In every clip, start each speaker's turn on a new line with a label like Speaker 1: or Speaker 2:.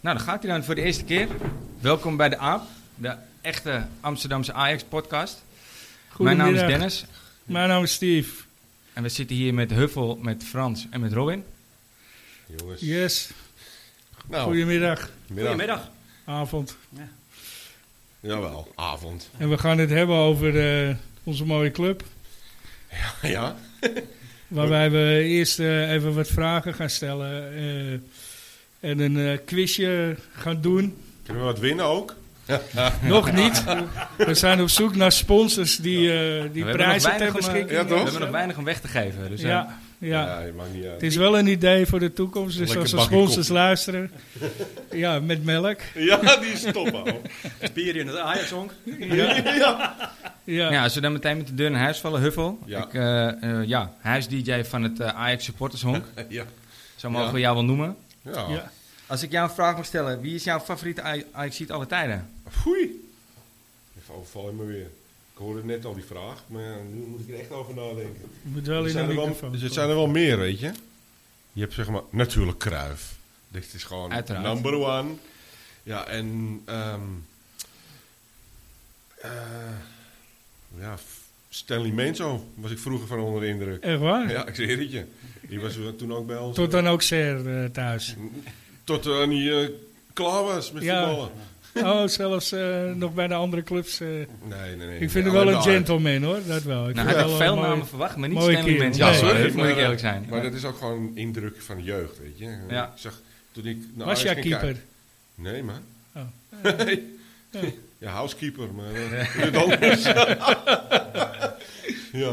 Speaker 1: Nou, dan gaat hij dan voor de eerste keer. Welkom bij de AAP, de echte Amsterdamse Ajax-podcast. Mijn naam is
Speaker 2: Goedemiddag.
Speaker 1: Dennis
Speaker 2: Mijn naam is Steve.
Speaker 1: en we zitten hier met Huffel, met Frans en met Robin.
Speaker 3: Jongens.
Speaker 2: Yes.
Speaker 3: Nou,
Speaker 2: Goedemiddag,
Speaker 3: middag.
Speaker 2: avond.
Speaker 3: Jawel, avond.
Speaker 2: En we gaan het hebben over eh, onze mooie club.
Speaker 3: ja.
Speaker 2: Waarbij we eerst eh, even wat vragen gaan stellen. eh, en een eh, quizje gaan doen.
Speaker 3: Kunnen we wat winnen ook?
Speaker 2: Nog niet. We zijn op zoek naar sponsors die, eh, die
Speaker 1: We hebben
Speaker 2: prijzen
Speaker 1: nog weinig
Speaker 2: ter
Speaker 1: om, eh,
Speaker 2: beschikking
Speaker 3: Ja, toch?
Speaker 1: We hebben nog weinig om weg te geven. Dus, eh,
Speaker 2: Ja, ja.
Speaker 3: je mag niet eh, uit.
Speaker 2: Het is wel een idee voor de toekomst. Dus
Speaker 3: Lekker
Speaker 2: als de
Speaker 3: bakje
Speaker 2: sponsors
Speaker 3: koffie.
Speaker 2: luisteren. Ja, met melk.
Speaker 3: Ja, die is top, ouwe.
Speaker 1: eh.
Speaker 4: Bier in het Ajax-honk.
Speaker 2: Ja,
Speaker 3: ja.
Speaker 2: ja.
Speaker 1: Ja, als we dan meteen met de deur naar huis vallen, Huffel.
Speaker 3: Ja.
Speaker 1: Ik, eh, eh, ja, huis-dj van het eh, Ajax Supportershonk.
Speaker 3: Ja.
Speaker 1: Zo mogen
Speaker 3: Ja.
Speaker 1: we jou wel noemen.
Speaker 2: Ja.
Speaker 1: Als ik jou een vraag mag stellen, wie is jouw favoriete Ajax-ziet alle tijden?
Speaker 3: Foei. Even overvallen me weer. Ik hoorde net al die vraag, maar nu moet ik er echt over nadenken.
Speaker 2: Je moet wel
Speaker 3: Er
Speaker 2: in de
Speaker 3: zijn er wel,
Speaker 2: microfoon.
Speaker 3: dus het zijn er wel meer, weet je? Je hebt zeg maar natuurlijk Kruif. Dit is gewoon
Speaker 1: Uiteraard.
Speaker 3: number one. Ja, en ehm, eh, ja, Stanley Menzo was ik vroeger van onder de indruk.
Speaker 2: Echt waar?
Speaker 3: Ja, ik zeg het je. Die was toen ook bij ons.
Speaker 2: Tot dan ook zeer eh, thuis.
Speaker 3: Tot eh, niet eh, klaar was met
Speaker 2: Ja.
Speaker 3: voetballen.
Speaker 2: Oh, zelfs eh, nog bij de andere clubs. eh.
Speaker 3: Nee, nee, nee.
Speaker 2: ik vind
Speaker 3: Ja,
Speaker 2: hem wel
Speaker 3: alleen
Speaker 2: een
Speaker 3: daar.
Speaker 2: gentleman hoor, dat wel. Ik
Speaker 1: Nou,
Speaker 2: vind
Speaker 1: had
Speaker 2: wel
Speaker 1: ik
Speaker 2: een
Speaker 1: veel
Speaker 2: mooie-
Speaker 1: namen verwacht, maar niet
Speaker 2: mooie
Speaker 1: Stanley
Speaker 2: kerel.
Speaker 1: Mensen.
Speaker 3: Ja,
Speaker 2: Nee,
Speaker 3: sorry,
Speaker 1: moet
Speaker 3: maar-
Speaker 1: ik eerlijk zijn.
Speaker 3: Maar dat is ook gewoon een indruk van de jeugd, weet je.
Speaker 1: Ja.
Speaker 3: Ik zag toen ik naar
Speaker 2: Was
Speaker 3: Ajax
Speaker 2: jij
Speaker 3: ging kijken-
Speaker 2: keeper?
Speaker 3: Nee, man.
Speaker 2: Oh.
Speaker 3: Nee.
Speaker 2: Ja.
Speaker 3: Ja, housekeeper, maar eh, in het anders. ja.
Speaker 2: Ja.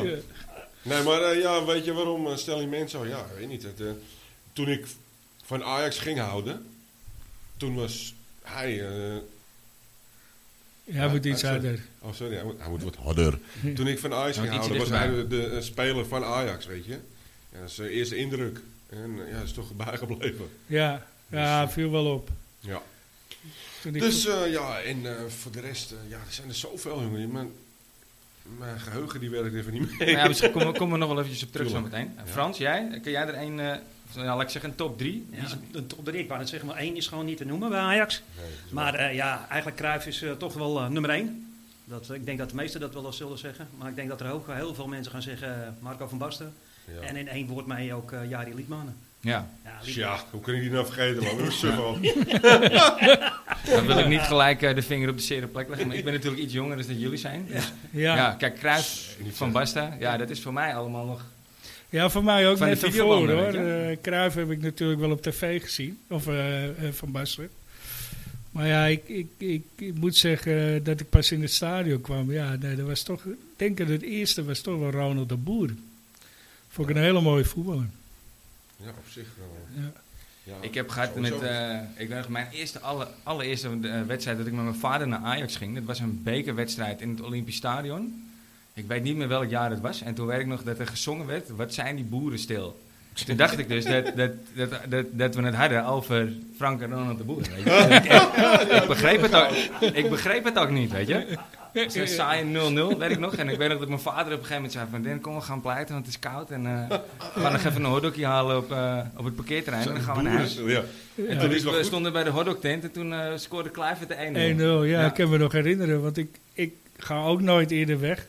Speaker 3: Nee, maar eh, ja, weet je waarom eh, Stanley Menzo? Ja, ik weet niet. Het, eh, toen ik van Ajax ging houden, toen was hij... eh,
Speaker 2: Jij moet iets
Speaker 3: Ah, sorry.
Speaker 2: harder.
Speaker 3: Oh, sorry, hij moet, hij moet wat harder. Toen ik van Ajax
Speaker 1: Hm. Hij moet
Speaker 3: ging houden,
Speaker 1: ietsje
Speaker 3: was hij de,
Speaker 1: dichterbij.
Speaker 3: de, eh, speler van Ajax, weet je. Ja, dat is zijn eerste indruk. En eh, ja, is toch bijgebleven.
Speaker 2: Ja, ja viel wel op.
Speaker 3: Ja.
Speaker 2: Toen ik-
Speaker 3: Dus eh, ja, en eh, voor de rest, eh, ja, er zijn er zoveel, jongen. Mijn, mijn geheugen die werkt even niet mee.
Speaker 1: Nou ja, misschien komen we, komen we nog wel eventjes op terug zo
Speaker 3: Tuurlijk.
Speaker 1: meteen. Eh,
Speaker 3: Ja.
Speaker 1: Frans, jij? Kun jij er een, eh, nou, laat ik zeggen, een top 3?
Speaker 4: Ja, een top drie. Ik wou net zeggen, maar één is gewoon niet te noemen bij Ajax.
Speaker 3: Nee, dat is
Speaker 4: Maar
Speaker 3: wel-
Speaker 4: eh, ja, eigenlijk Cruijff is eh, toch wel eh, nummer één. Dat, eh, ik denk dat de meesten dat wel eens zullen zeggen. Maar ik denk dat er ook heel veel mensen gaan zeggen eh, Marco van Basten.
Speaker 3: ja.
Speaker 4: En in één woord mij ook eh Jari Liedmanen.
Speaker 1: Ja,
Speaker 4: Ja, Liedmanen.
Speaker 3: Tja, hoe kan ik die nou vergeten, man? Hoe suf al.
Speaker 1: dan wil ik niet gelijk eh, de vinger op de zere plek leggen. Maar ik ben natuurlijk iets jonger dan dat jullie zijn. Dus, ja.
Speaker 2: ja. Ja.
Speaker 1: kijk, Kruis
Speaker 3: Niet
Speaker 1: van
Speaker 3: zo.
Speaker 1: Basta. Ja, dat is voor mij allemaal nog...
Speaker 2: voor mij ook
Speaker 1: Van de
Speaker 2: net ervoor
Speaker 1: videobanden,
Speaker 2: hoor.
Speaker 1: weet je?
Speaker 2: Eh Cruijff heb ik natuurlijk wel op tv gezien. Of eh, eh, Van Basten. Maar ja, ik, ik, ik, ik moet zeggen eh, dat ik pas in het stadion kwam. Ja, nee, dat was toch... Ik denk dat het eerste was toch wel Ronald de Boer. Vond ik een hele mooie voetballer.
Speaker 3: Ja, op zich wel.
Speaker 2: Ja.
Speaker 3: Ja,
Speaker 1: Ik heb gehad met...
Speaker 3: sowieso.
Speaker 1: eh, ik weet nog, mijn eerste, alle, allereerste eh, wedstrijd dat ik met mijn vader naar Ajax ging. Dat was een bekerwedstrijd in het Olympisch Stadion. Ik weet niet meer welk jaar het was. En toen weet ik nog dat er gezongen werd, wat zijn die boeren stil? Toen dacht ik dus dat, dat, dat, dat, dat we het hadden over Frank en Ronald de Boer. Weet je? ik, begreep het ook, ik begreep het ook niet, weet je. Zo'n saaie 0-0, weet ik nog. En ik weet nog dat mijn vader op een gegeven moment zei van... Den, kom, we gaan pleiten, want het is koud. En eh, we gaan nog even een hotdogje halen op, eh, op het parkeerterrein. En dan gaan we naar
Speaker 3: Boeren,
Speaker 1: huis.
Speaker 3: Ja.
Speaker 1: En
Speaker 2: Ja.
Speaker 1: toen
Speaker 3: Dat is wel
Speaker 1: we
Speaker 3: goed.
Speaker 1: stonden bij de hotdog tent en toen eh, scoorde Kluivert de 1-0.
Speaker 2: 1-0, ja, ik kan me nog herinneren, want ik, ik ga ook nooit eerder weg.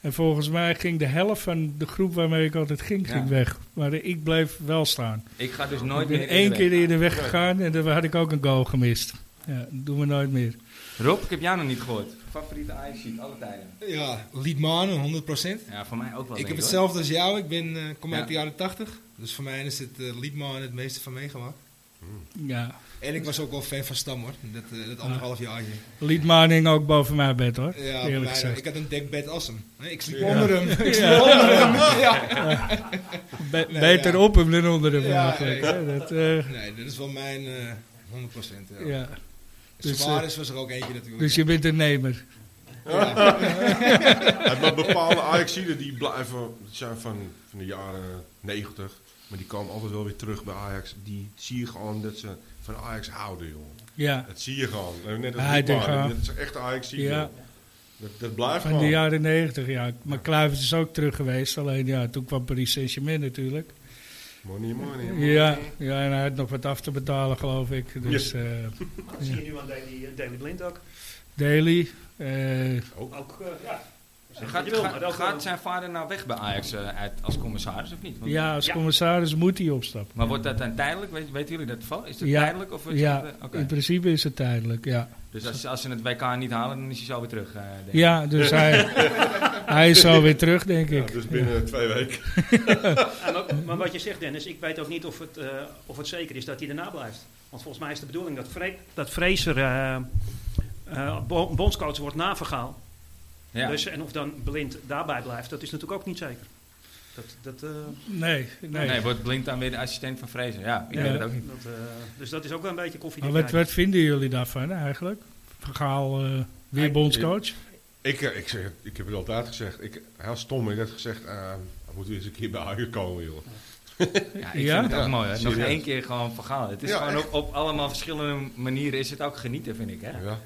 Speaker 2: En volgens mij ging de helft van de groep waarmee ik altijd ging,
Speaker 1: Ja.
Speaker 2: ging weg. Maar ik bleef wel staan.
Speaker 1: Ik ga dus nooit
Speaker 2: ik ben
Speaker 1: meer
Speaker 2: één
Speaker 1: eerder
Speaker 2: keer
Speaker 1: weg.
Speaker 2: eerder weggegaan en daar had ik ook een goal gemist. Ja, dat doen we nooit meer.
Speaker 1: Rob, ik heb jou nog niet gehoord. Favoriete ajax alle tijden.
Speaker 5: Ja, Liedmanen, 100%.
Speaker 1: Ja, voor mij ook wel.
Speaker 5: ik
Speaker 1: denk
Speaker 5: heb
Speaker 1: hoor.
Speaker 5: hetzelfde als jou, ik ben, eh, kom
Speaker 1: Ja.
Speaker 5: uit de jaren 80. Dus voor mij is het eh, Liedmanen het meeste van meegemaakt.
Speaker 2: Ja.
Speaker 5: En ik was ook wel fan van Stam hoor, dat, eh, dat anderhalf jaartje.
Speaker 2: Liedmaning ook boven mijn bed hoor,
Speaker 5: Ja, voor
Speaker 2: eerlijk
Speaker 5: mij,
Speaker 2: gezegd.
Speaker 5: ik had een dekbed als hem. Nee, Ik sliep
Speaker 3: Ja.
Speaker 5: onder hem. Ik sliep
Speaker 2: Ja.
Speaker 5: onder hem. Ja.
Speaker 2: Be-
Speaker 5: Nee,
Speaker 2: beter
Speaker 5: ja.
Speaker 2: op hem dan onder hem
Speaker 5: Ja,
Speaker 2: eigenlijk.
Speaker 5: ja.
Speaker 2: hè. Dat, eh,
Speaker 5: Nee, dat is wel mijn eh, 100%. Ja.
Speaker 2: ja. Dus,
Speaker 5: Suarez was er ook eentje natuurlijk.
Speaker 2: Dus je bent een nemer.
Speaker 5: Ja.
Speaker 3: Ja, maar bepaalde Ajaxiden die blijven, die zijn van, van de jaren 90, maar die komen altijd wel weer terug bij Ajax. Die zie je gewoon dat ze van Ajax houden, joh.
Speaker 2: Ja,
Speaker 3: Dat zie je gewoon. Eh, Net als
Speaker 2: Ah, ik denk
Speaker 3: Liedmanen,
Speaker 2: wel.
Speaker 3: dat is echt Ajax zie
Speaker 2: Ja.
Speaker 3: Dat, dat blijft
Speaker 2: Van de
Speaker 3: gewoon.
Speaker 2: jaren negentig, ja. Maar Kluivert is ook terug geweest. Alleen ja, toen kwam Paris Saint-Germain natuurlijk.
Speaker 3: Money, money. money.
Speaker 2: Ja, ja, en hij had nog wat af te betalen, geloof ik. Dus eh
Speaker 4: Dat zie je nu aan Daily, eh, Daily Blind ook.
Speaker 2: Daily. eh,
Speaker 4: Ook, eh, ja. Zeg wat
Speaker 1: Gaat,
Speaker 4: je wil,
Speaker 1: gaat-
Speaker 4: maar eh, dat-
Speaker 1: gaat zijn vader nou weg bij Ajax eh, uit, als commissaris of niet? Want-
Speaker 2: ja, als
Speaker 4: Ja.
Speaker 2: commissaris moet hij opstappen.
Speaker 1: Maar wordt dat dan tijdelijk? Weet, weten jullie dat geval? Is dat
Speaker 2: Ja.
Speaker 1: tijdelijk? Of is
Speaker 2: Ja,
Speaker 1: dat, eh, oké.
Speaker 2: in principe is het tijdelijk, ja.
Speaker 1: Dus als, als ze het WK niet halen, dan is hij zo weer terug. eh, denk ik.
Speaker 2: Ja, dus hij, hij is alweer terug, denk
Speaker 3: Ja,
Speaker 2: ik.
Speaker 3: dus binnen twee weken.
Speaker 4: Ja, maar, maar wat je zegt, Dennis, ik weet ook niet of het, eh, of het zeker is dat hij erna blijft. Want volgens mij is de bedoeling dat, Fre dat Fraser eh, eh, bo- bondscoach wordt na Vergaal.
Speaker 1: Ja.
Speaker 4: Dus, en of dan Blind daarbij blijft, dat is natuurlijk ook niet zeker. Dat, dat, eh,
Speaker 2: Nee,
Speaker 1: Nee.
Speaker 2: nee.
Speaker 1: wordt Blind dan weer de assistent van Vrezen? Ja, ik
Speaker 2: Ja.
Speaker 1: weet het ook niet.
Speaker 4: dat, eh, dus dat is ook wel een beetje koffie.
Speaker 2: Maar
Speaker 4: dik
Speaker 2: wat,
Speaker 4: kijken.
Speaker 2: wat vinden jullie daarvan eigenlijk? Vergaal eh, weer bondscoach?
Speaker 3: Ik, eh, ik, zeg, het- ik heb het altijd gezegd. Ik, heel stom, ik heb gezegd, eh, hij moet weer eens een keer bij Ajax komen, joh.
Speaker 1: Ja, ik
Speaker 2: Ja?
Speaker 1: vind het ook
Speaker 3: Ja,
Speaker 1: mooi. Hè? Nog
Speaker 3: serieus.
Speaker 1: één keer gewoon vergaan. Het is
Speaker 3: Ja,
Speaker 1: gewoon
Speaker 3: echt.
Speaker 1: op, op allemaal verschillende manieren is het ook genieten, vind ik. Hè?
Speaker 3: Ja.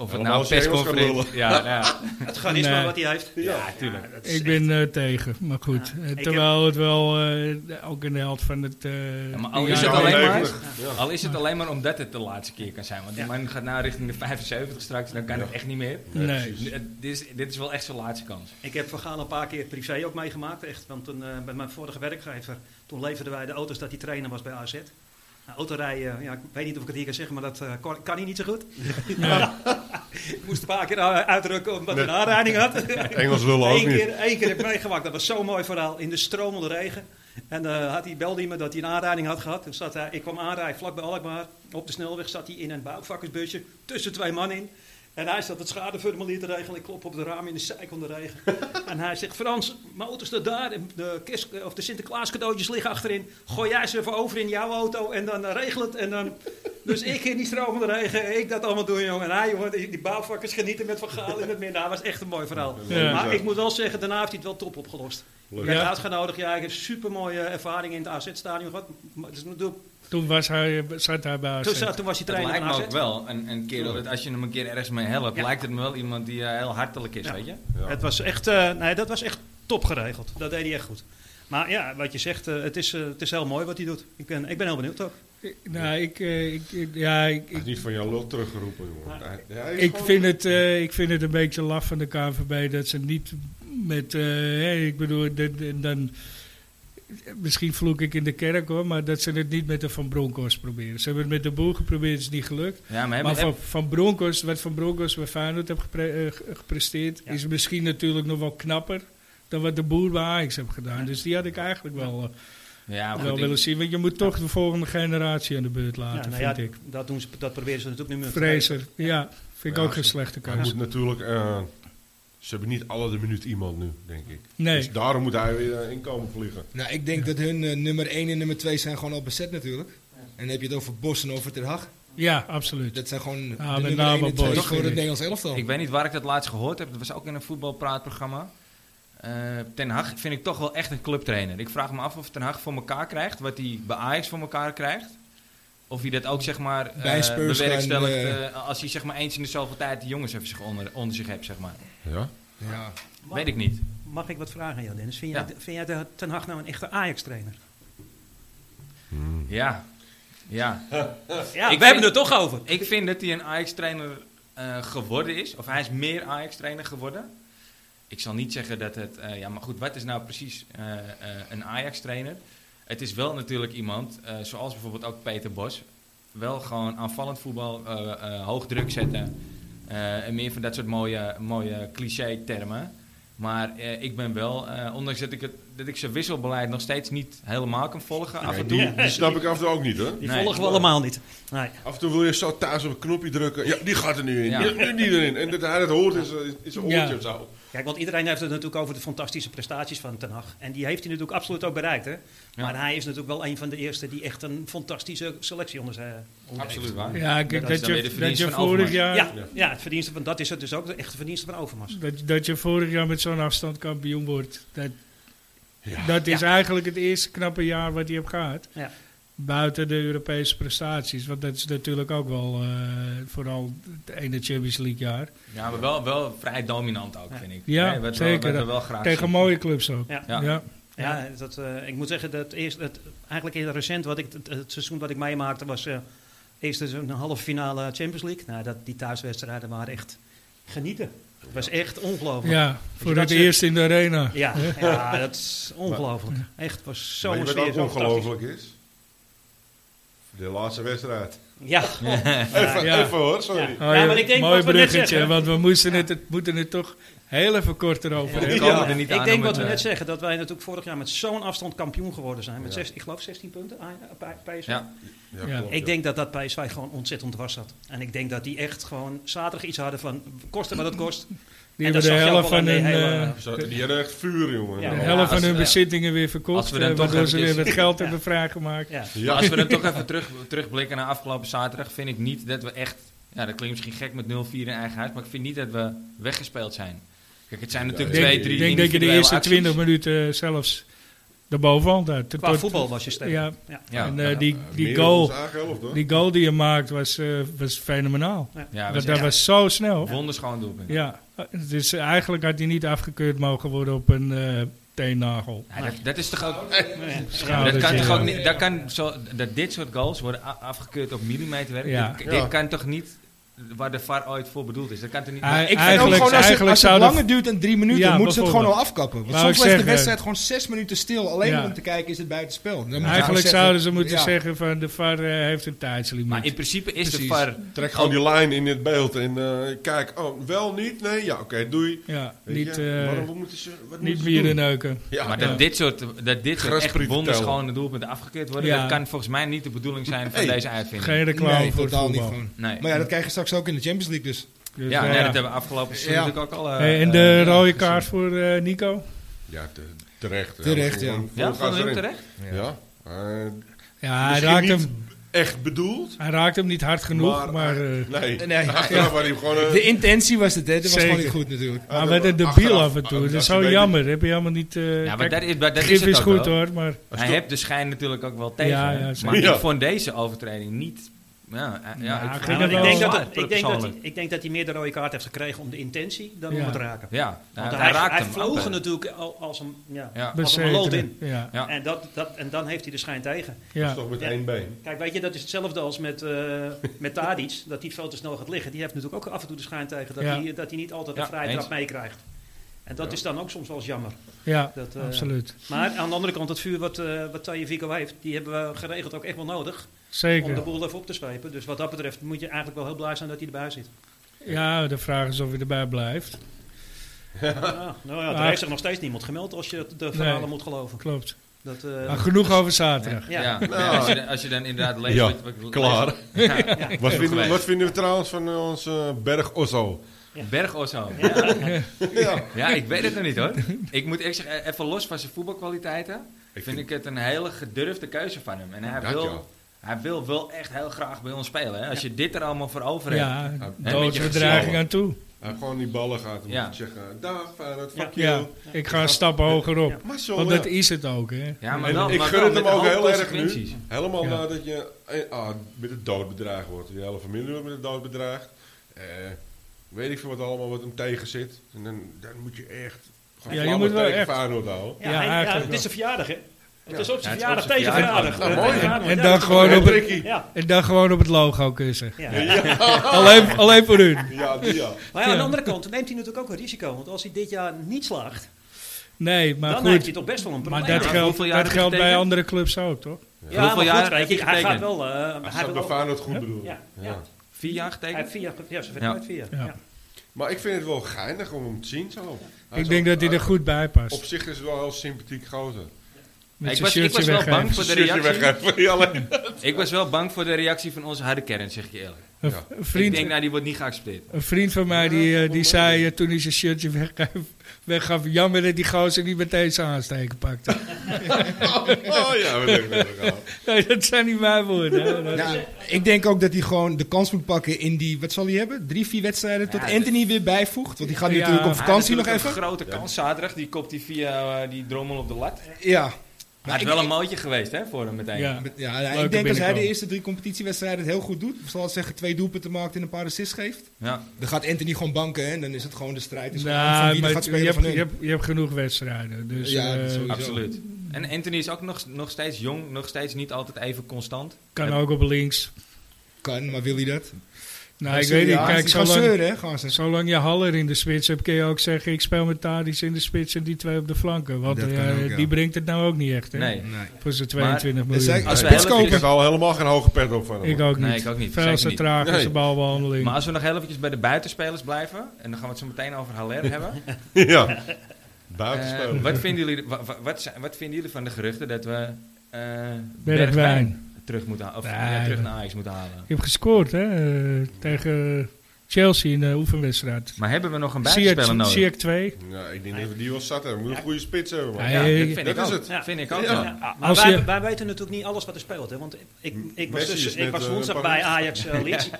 Speaker 1: Of het
Speaker 3: Allemaal
Speaker 1: nou een
Speaker 3: als je Engels gaat
Speaker 1: persconferentie... Ja, ja.
Speaker 4: Het charisma
Speaker 2: Nee.
Speaker 4: wat hij heeft.
Speaker 1: ja, tuurlijk.
Speaker 4: dat is
Speaker 2: Ik ben eh, tegen, maar goed.
Speaker 4: Ja,
Speaker 2: Eh,
Speaker 4: ik heb-
Speaker 2: terwijl het wel eh, ook in de helft van het... eh,
Speaker 1: Ja, maar al
Speaker 2: die
Speaker 1: Oh, is het
Speaker 2: jaren-
Speaker 1: alleen maar...
Speaker 3: 90, ja.
Speaker 1: Al is het alleen maar omdat het de laatste keer kan zijn. Want die
Speaker 4: Ja.
Speaker 1: man gaat nou richting de 75 straks. Dan kan het echt niet meer.
Speaker 2: Nee.
Speaker 3: precies.
Speaker 1: Het- Dit is, dit is wel echt zijn laatste kans.
Speaker 4: Ik heb Vergaal een paar keer privé ook meegemaakt. Echt, want toen, eh, bij mijn vorige werkgever, toen leverden wij de auto's dat hij trainer was bij AZ. Nou, autorijden, ja, ik weet niet of ik het hier kan zeggen, maar dat eh, kon- kan hij niet zo goed. ik moest een paar keer eh, uitdrukken omdat hij een aanrijding had.
Speaker 3: Engels willen ook
Speaker 4: Eén
Speaker 3: niet.
Speaker 4: keer, één keer heb ik meegemaakt, dat was zo'n mooi verhaal, in de stromende regen. En eh, had hij, belde hij me dat hij een aanrijding had gehad. Toen zat hij, ik kwam aanrijden vlak bij Alkmaar. Op de snelweg zat hij in een bouwvakkersbusje tussen twee mannen in. En hij zat het schadeformulier te regelen. Ik klop op de raam in de zeik van de regen. en hij zegt, Frans, mijn auto staat daar. en De, kerst, of de Sinterklaas cadeautjes liggen achterin. Gooi jij ze even over in jouw auto en dan eh, regel het. En dan... Dus ik in die stromende regen, ik dat allemaal doen, jongen. En hij, jongen, die, die bouwvakkers genieten met Van Gaal in het midden. Dat was echt een mooi verhaal.
Speaker 2: Ja.
Speaker 4: Maar ik moet wel zeggen, daarna heeft hij het wel top opgelost. Ik werd
Speaker 2: Ja.
Speaker 4: uitgenodigd. Ja, ik heb super mooie ervaring in het AZ-stadion gehad. Maar het is natuurlijk-
Speaker 2: Toen was hij, zat hij bij
Speaker 4: Toen,
Speaker 2: AZ.
Speaker 4: zat- toen was hij
Speaker 1: Het
Speaker 4: trainer
Speaker 1: lijkt
Speaker 4: van
Speaker 1: me
Speaker 4: AZ.
Speaker 1: ook wel een, een kerel dat als je hem een keer ergens mee helpt,
Speaker 4: Ja.
Speaker 1: lijkt het me wel iemand die eh, heel hartelijk is,
Speaker 4: Ja.
Speaker 1: weet je?
Speaker 3: Ja.
Speaker 4: Het was echt, eh, nee, dat was echt top geregeld. Dat deed hij echt goed. Maar ja, wat je zegt, eh, het, is, eh, het is heel mooi wat hij doet. Ik ben, ik ben heel benieuwd ook.
Speaker 2: Ik- Nou, ik, eh, ik, ik- ja, ik,
Speaker 3: Hij
Speaker 2: ik,
Speaker 3: is niet van jouw lot teruggeroepen, jongen. Hij- hij is
Speaker 2: ik
Speaker 3: gewoon-
Speaker 2: vind het, eh, ik vind het een beetje laf van de KNVB dat ze niet met... eh, hè, ik bedoel, de- de- dan, misschien vloek ik in de kerk hoor, maar dat ze het niet met de Van Bronckhorst proberen. Ze hebben het met de Boer geprobeerd, het is niet gelukt.
Speaker 1: Ja, maar,
Speaker 2: Maar
Speaker 1: hebben-
Speaker 2: van, van Broncos, wat Van Broncos bij Feyenoord heeft gepre- eh, ge- gepresteerd,
Speaker 4: Ja.
Speaker 2: is misschien natuurlijk nog wel knapper dan wat de Boer bij Ajax heeft gedaan. Dus die had ik eigenlijk wel,
Speaker 4: Nou,
Speaker 2: eh,
Speaker 1: ja, maar
Speaker 2: wel
Speaker 1: goed,
Speaker 2: willen
Speaker 1: ik-
Speaker 2: zien. Want je moet toch de volgende generatie aan de beurt laten,
Speaker 4: Ja, nou
Speaker 2: vind
Speaker 4: ja,
Speaker 2: ik.
Speaker 4: Dat, doen ze, dat proberen ze natuurlijk nu meer te
Speaker 2: Vrezer, ja. Vind ik
Speaker 3: Ja,
Speaker 2: ook geen slechte
Speaker 3: Hij
Speaker 2: keuze.
Speaker 3: moet natuurlijk... eh, ze hebben niet alle de minuut iemand nu, denk ik. Dus
Speaker 2: Nee,
Speaker 3: daarom moet hij weer eh, inkomen vliegen.
Speaker 5: Nou, ik denk dat hun eh, nummer 1 en nummer 2 zijn gewoon al bezet natuurlijk. En dan heb je het over Bos en over Ter Hag. Dus
Speaker 2: ja, absoluut.
Speaker 5: Dat zijn gewoon
Speaker 2: Ah,
Speaker 5: de
Speaker 2: met
Speaker 5: nummer 1
Speaker 2: name
Speaker 5: en 2
Speaker 2: Bos,
Speaker 5: voor
Speaker 2: vind
Speaker 5: het
Speaker 2: ik.
Speaker 5: Nederlands elftal.
Speaker 1: ik weet niet waar ik dat laatst gehoord heb. Dat was ook in een voetbalpraatprogramma. Eh, Ten Hag vind ik toch wel echt een clubtrainer. Ik vraag me af of Ten Hag voor elkaar krijgt, wat hij bij Ajax voor elkaar krijgt. Of hij dat ook zeg maar eh,
Speaker 5: Bij Spurs
Speaker 1: bewerkstelligt
Speaker 5: gaan,
Speaker 1: eh, als hij zeg maar eens in de zoveel tijd de jongens even zich onder, onder zich hebt, zeg maar.
Speaker 3: Ja?
Speaker 5: Ja.
Speaker 4: Mag-
Speaker 1: Weet ik niet.
Speaker 4: Mag ik wat vragen aan jou, Dennis? Vind,
Speaker 1: Ja.
Speaker 4: jij, vind jij de- Ten Hag nou een echte Ajax-trainer?
Speaker 1: Ja. Ja.
Speaker 4: Ja,
Speaker 1: vind-
Speaker 4: we hebben het toch over.
Speaker 1: Ik vind dat hij een Ajax-trainer eh, geworden is. Of hij is meer Ajax-trainer geworden. Ik zal niet zeggen dat het... eh, ja, maar goed, wat is nou precies eh, eh, een Ajax-trainer? Het is wel natuurlijk iemand, eh, zoals bijvoorbeeld ook Peter Bos... wel gewoon aanvallend voetbal, eh, eh, hoog druk zetten... eh, en meer van dat soort mooie, mooie cliché-termen. Maar eh, ik ben wel, eh, ondanks dat ik, het, dat ik zijn wisselbeleid nog steeds niet helemaal kan volgen, af en toe.
Speaker 3: Die, die snap ik af en toe ook niet, hoor.
Speaker 4: Die
Speaker 1: Nee.
Speaker 4: volgen we allemaal niet. Nee.
Speaker 3: Af en toe wil je zo thuis op een knopje drukken. Ja, die gaat er nu in.
Speaker 1: Ja.
Speaker 3: Ja, nu niet erin. En dat hij dat hoort is, eh, is een oortje
Speaker 2: Ja.
Speaker 3: of zo.
Speaker 4: Kijk, want iedereen heeft het natuurlijk over de fantastische prestaties van Ten Hag. En die heeft hij natuurlijk absoluut ook bereikt. Hè? Maar hij is natuurlijk wel een van de eerste die echt een fantastische selectie onder zijn onder
Speaker 1: Absoluut
Speaker 4: heeft.
Speaker 1: waar.
Speaker 2: Ja,
Speaker 1: Dat is
Speaker 2: kijk, dat,
Speaker 1: dan weer de
Speaker 2: je, dat
Speaker 1: verdienste
Speaker 2: je
Speaker 1: van Alkmaar.
Speaker 2: vorig jaar...
Speaker 4: Ja, ja het verdienste van, dat is het dus ook, de echte verdienste van Overmars.
Speaker 2: Dat, dat je vorig jaar met zo'n afstand kampioen wordt. Dat,
Speaker 3: Ja.
Speaker 2: dat is eigenlijk het eerste knappe jaar wat hij hebt gehad.
Speaker 4: Ja.
Speaker 2: Buiten de Europese prestaties. Want dat is natuurlijk ook wel eh, vooral het ene Champions League jaar.
Speaker 1: Ja, maar wel, wel vrij dominant ook,
Speaker 4: Ja.
Speaker 1: vind ik.
Speaker 2: Ja,
Speaker 1: wat
Speaker 2: zeker.
Speaker 1: We, wat we wel graag
Speaker 2: Tegen
Speaker 1: zien.
Speaker 2: mooie clubs ook.
Speaker 4: Ja.
Speaker 1: Ja.
Speaker 2: Ja.
Speaker 4: Ja, dat, eh, ik moet zeggen dat eerst, het, eigenlijk eerder recent, wat ik, het, het seizoen wat ik meemaakte was eh eerst eens een halve finale Champions League. Nou, dat, die thuiswedstrijden waren echt genieten. Het was echt ongelooflijk. Ja,
Speaker 2: Ja, voor
Speaker 4: dat
Speaker 2: het
Speaker 4: ze-
Speaker 2: eerst in de arena.
Speaker 4: ja, dat is ongelooflijk. Echt, het was
Speaker 3: Weet
Speaker 4: zo'n
Speaker 3: je
Speaker 4: sfeer.
Speaker 3: wat ook
Speaker 4: zo
Speaker 3: ongelooflijk is? De laatste wedstrijd.
Speaker 4: fantastisch. Ja.
Speaker 3: Even,
Speaker 2: Ja.
Speaker 3: even hoor, sorry.
Speaker 2: Oh,
Speaker 4: Ja, maar ik denk
Speaker 2: mooi
Speaker 4: wat we net
Speaker 2: bruggetje,
Speaker 4: zeggen.
Speaker 2: want we moesten het, het, moeten het toch heel even kort erover
Speaker 1: Ja.
Speaker 2: hebben.
Speaker 1: We komen er niet aan
Speaker 4: ik denk
Speaker 1: om
Speaker 4: wat we
Speaker 1: het,
Speaker 4: net
Speaker 1: eh,
Speaker 4: zeggen, dat wij natuurlijk vorig jaar met zo'n afstand kampioen geworden zijn. Met
Speaker 3: Ja.
Speaker 4: zes, ik geloof 16 punten eh, aan PSV.
Speaker 1: Ja.
Speaker 3: Ja,
Speaker 2: Ja.
Speaker 3: klopt,
Speaker 4: Ik
Speaker 3: ja.
Speaker 4: denk dat dat PSV gewoon ontzettend was zat. En ik denk dat die echt gewoon zaterdag iets hadden van, kosten wat het kost.
Speaker 2: Die
Speaker 4: En
Speaker 2: hebben
Speaker 4: dat
Speaker 2: de
Speaker 4: zag je ook
Speaker 2: helft
Speaker 4: wel
Speaker 2: van
Speaker 4: in
Speaker 2: hun,
Speaker 4: die hele-
Speaker 2: eh,
Speaker 3: Zo, Die hadden echt vuur, jongen.
Speaker 4: Ja.
Speaker 2: de
Speaker 4: Ja.
Speaker 2: helft
Speaker 1: als-
Speaker 2: van hun
Speaker 1: ja.
Speaker 2: bezittingen weer
Speaker 1: Als
Speaker 2: verkocht,
Speaker 1: we dan
Speaker 2: eh,
Speaker 1: toch
Speaker 2: waardoor ze weer
Speaker 1: eventjes-
Speaker 2: wat geld
Speaker 4: Ja.
Speaker 2: hebben vrijgemaakt.
Speaker 4: Ja.
Speaker 1: Maar
Speaker 3: Ja.
Speaker 1: als we dan toch even terug, terugblikken naar afgelopen zaterdag, vind ik niet dat we echt. Ja, dat klinkt misschien gek met 0-4 in eigen huis, maar ik vind niet dat we weggespeeld zijn. Kijk, het zijn
Speaker 2: Ik
Speaker 1: natuurlijk
Speaker 2: denk,
Speaker 1: twee,
Speaker 2: ik
Speaker 1: drie.
Speaker 2: denk dat je de
Speaker 1: individuele
Speaker 2: eerste
Speaker 1: acties.
Speaker 2: 20 minuten eh, zelfs daarbovenhand had.
Speaker 4: Qua voetbal was je sterk.
Speaker 2: Ja,
Speaker 1: Ja,
Speaker 2: en
Speaker 1: ja.
Speaker 2: eh, die,
Speaker 3: Ja,
Speaker 2: die,
Speaker 3: meer
Speaker 2: goal,
Speaker 3: dan onze eigen helft, hoor.
Speaker 2: die goal die je maakt was, eh, was fenomenaal.
Speaker 1: ja, we
Speaker 2: Dat,
Speaker 1: zijn
Speaker 2: dat was zo snel.
Speaker 1: echt wonderschoon doelpunt.
Speaker 2: Ja, dus eigenlijk had hij niet afgekeurd mogen worden op een eh teennagel.
Speaker 1: Ja, dat, dat is toch ook. dus
Speaker 2: Schoudertje.
Speaker 1: dat kan toch ook niet. Dat, kan zo, dat dit soort goals worden a- afgekeurd op millimeterwerk.
Speaker 2: Ja.
Speaker 1: Dit,
Speaker 3: Ja.
Speaker 1: dit kan toch niet waar de VAR ooit voor bedoeld is. Dat kan toch niet.
Speaker 2: Hij-
Speaker 5: Ik vind ook
Speaker 2: Eigenlijk-
Speaker 5: gewoon als het,
Speaker 2: eigenlijk
Speaker 5: als het
Speaker 2: zouden-
Speaker 5: langer duurt dan drie minuten,
Speaker 2: Ja,
Speaker 5: moeten ze het gewoon al
Speaker 2: bijvoorbeeld.
Speaker 5: afkappen. Want
Speaker 2: Wou
Speaker 5: soms
Speaker 2: ik
Speaker 5: was de
Speaker 2: zeggen-
Speaker 5: wedstrijd gewoon zes minuten stil, alleen
Speaker 2: Ja.
Speaker 5: om te kijken is het buitenspel. Dan moet je gewoon
Speaker 2: Eigenlijk
Speaker 5: zeggen-
Speaker 2: zouden ze moeten
Speaker 5: Ja.
Speaker 2: zeggen van de VAR eh, heeft een tijdslimiet.
Speaker 1: maar in principe is de
Speaker 5: Precies.
Speaker 1: VAR.
Speaker 3: Trek gewoon die lijn in het beeld en eh, kijk, oh, wel niet, nee, ja, oké, doei.
Speaker 2: ja,
Speaker 3: Weet
Speaker 2: niet,
Speaker 3: je,
Speaker 2: eh,
Speaker 3: waarom, wat moeten ze, wat
Speaker 2: niet
Speaker 3: moeten ze
Speaker 2: meer
Speaker 3: doen?
Speaker 2: in neuken.
Speaker 3: Ja,
Speaker 1: Maar
Speaker 2: Ja.
Speaker 1: dat dit soort, dat dit soort echt
Speaker 3: Graspriet
Speaker 1: wonderschone doelpunten afgekeurd worden,
Speaker 2: Ja.
Speaker 1: dat kan volgens mij niet de bedoeling zijn van
Speaker 3: Nee.
Speaker 1: deze uitvinding.
Speaker 2: Geen reclame
Speaker 5: Nee,
Speaker 2: voor het
Speaker 5: totaal niet
Speaker 2: voetbal.
Speaker 5: gewoon.
Speaker 1: Nee.
Speaker 5: Maar ja, dat krijg je straks ook in de Champions League dus.
Speaker 2: Dus,
Speaker 1: Ja,
Speaker 2: nou
Speaker 1: nee,
Speaker 2: ja.
Speaker 1: dat hebben we afgelopen seizoen
Speaker 5: Ja.
Speaker 1: natuurlijk ook al. eh,
Speaker 2: Hey, en
Speaker 1: eh,
Speaker 2: de
Speaker 1: ja,
Speaker 2: rode
Speaker 1: gezien.
Speaker 2: kaart voor eh, Nico?
Speaker 3: Ja, te- terecht. hè.
Speaker 5: Terecht, ja.
Speaker 3: Gewoon
Speaker 1: Ja,
Speaker 3: vol
Speaker 1: van
Speaker 3: gas
Speaker 1: hem
Speaker 3: erin.
Speaker 1: terecht.
Speaker 3: Ja. eh,
Speaker 2: Ja, hij
Speaker 3: misschien
Speaker 2: raakt,
Speaker 3: niet
Speaker 2: hem,
Speaker 3: echt bedoeld.
Speaker 2: hij raakt hem niet hard genoeg, maar, eh,
Speaker 3: nee,
Speaker 5: nee,
Speaker 3: achteraf had hij gewoon... eh,
Speaker 5: De intentie was het, hè? Dat was gewoon niet
Speaker 2: Zeker.
Speaker 5: goed natuurlijk.
Speaker 2: maar
Speaker 3: dat-
Speaker 2: met een debiel
Speaker 3: achteraf,
Speaker 2: af en toe.
Speaker 3: eh,
Speaker 2: Dat is
Speaker 3: als je
Speaker 2: zo
Speaker 3: weet-
Speaker 2: jammer. Heb je helemaal niet... eh,
Speaker 1: Ja, maar
Speaker 2: kijk,
Speaker 1: dat is, maar dat
Speaker 2: gif
Speaker 1: is
Speaker 2: is,
Speaker 1: het ook
Speaker 2: goed
Speaker 1: wel.
Speaker 2: hoor, maar
Speaker 1: Hij heeft de schijn natuurlijk ook wel tegen.
Speaker 2: Ja,
Speaker 1: hè.
Speaker 2: ja, zeker.
Speaker 1: maar
Speaker 3: Ja.
Speaker 1: ik vond deze overtreding niet... Ja, eh, ja,
Speaker 2: Nou,
Speaker 1: ik, vond-
Speaker 2: ging
Speaker 4: Ja,
Speaker 1: ja,
Speaker 4: maar
Speaker 2: er
Speaker 4: ik,
Speaker 2: wel-
Speaker 4: denk dat,
Speaker 1: zwaar,
Speaker 4: ik, denk dat hij,
Speaker 1: persoonlijk.
Speaker 4: ik denk dat hij meer de rode kaart heeft gekregen om de intentie dan
Speaker 2: Ja.
Speaker 4: om het raken.
Speaker 1: Ja,
Speaker 4: Want
Speaker 1: hij, hij raakt hem.
Speaker 4: vloog
Speaker 1: amper.
Speaker 4: er natuurlijk al- als een, ja,
Speaker 1: Ja.
Speaker 4: als een lood
Speaker 2: bezeten.
Speaker 4: in.
Speaker 2: Ja,
Speaker 1: Ja.
Speaker 4: En, dat, dat, en dan heeft hij de schijn tegen.
Speaker 3: dat is
Speaker 2: ja.
Speaker 3: toch met
Speaker 4: Ja.
Speaker 3: één been.
Speaker 4: Kijk, weet je, dat is hetzelfde als met, eh met Tadic. Dat die veel te snel gaat liggen. Die heeft natuurlijk ook af en toe de schijn tegen dat
Speaker 2: Ja.
Speaker 4: hij dat hij niet altijd een
Speaker 1: Ja,
Speaker 4: vrije
Speaker 1: eens.
Speaker 4: trap meekrijgt. En dat
Speaker 3: Ja.
Speaker 4: is dan ook soms wel eens jammer.
Speaker 2: ja,
Speaker 4: Dat, eh,
Speaker 2: absoluut.
Speaker 4: Maar aan de andere kant, dat vuur wat, eh wat Taje Vico heeft, die hebben we geregeld ook echt wel nodig. Om de
Speaker 2: Zeker.
Speaker 4: boel even op te zwepen. Dus wat dat betreft moet je eigenlijk wel heel blij zijn dat hij erbij zit.
Speaker 2: Ja, de vraag is of hij erbij blijft.
Speaker 4: Ja, nou ja,
Speaker 2: Maar-
Speaker 4: daar heeft zich nog steeds niemand gemeld als je de verhalen
Speaker 2: Nee.
Speaker 4: moet geloven.
Speaker 2: Klopt.
Speaker 4: Dat, eh,
Speaker 2: Maar genoeg over zaterdag.
Speaker 1: Ja.
Speaker 4: ja. Ja.
Speaker 1: Ja, als, je, dan- als je dan inderdaad leest...
Speaker 3: Ja,
Speaker 1: wat- wat ik lees-
Speaker 3: Klaar.
Speaker 1: Ja,
Speaker 3: Wat vinden, we,
Speaker 1: geweest.
Speaker 3: wat vinden we trouwens van eh, onze berg Osso?
Speaker 1: Berg of zo.
Speaker 3: Ja.
Speaker 1: Ja, ik weet het nog niet hoor. Ik moet echt zeggen, e- even los van zijn voetbalkwaliteiten...
Speaker 3: Ik
Speaker 1: vind ik het een hele gedurfde keuze van hem. En hij
Speaker 3: Dat ja.
Speaker 1: wil, hij wil wel echt heel graag bij ons spelen. Hè. Als je dit er allemaal voor over hebt...
Speaker 2: Ja,
Speaker 3: beetje
Speaker 2: doodsbedreiging
Speaker 3: gezellig.
Speaker 2: aan toe.
Speaker 3: Hij heeft gewoon die ballen gaat om
Speaker 1: Ja.
Speaker 3: te zeggen, dag Feyenoord,
Speaker 4: Ja.
Speaker 3: fuck
Speaker 2: Ja,
Speaker 3: you.
Speaker 2: ik ga een stap hoger op.
Speaker 3: Maar zo,
Speaker 2: Want
Speaker 3: ja.
Speaker 2: dat is het ook, hè?
Speaker 1: Ja, maar
Speaker 3: En
Speaker 1: wel,
Speaker 3: ik
Speaker 1: maar
Speaker 3: gun
Speaker 1: wel
Speaker 3: het hem
Speaker 1: met
Speaker 3: ook
Speaker 1: alle
Speaker 3: heel erg nu.
Speaker 1: consequenties.
Speaker 3: Helemaal
Speaker 2: Ja.
Speaker 3: nadat je eh, ah, met de dood bedreigd wordt. Je hele familie wordt met de dood bedreigd. Eh, weet ik veel wat allemaal wat hem tegen zit. En dan, dan moet je echt
Speaker 2: Ja,
Speaker 3: gaan ja,
Speaker 2: je
Speaker 3: vlammen
Speaker 2: moet wel
Speaker 3: tegen
Speaker 2: echt-
Speaker 3: Feyenoord houden.
Speaker 2: Ja,
Speaker 4: hij-
Speaker 2: eigenlijk
Speaker 4: ja, het
Speaker 2: wel.
Speaker 4: is de verjaardag, hè? Het is op zijn
Speaker 1: Ja, het is
Speaker 4: verjaardag
Speaker 1: op zijn
Speaker 4: tegen
Speaker 1: verjaardag.
Speaker 4: verjaardag.
Speaker 3: Nou, mooi.
Speaker 4: Ja,
Speaker 2: En
Speaker 4: ja,
Speaker 2: dan
Speaker 4: dat-
Speaker 2: gewoon op het,
Speaker 3: Tricky.
Speaker 4: Ja,
Speaker 2: en dan gewoon op het logo kussen.
Speaker 4: ja.
Speaker 2: Alleen, alleen voor u.
Speaker 3: Ja, die ja.
Speaker 4: Maar ja, aan de andere kant neemt hij natuurlijk ook een risico. Want als hij dit jaar niet slaagt,
Speaker 2: Nee, maar
Speaker 4: dan heeft
Speaker 2: goed.
Speaker 4: hij toch best wel een probleem.
Speaker 2: Maar dat
Speaker 1: Ja,
Speaker 2: geldt,
Speaker 1: hoeveel jaar heb
Speaker 2: dat
Speaker 1: je
Speaker 2: geldt bij
Speaker 1: getekend?
Speaker 2: andere clubs ook, toch?
Speaker 4: ja, maar
Speaker 1: Hoeveel
Speaker 4: goed,
Speaker 1: jaar
Speaker 4: weet
Speaker 1: heb
Speaker 4: je,
Speaker 1: je
Speaker 4: hij gaat
Speaker 1: getekend?
Speaker 4: wel... eh,
Speaker 3: Hij
Speaker 4: hij
Speaker 3: staat
Speaker 4: wil
Speaker 3: bij
Speaker 4: wel-
Speaker 3: Feyenoord goed bedoeld.
Speaker 4: Ja, ja.
Speaker 3: Ja.
Speaker 1: Vier jaar
Speaker 4: Hij heeft
Speaker 1: getekend?
Speaker 4: vier jaar... ge- Ja, zover
Speaker 1: Ja.
Speaker 4: uit vier
Speaker 2: Ja.
Speaker 4: jaar. Ja.
Speaker 3: Maar ik vind het wel geinig om hem te zien zo. Hij
Speaker 2: Ik
Speaker 3: is
Speaker 2: denk
Speaker 3: wel-
Speaker 2: dat hij er goed bij past.
Speaker 3: Op zich is het wel heel sympathiek gozer.
Speaker 2: Met
Speaker 1: Ik
Speaker 2: zijn
Speaker 1: was- ik
Speaker 2: shirtje
Speaker 1: was wel
Speaker 2: weggeven.
Speaker 1: bang. Voor de
Speaker 3: Shirtje
Speaker 1: reactie?
Speaker 3: weggeven, ja, alleen.
Speaker 1: Ik was wel bang voor de reactie van onze harde kern, zeg ik je eerlijk.
Speaker 2: Een,
Speaker 3: Ja.
Speaker 2: een
Speaker 1: Ik denk,
Speaker 2: vriend,
Speaker 1: nou, die wordt niet geaccepteerd.
Speaker 2: een vriend van mij die, eh, die zei eh, toen hij zijn shirtje weggaf, weggaf jammer dat die gozer niet meteen zijn aansteken pakte.
Speaker 3: Oh ja, we denken dat wel.
Speaker 2: nee, dat zijn niet mijn woorden. hè. Dat-
Speaker 5: Nou, ik denk ook dat hij gewoon de kans moet pakken in die, wat zal hij hebben? Drie, vier wedstrijden tot
Speaker 1: Ja,
Speaker 5: Anthony weer bijvoegt. Want die gaat nu
Speaker 2: Ja.
Speaker 5: natuurlijk op
Speaker 1: Hij
Speaker 5: vakantie
Speaker 1: had
Speaker 5: nog
Speaker 1: natuurlijk
Speaker 5: even.
Speaker 1: Een grote kans zaterdag, die kopt hij via eh, die drommel op de lat.
Speaker 5: Ja,
Speaker 1: Had
Speaker 5: ik-
Speaker 1: wel een
Speaker 5: ik-
Speaker 1: mootje geweest hè, voor hem meteen.
Speaker 2: Ja.
Speaker 5: Ja, nou,
Speaker 2: Leuke
Speaker 5: ik denk als hij de
Speaker 2: binnenkomen.
Speaker 5: eerste drie competitiewedstrijden het heel goed doet, zoals zeggen twee doelpunten maakt en een paar assists geeft,
Speaker 1: Ja.
Speaker 5: dan gaat Anthony gewoon banken hè, en dan is het gewoon de strijd. Is gewoon van
Speaker 2: Nou,
Speaker 5: wie er
Speaker 2: maar
Speaker 5: gaat
Speaker 2: je
Speaker 5: spelen
Speaker 2: hebt,
Speaker 5: van
Speaker 2: je,
Speaker 5: hun.
Speaker 2: hebt, je hebt genoeg wedstrijden. Dus,
Speaker 5: Ja, dat
Speaker 2: eh,
Speaker 5: sowieso.
Speaker 1: Absoluut. En Anthony is ook nog, nog steeds jong, nog steeds niet altijd even constant.
Speaker 2: kan
Speaker 1: Ja.
Speaker 2: ook op links.
Speaker 5: Kan, maar wil hij dat?
Speaker 2: Nou, ik weet niet. Kijk,
Speaker 5: zo
Speaker 2: zolang,
Speaker 5: hè, gaan ze.
Speaker 2: zolang je Haller in de spits hebt, kun je ook zeggen... ik speel met Tadic in de spits en die twee op de flanken. Want
Speaker 5: Dat kan
Speaker 2: eh,
Speaker 5: ook, ja.
Speaker 2: die brengt het nou ook niet echt, hè?
Speaker 1: Nee.
Speaker 5: Nee.
Speaker 2: Voor zijn 22
Speaker 5: Dus
Speaker 2: miljoen.
Speaker 5: hij,
Speaker 1: Als
Speaker 5: als
Speaker 1: we
Speaker 5: spits
Speaker 1: heel even-
Speaker 3: Ik
Speaker 5: kopen.
Speaker 3: heb al helemaal geen hoge pet op van hem.
Speaker 2: ik ook niet.
Speaker 1: Nee, ik ook niet.
Speaker 2: Veel
Speaker 1: Zeker
Speaker 2: te
Speaker 1: niet.
Speaker 2: traag is
Speaker 3: Nee.
Speaker 2: de balbehandeling.
Speaker 1: Maar als we nog heel eventjes bij de buitenspelers blijven, en dan gaan we het zo meteen over Haller hebben.
Speaker 3: ja.
Speaker 1: Eh,
Speaker 3: Buitenspelen.
Speaker 1: wat, vinden jullie, wa- wa- wat, zijn- wat vinden jullie van de geruchten dat we eh
Speaker 2: Bergwijn.
Speaker 1: terug, moeten, ha- of,
Speaker 2: Nee,
Speaker 1: ja, terug
Speaker 2: dat-
Speaker 1: naar Ajax moeten halen?
Speaker 2: Je hebt gescoord, hè? eh, tegen Chelsea in de oefenwedstrijd.
Speaker 1: Maar hebben we nog een buitenspeler
Speaker 2: Ziyech
Speaker 1: nodig?
Speaker 2: Ziyech 2.
Speaker 3: Ja, ik denk dat we die wel zat hebben. Moet een goede spits hebben. man.
Speaker 2: Ja,
Speaker 1: Ja,
Speaker 2: Eh,
Speaker 1: dat vind
Speaker 3: dat
Speaker 1: ik
Speaker 3: is
Speaker 1: ook.
Speaker 3: het.
Speaker 4: Ja.
Speaker 1: Vind ik ook
Speaker 3: Ja.
Speaker 1: wel.
Speaker 4: Ja,
Speaker 3: Ah,
Speaker 4: maar
Speaker 2: als
Speaker 4: wij,
Speaker 2: je-
Speaker 4: wij weten natuurlijk niet alles wat er speelt. Hè? Want ik, ik, was,
Speaker 3: Messi
Speaker 4: dus,
Speaker 3: is
Speaker 4: ik
Speaker 3: net,
Speaker 4: was
Speaker 3: eh,
Speaker 4: woensdag
Speaker 3: een
Speaker 4: bij
Speaker 3: paar
Speaker 4: Ajax eh, Leeds.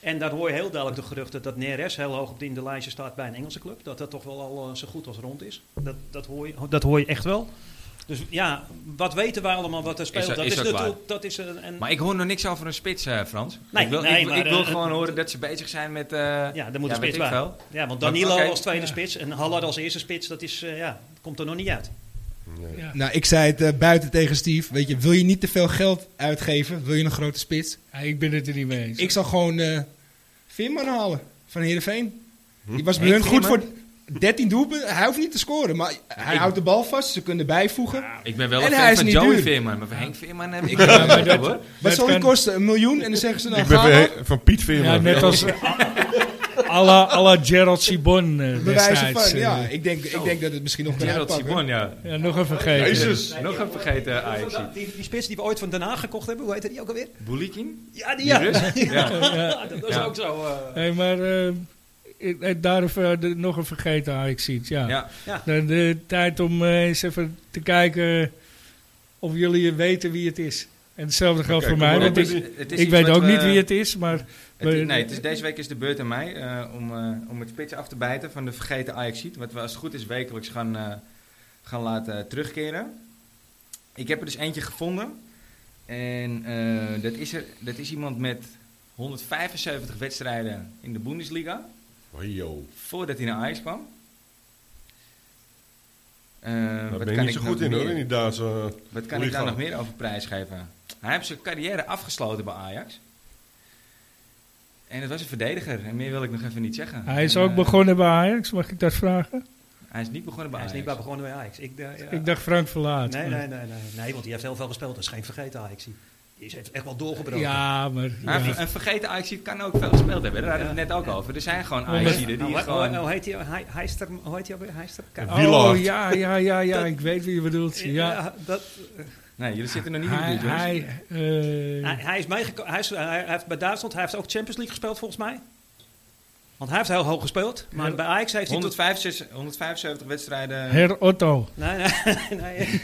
Speaker 4: En daar hoor je heel duidelijk de geruchten dat Neres heel hoog op in de lijstje staat bij een Engelse club. Dat dat toch wel al eh, zo goed als rond is. Dat, dat, hoor, je, dat hoor je echt wel. Dus ja, wat weten wij allemaal wat er speelt?
Speaker 1: Is-
Speaker 4: dat
Speaker 1: is
Speaker 4: is,
Speaker 1: ook
Speaker 4: natuurlijk dat is een, een-
Speaker 1: Maar ik hoor nog niks over een spits, eh, Frans.
Speaker 4: Nee,
Speaker 1: ik wil,
Speaker 4: nee,
Speaker 1: ik,
Speaker 4: maar,
Speaker 1: ik wil
Speaker 4: eh,
Speaker 1: gewoon
Speaker 4: het-
Speaker 1: horen dat ze bezig zijn met... eh,
Speaker 4: ja, daar moet een
Speaker 1: weet
Speaker 4: spits
Speaker 1: ik
Speaker 4: bij.
Speaker 1: veel.
Speaker 4: Ja, want
Speaker 1: Maar-
Speaker 4: Danilo
Speaker 1: oké.
Speaker 4: als tweede
Speaker 2: Ja.
Speaker 4: spits en Hallard als eerste spits, dat is, eh, ja, komt er nog niet uit.
Speaker 3: Nee.
Speaker 2: Ja.
Speaker 5: Nou, ik zei het eh, buiten tegen Steve. Weet je, wil je niet te veel geld uitgeven? Wil je een grote spits?
Speaker 2: Ja, ik ben het er niet mee eens.
Speaker 5: Ik zal gewoon eh Veerman halen van Heerenveen. Die was bij
Speaker 1: Henk
Speaker 5: hun goed voor
Speaker 1: Veerman?
Speaker 5: 13 doelpunten. Hij hoeft niet te scoren, maar hij
Speaker 1: Ik-
Speaker 5: houdt de bal vast. Ze kunnen bijvoegen.
Speaker 1: Ik ben wel een
Speaker 5: En hij
Speaker 1: fan
Speaker 5: is
Speaker 1: van
Speaker 5: niet
Speaker 1: Joey
Speaker 5: duur.
Speaker 1: Veerman, maar van Henk Veerman heb ik...
Speaker 2: Ja, maar dat-
Speaker 1: hoor.
Speaker 5: Wat
Speaker 2: dat
Speaker 5: zal die
Speaker 2: kan-
Speaker 5: kosten? Een miljoen? En dan zeggen
Speaker 1: Nou,
Speaker 5: ze dan,
Speaker 3: Ik ben
Speaker 5: ga
Speaker 3: weer- van Piet Veerman.
Speaker 2: Ja, net als eh, à la, à la Gerald Sibon eh,
Speaker 5: Bewijzen
Speaker 2: destijds.
Speaker 5: van, ja,
Speaker 2: eh.
Speaker 5: ik denk, ik denk dat het misschien nog kan
Speaker 1: Gerald
Speaker 5: uitpakken.
Speaker 1: Sibon, ja. Dus,
Speaker 2: Ja, nog een vergeten.
Speaker 3: Jezus.
Speaker 1: Nog een vergeten Ajax.
Speaker 4: Die, die spits die we ooit van Den Haag gekocht hebben, hoe heette die ook alweer?
Speaker 1: Bulikin?
Speaker 4: Ja, die,
Speaker 1: Die
Speaker 4: ja.
Speaker 1: Rus? Ja.
Speaker 4: Ja, dat is
Speaker 1: Ja.
Speaker 4: ook zo. eh,
Speaker 2: Nee, maar eh, ik- eh, daar even, de- nog een vergeten Ajax ziet. Ja.
Speaker 1: ja.
Speaker 2: De, de tijd om eh, eens even te kijken of jullie weten wie het is. En hetzelfde geldt
Speaker 3: Oké,
Speaker 2: voor
Speaker 3: kom
Speaker 2: mij.
Speaker 3: maar
Speaker 2: Dat
Speaker 3: op,
Speaker 2: ik
Speaker 3: is-
Speaker 1: het is
Speaker 2: ik
Speaker 1: iets
Speaker 2: weet
Speaker 1: wat
Speaker 2: ook
Speaker 1: we-
Speaker 2: niet wie het is, maar
Speaker 1: het is-
Speaker 2: we-
Speaker 1: nee, het is deze week is de beurt aan mij eh, om, eh, om het spits af te bijten van de vergeten ajax Wat we als het goed is wekelijks gaan, eh, gaan laten terugkeren. Ik heb er dus eentje gevonden. En eh, dat, is er, dat is iemand met 175 wedstrijden in de Bundesliga.
Speaker 3: Yo,
Speaker 1: Voordat hij naar
Speaker 3: Mm.
Speaker 1: Ajax kwam. Eh,
Speaker 3: daar
Speaker 1: wat
Speaker 3: ben je
Speaker 1: kan
Speaker 3: niet zo
Speaker 1: ik
Speaker 3: goed
Speaker 1: nog
Speaker 3: in hoor,
Speaker 1: meer?
Speaker 3: in die Duitse... eh,
Speaker 1: Wat kan ik daar
Speaker 3: Liga.
Speaker 1: nog meer over prijsgeven? Hij heeft zijn carrière afgesloten bij Ajax. En het was een verdediger. En meer wil ik nog even niet zeggen.
Speaker 2: hij is
Speaker 1: En,
Speaker 2: ook
Speaker 1: eh,
Speaker 2: begonnen bij Ajax, mag ik dat vragen?
Speaker 1: Hij is niet begonnen bij
Speaker 4: Hij is niet
Speaker 1: Ajax.
Speaker 4: bij begonnen bij Ajax. Ik, eh, ja.
Speaker 2: Ik dacht Frank Verlaat.
Speaker 4: nee,
Speaker 2: maar-
Speaker 4: nee, nee, nee, nee, want die heeft heel veel gespeeld. Dat is geen vergeten Ajax. Die is echt wel doorgebroken.
Speaker 2: Ja, maar...
Speaker 1: Maar
Speaker 2: ja.
Speaker 1: een- Een vergeten ajax kan ook veel gespeeld hebben. Daar hadden we het net ook over. Er zijn gewoon
Speaker 2: Honderd-
Speaker 1: ajax die
Speaker 4: Nou, hoe- hoe,
Speaker 1: gewoon...
Speaker 4: hoe heet die? Hij- Heister, hoe heet die alweer? Heister? Kuip.
Speaker 3: Wie lacht?
Speaker 2: Oh, ja, ja, ja, ja, ik weet wie je bedoelt. Ja.
Speaker 4: Ja, dat,
Speaker 1: Nee, jullie zitten nog niet in de
Speaker 2: Hij,
Speaker 1: buurt, jongens.
Speaker 2: hij, eh,
Speaker 4: hij, hij is meegekomen. Hij, is- hij hij heeft bij Duitsland. Hij heeft ook Champions League gespeeld volgens mij. Want hij heeft heel hoog gespeeld. Maar
Speaker 2: Ja.
Speaker 4: bij Ajax heeft hij tot...
Speaker 1: 175 175 wedstrijden...
Speaker 2: Her Otto.
Speaker 4: Nee, nee, nee.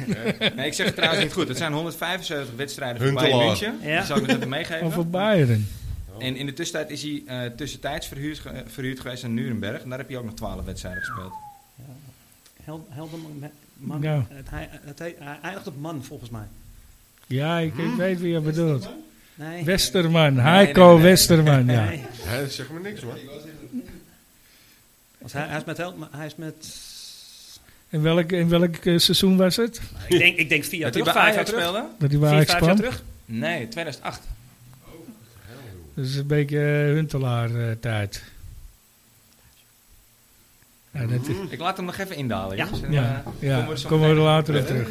Speaker 1: Nee, ik zeg het trouwens niet goed. Het zijn 175 wedstrijden voor Bayern
Speaker 3: Huntelaar.
Speaker 1: München.
Speaker 4: Ja.
Speaker 1: Dat zal ik nog even meegeven.
Speaker 2: Over Bayern.
Speaker 1: En in de tussentijd is hij eh, tussentijds verhuurd, ge- verhuurd geweest naar Nuremberg. En daar heb je ook nog 12 wedstrijden gespeeld.
Speaker 4: Hel- Helderman. me- Man,
Speaker 2: Ja.
Speaker 4: het, hij, het, hij hij eindigt op man volgens mij.
Speaker 2: Ja, ik, ik weet wie je bedoelt.
Speaker 4: Nee.
Speaker 2: Westerman,
Speaker 1: nee,
Speaker 2: Heiko
Speaker 1: nee, nee.
Speaker 2: Westerman, ja.
Speaker 4: Nee.
Speaker 3: Ja, dat zegt me niks man.
Speaker 4: Want hij, hij is met... Hel- maar Hij is met
Speaker 2: In welk, in welk eh, seizoen was het?
Speaker 4: ik, denk, ik denk vier jaar
Speaker 1: Dat hij bij
Speaker 4: terug. Vijf jaar
Speaker 1: Ajax
Speaker 4: terug.
Speaker 1: speelde?
Speaker 2: Dat hij bij
Speaker 4: Vier,
Speaker 2: Ajax
Speaker 4: vijf jaar
Speaker 2: kwam?
Speaker 4: terug.
Speaker 1: Nee, 2008.
Speaker 2: Dat is een beetje eh, Huntelaar-tijd. ja, dat
Speaker 4: Mm-hmm.
Speaker 2: is-
Speaker 1: Ik laat hem nog even indalen.
Speaker 4: Hm. Ja.
Speaker 1: jongens. En,
Speaker 2: ja,
Speaker 1: eh,
Speaker 2: ja.
Speaker 1: komen we er zo
Speaker 2: komen we er
Speaker 1: meteen-
Speaker 2: later op terug.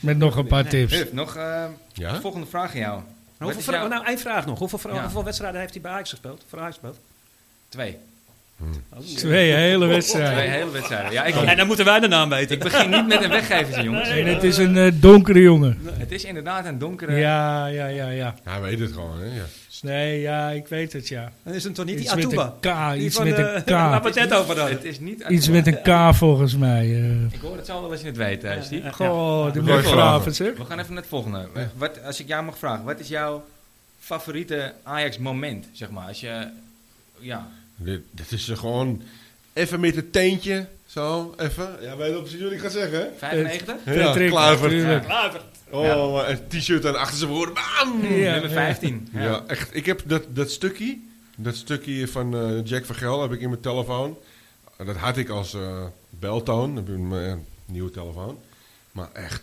Speaker 2: Met nog een paar tips.
Speaker 1: Hup, nog eh,
Speaker 3: Ja?
Speaker 1: volgende vraag aan jou. Wat
Speaker 4: Hoeveel
Speaker 1: is
Speaker 4: vra-
Speaker 1: jouw-
Speaker 4: Nou, één vraag nog. Hoeveel, vra-
Speaker 1: Ja.
Speaker 4: hoeveel wedstrijden heeft hij bij Ajax gespeeld? Oh, Voor Ajax gespeeld?
Speaker 1: Twee.
Speaker 2: Twee
Speaker 4: Oh,
Speaker 2: hele
Speaker 1: Twee
Speaker 2: wedstrijden.
Speaker 1: hele wedstrijden. Ja,
Speaker 4: En
Speaker 1: ik,
Speaker 4: dan moeten wij de naam weten.
Speaker 1: ik begin niet met een weggevertje, jongens.
Speaker 2: En het is een eh, donkere jongen.
Speaker 1: Het is inderdaad een donkere...
Speaker 2: Ja, ja, ja, ja.
Speaker 3: Hij weet het gewoon hè. Ja.
Speaker 2: Nee, ja, ik weet het, ja.
Speaker 4: Dan is het toch niet die
Speaker 2: Iets met
Speaker 4: Atuba?
Speaker 2: een K,
Speaker 4: Die
Speaker 2: iets
Speaker 4: van,
Speaker 2: met
Speaker 4: eh,
Speaker 2: een
Speaker 4: Waar we
Speaker 2: K.
Speaker 4: het net over hadden.
Speaker 1: Het is niet...
Speaker 2: Iets met een K volgens mij. eh.
Speaker 1: Ik hoor het zo wel als je het weet, eh, Steve.
Speaker 2: Goh, de
Speaker 3: Moet je even
Speaker 2: McGraven,
Speaker 3: vragen.
Speaker 2: zeg.
Speaker 1: We gaan even naar het volgende. Wat, als ik jou mag vragen, wat is jouw favoriete Ajax-moment, zeg maar? Als je... Ja,
Speaker 3: Dit, dit is gewoon Even met het teentje. Zo, even. Ja, weet je precies wat ik ga zeggen, hè?
Speaker 1: 95?
Speaker 3: Ja,
Speaker 2: Patrick,
Speaker 3: Kluivert.
Speaker 2: natuurlijk.
Speaker 3: Oh, een t-shirt aan achter zijn woorden. Bam!
Speaker 2: Ja,
Speaker 1: Nummer 15.
Speaker 3: Ja. echt. Ik heb dat, dat stukje, dat stukje van eh, Jack van Gel heb ik in mijn telefoon. Dat had ik als eh, beltoon, dat heb ik in mijn eh, nieuwe telefoon. Maar echt,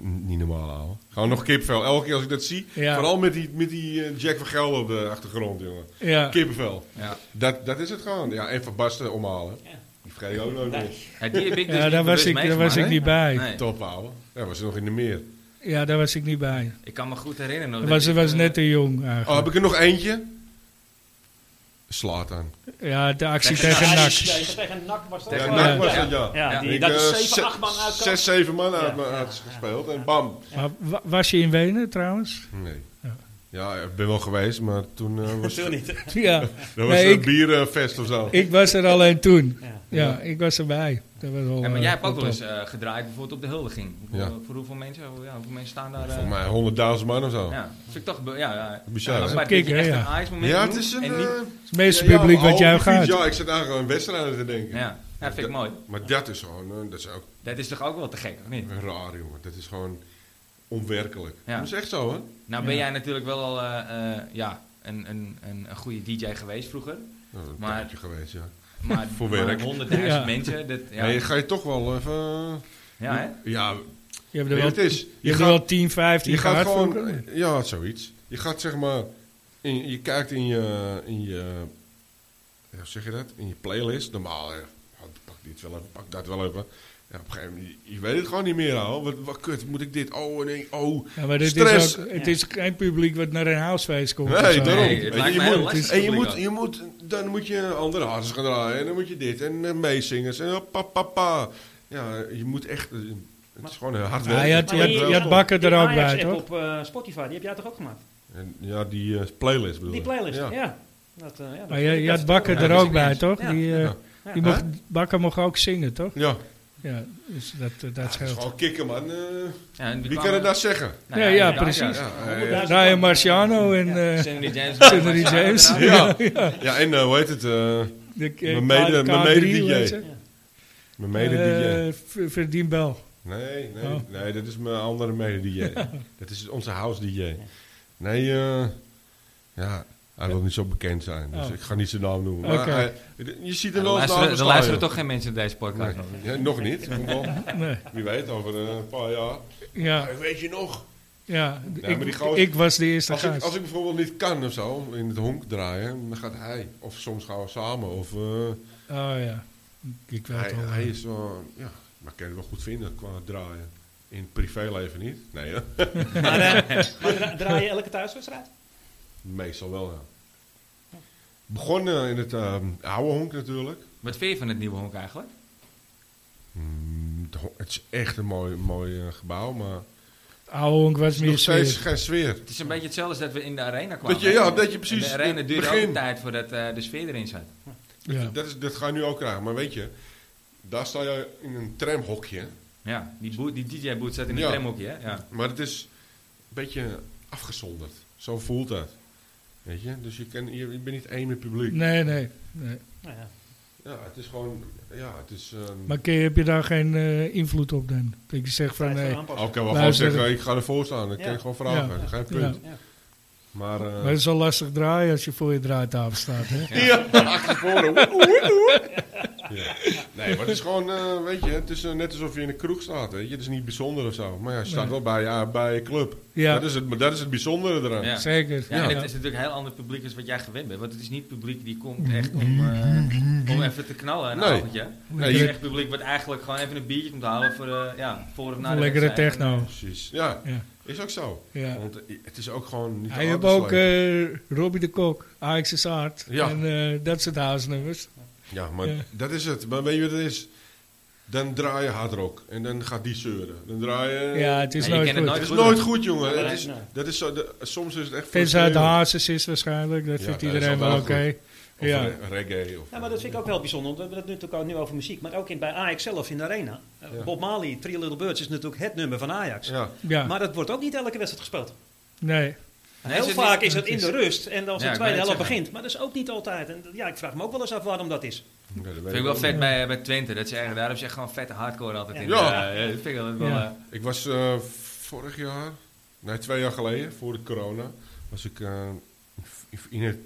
Speaker 3: n- niet normaal ouwe. Gewoon nog kipvel. Elke keer als ik dat zie,
Speaker 2: Ja.
Speaker 3: vooral met die, met die eh, Jack van Gel op de achtergrond, jongen.
Speaker 2: Ja.
Speaker 3: Kippenvel.
Speaker 1: Ja.
Speaker 3: Dat, dat is het gewoon. Ja, en van Basten omhalen.
Speaker 4: Ja.
Speaker 3: Die vergeet ik ook nooit
Speaker 4: Nee.
Speaker 3: meer.
Speaker 1: Ja, die heb ik dus
Speaker 2: Ja,
Speaker 1: niet
Speaker 2: daar was,
Speaker 1: bewust
Speaker 2: ik, daar was ik
Speaker 1: meegemaakt.
Speaker 2: niet bij.
Speaker 1: Nee.
Speaker 3: Top ouwe. Ja, was er nog in de meer.
Speaker 2: Ja, daar was ik niet bij.
Speaker 1: Ik kan me goed herinneren. nog
Speaker 2: Dat
Speaker 1: dat
Speaker 2: was,
Speaker 1: ik,
Speaker 2: was
Speaker 1: eh,
Speaker 2: net te jong
Speaker 3: Oh,
Speaker 2: eigenlijk.
Speaker 3: heb ik er nog eentje? Slaat aan.
Speaker 2: Ja, de actie
Speaker 1: Tegen
Speaker 2: tegen
Speaker 4: Ja,
Speaker 2: NAC.
Speaker 4: die- die- Tegen NAC was dat
Speaker 1: Ja,
Speaker 3: Ja,
Speaker 4: wel-
Speaker 3: NAC
Speaker 2: ja.
Speaker 3: was het, ja.
Speaker 4: Ja, die,
Speaker 3: Ik,
Speaker 4: dat
Speaker 3: eh,
Speaker 4: is 7,
Speaker 3: zes-
Speaker 4: 8 man uit.
Speaker 3: Zes, zeven man uit,
Speaker 4: Ja,
Speaker 3: uit
Speaker 4: ja,
Speaker 3: gespeeld en bam.
Speaker 2: Maar wa- was je in Wenen trouwens?
Speaker 3: Nee.
Speaker 2: Ja.
Speaker 3: Ja, ik ben wel geweest, maar toen eh, was
Speaker 4: Natuurlijk niet.
Speaker 2: Ja,
Speaker 3: dat was
Speaker 2: Nee,
Speaker 3: een
Speaker 2: ik-
Speaker 3: bierenfest of zo.
Speaker 2: ik was er alleen toen.
Speaker 4: Ja.
Speaker 2: Ja, ik was erbij. Dat was wel,
Speaker 1: Ja, maar
Speaker 2: eh,
Speaker 1: jij hebt ook
Speaker 2: wel
Speaker 1: wel eens
Speaker 2: top.
Speaker 1: eh, gedraaid bijvoorbeeld op de huldiging. Hoeveel-
Speaker 3: Ja.
Speaker 1: Voor hoeveel mensen, hoe- ja, hoeveel mensen staan daar? eh,
Speaker 3: Volgens mij honderdduizend man of zo. Ja,
Speaker 1: ja, vind ik toch... be- Ja, ja.
Speaker 3: Bizar,
Speaker 1: Ja,
Speaker 3: hè?
Speaker 1: apart dat je
Speaker 2: Kikker,
Speaker 1: echt
Speaker 2: ja.
Speaker 1: een Ajax-moment
Speaker 3: het
Speaker 1: doet
Speaker 3: is een...
Speaker 1: en
Speaker 3: eh,
Speaker 1: niet-
Speaker 2: Het meeste
Speaker 3: ja, ja,
Speaker 2: publiek wat
Speaker 3: halve
Speaker 2: jij
Speaker 3: fiets,
Speaker 2: gaat.
Speaker 3: Ja, ik zit eigenlijk aan wedstrijden te denken.
Speaker 1: ja. ja, vind ik mooi.
Speaker 3: Maar dat is gewoon, eh, dat is ook
Speaker 1: Dat is toch ook wel te gek, of niet?
Speaker 3: raar, jongen. Dat is gewoon onwerkelijk.
Speaker 1: Ja.
Speaker 3: Dat is echt zo, hè?
Speaker 1: Nou ben
Speaker 2: Ja.
Speaker 1: jij natuurlijk wel al eh, eh, ja, een, een, een, een goede DJ geweest vroeger.
Speaker 3: Nou, Dat is een
Speaker 1: Maar-
Speaker 3: tijdje geweest, ja.
Speaker 1: Maar,
Speaker 3: Voor
Speaker 1: maar
Speaker 3: werk.
Speaker 1: 100.000
Speaker 2: Ja.
Speaker 1: mensen. Dat, ja,
Speaker 3: Nee, ga je toch wel even...
Speaker 1: ja, hè?
Speaker 3: Ja,
Speaker 2: Je hebt er
Speaker 3: weet je
Speaker 2: wel,
Speaker 3: wat het is.
Speaker 2: je hebt er wel 10, 15
Speaker 3: Je gaat
Speaker 2: gehad
Speaker 3: gewoon, eh,
Speaker 2: vroeger.
Speaker 3: ja, zoiets. Je gaat zeg maar, in, je kijkt in je, in je, hoe zeg je dat? In je playlist. Normaal, hè. Oh, pak dit wel even, pak dat wel even. Ja, op een gegeven moment, je- je weet het gewoon niet meer, al. Wat, wat kut, moet ik dit? Oh, nee, oh.
Speaker 2: Ja, maar dit
Speaker 3: Stress.
Speaker 2: is ook, het is geen publiek wat naar een housefeest komt. of
Speaker 3: Nee,
Speaker 2: zo.
Speaker 3: daarom.
Speaker 1: Nee, het
Speaker 3: en
Speaker 1: lijkt
Speaker 3: je
Speaker 1: mij heel
Speaker 3: moet,
Speaker 1: lastig,
Speaker 3: en je
Speaker 1: publiek
Speaker 3: moet,
Speaker 1: ook.
Speaker 3: je moet, dan moet je andere artiesten gaan draaien. En dan moet je dit. En eh, meezingers. En pa, pa, pa. Ja, je moet echt, eh, het is gewoon hard
Speaker 2: Ja, Ah, je had,
Speaker 3: werken.
Speaker 2: je had, je had bakken er ook bij,
Speaker 4: app
Speaker 2: toch?
Speaker 4: op eh, Spotify, die heb jij toch ook gemaakt?
Speaker 3: En, ja, die eh, playlist bedoel
Speaker 4: Die
Speaker 3: je?
Speaker 4: playlist,
Speaker 3: Ja.
Speaker 4: ja. Dat, eh, ja, dat-
Speaker 2: Maar Ah, je, je
Speaker 4: dat-
Speaker 2: had bakken
Speaker 1: Ja,
Speaker 2: er
Speaker 1: dat is
Speaker 2: ook bij,
Speaker 1: eens.
Speaker 2: toch?
Speaker 4: Ja.
Speaker 2: Die, eh,
Speaker 3: Ja.
Speaker 4: Ja.
Speaker 2: die mocht, bakken mocht ook zingen, toch?
Speaker 3: Ja,
Speaker 2: Ja, dus dat, eh, dat
Speaker 3: dat is
Speaker 2: scheelt.
Speaker 3: gewoon kicken, man. eh.
Speaker 1: Ja, en we
Speaker 3: Wie kan
Speaker 1: kwamen-
Speaker 3: het nou zeggen?
Speaker 1: Nou
Speaker 2: Ja, ja,
Speaker 1: inderdaad,
Speaker 2: precies.
Speaker 1: ja.
Speaker 3: Ja, eh,
Speaker 4: Ja.
Speaker 2: Ryan Marciano en eh,
Speaker 1: Cindy James.
Speaker 2: Sonny James.
Speaker 3: Ja. ja, en eh, hoe heet het? eh,
Speaker 2: de K-
Speaker 3: Mijn mede-
Speaker 2: K-
Speaker 3: mijn
Speaker 2: K3
Speaker 3: mede-DJ.
Speaker 2: hoe heet ze?
Speaker 3: mijn mede-dj.
Speaker 2: Eh, Ver- Verdien Bel.
Speaker 3: nee, nee,
Speaker 2: oh.
Speaker 3: nee, dat is mijn andere mede-dj. dat is onze house-dj. Nee, eh, ja, hij wil niet zo bekend zijn. Dus
Speaker 2: Oh.
Speaker 3: ik ga niet zijn naam noemen. Maar
Speaker 2: Oké.
Speaker 3: hij- je ziet er
Speaker 1: Dan
Speaker 3: wel eens
Speaker 1: luisteren,
Speaker 3: namen
Speaker 1: dan luisteren
Speaker 3: staan,
Speaker 1: toch geen mensen naar deze podcast. nog.
Speaker 3: joh. Nee, ja, nog niet. Komt wel.
Speaker 2: Nee.
Speaker 3: Wie weet, over eh, een paar jaar.
Speaker 2: Ja,
Speaker 3: Maar weet je nog?
Speaker 2: ja.
Speaker 3: maar die
Speaker 2: ik,
Speaker 3: gozer-
Speaker 2: ik was de eerste
Speaker 3: Als ik,
Speaker 2: gast.
Speaker 3: als ik bijvoorbeeld niet kan of zo, in het honk draaien, dan gaat hij. Of soms gaan we samen. Of, eh,
Speaker 2: Oh ja, ik weet
Speaker 3: Hij,
Speaker 2: het wel.
Speaker 3: hij is wel, ja, maar ik kan het wel goed vinden qua het draaien. In het privéleven niet? Nee, hè?
Speaker 4: Maar, eh, maar dra- draai je elke thuiswedstrijd?
Speaker 3: meestal wel. Ja. Begonnen in het eh, oude honk natuurlijk.
Speaker 1: Wat vind je van het nieuwe honk eigenlijk?
Speaker 3: Mm, het hon- het is echt een mooi, mooi eh, gebouw, maar
Speaker 2: Oude honk was
Speaker 3: het is nog
Speaker 2: meer
Speaker 3: steeds
Speaker 2: sfeer.
Speaker 3: geen sfeer.
Speaker 1: Het is een beetje hetzelfde als dat we in de arena kwamen.
Speaker 3: Dat je, ja, dat je
Speaker 1: En
Speaker 3: precies.
Speaker 1: de arena
Speaker 3: het
Speaker 1: duurde ook
Speaker 3: begin-
Speaker 1: een tijd voordat eh, de sfeer erin zat.
Speaker 2: Ja.
Speaker 3: Dat, is, dat ga je nu ook krijgen, maar weet je, daar sta je in een tramhokje.
Speaker 1: Ja, die, boot- die DJ-boot zat in het
Speaker 3: Ja.
Speaker 1: tramhokje, hè? Ja.
Speaker 3: Maar het is een beetje afgezonderd. Zo voelt dat. Weet je, dus je, kan, je, je bent niet één met publiek.
Speaker 2: Nee, nee. nee.
Speaker 4: Nou ja.
Speaker 3: Ja, het is gewoon. Ja, het is. ehm,
Speaker 2: Maar kun je- heb je daar geen eh, invloed op dan? Dat je zegt van
Speaker 4: Tijd
Speaker 2: nee.
Speaker 4: voor aanpassen.
Speaker 3: Ook kan wel gewoon
Speaker 2: Luister.
Speaker 3: zeggen, ik ga ervoor staan. Ik
Speaker 4: Ja.
Speaker 3: kan je gewoon vragen.
Speaker 2: Ja.
Speaker 3: Geen punt.
Speaker 2: Ja.
Speaker 3: Maar, eh,
Speaker 2: Maar het is al lastig draaien als je voor je draaitafel staat. Hè?
Speaker 3: ja, achtervoren. Woe, woe, woe, woe. Ja. Nee, maar het is gewoon, eh, weet je, het is eh, net alsof je in een kroeg staat. Weet je, het is niet bijzonder of zo. Maar ja, je staat
Speaker 2: Nee.
Speaker 3: wel bij, ja, bij je club.
Speaker 2: Ja.
Speaker 3: Dat, is het, maar dat is het bijzondere eraan.
Speaker 1: Ja.
Speaker 2: Zeker.
Speaker 1: Ja, en het is natuurlijk een heel ander publiek als wat jij gewend bent. Want het is niet publiek die komt echt om, eh, om even te knallen een
Speaker 3: Nee.
Speaker 1: avondje.
Speaker 3: Nee,
Speaker 1: het is
Speaker 3: je-
Speaker 1: echt publiek wat eigenlijk gewoon even een biertje komt halen voor, eh, ja, voor of na de
Speaker 2: Lekkere
Speaker 1: wedstrijd.
Speaker 2: techno.
Speaker 3: Precies. Ja,
Speaker 2: Ja.
Speaker 3: is ook zo.
Speaker 2: Ja.
Speaker 3: Want eh, het is ook gewoon niet
Speaker 2: Hij
Speaker 3: aan
Speaker 2: heeft
Speaker 3: te
Speaker 2: ook
Speaker 3: slepen.
Speaker 2: eh Robbie de Kok, Ajax is Hard
Speaker 3: Ja.
Speaker 2: en eh, dat soort huisnummers.
Speaker 3: Ja, maar
Speaker 2: eh, Ja.
Speaker 3: dat is het. Maar weet je wat het is? Dan draai je hard rock. En dan gaat die zeuren. Dan draai je...
Speaker 2: Ja, het is
Speaker 1: Nee, je
Speaker 2: nooit
Speaker 1: kent het
Speaker 2: goed.
Speaker 1: nooit.
Speaker 3: Het is
Speaker 1: Goed,
Speaker 3: nooit
Speaker 1: hoor.
Speaker 3: goed, jongen.
Speaker 4: Nee,
Speaker 3: Het is,
Speaker 4: nee.
Speaker 3: dat is zo, de- soms is het echt
Speaker 2: Vince uit
Speaker 3: frustrerend.
Speaker 2: Hazes is waarschijnlijk, dat
Speaker 3: Ja,
Speaker 2: vindt
Speaker 3: dat is
Speaker 2: iedereen wel oké.
Speaker 3: altijd goed. Of
Speaker 2: Ja.
Speaker 3: re- reggae. Of
Speaker 4: Ja, maar dat vind ik ook wel bijzonder. want We hebben het natuurlijk ook nu over muziek. Maar ook in, bij Ajax zelf in de arena. Eh,
Speaker 3: Ja.
Speaker 4: Bob Marley, Three Little Birds is natuurlijk het nummer van Ajax.
Speaker 3: Ja.
Speaker 2: Ja,
Speaker 4: Maar dat wordt ook niet elke wedstrijd gespeeld.
Speaker 2: nee.
Speaker 1: Nee,
Speaker 4: Heel
Speaker 1: is het
Speaker 4: vaak
Speaker 1: niet-
Speaker 4: is dat in de rust en als
Speaker 1: Ja,
Speaker 4: de
Speaker 1: ik
Speaker 4: tweede
Speaker 1: wou
Speaker 4: helft
Speaker 1: net zeggen.
Speaker 4: begint. Maar dat is ook niet altijd. En ja, ik vraag me ook wel eens af waarom dat is.
Speaker 3: Ja, dat weet
Speaker 1: Vind ik wel
Speaker 3: ook
Speaker 1: vet bij, bij Twente. Dat ze echt, daar hebben ze echt gewoon vette hardcore altijd in.
Speaker 3: Ja.
Speaker 1: ja dat vind ik altijd wel...
Speaker 2: Ja.
Speaker 1: eh,
Speaker 3: Ik was eh, vorig jaar, nee, twee jaar geleden, voor de corona, was ik eh, in- in het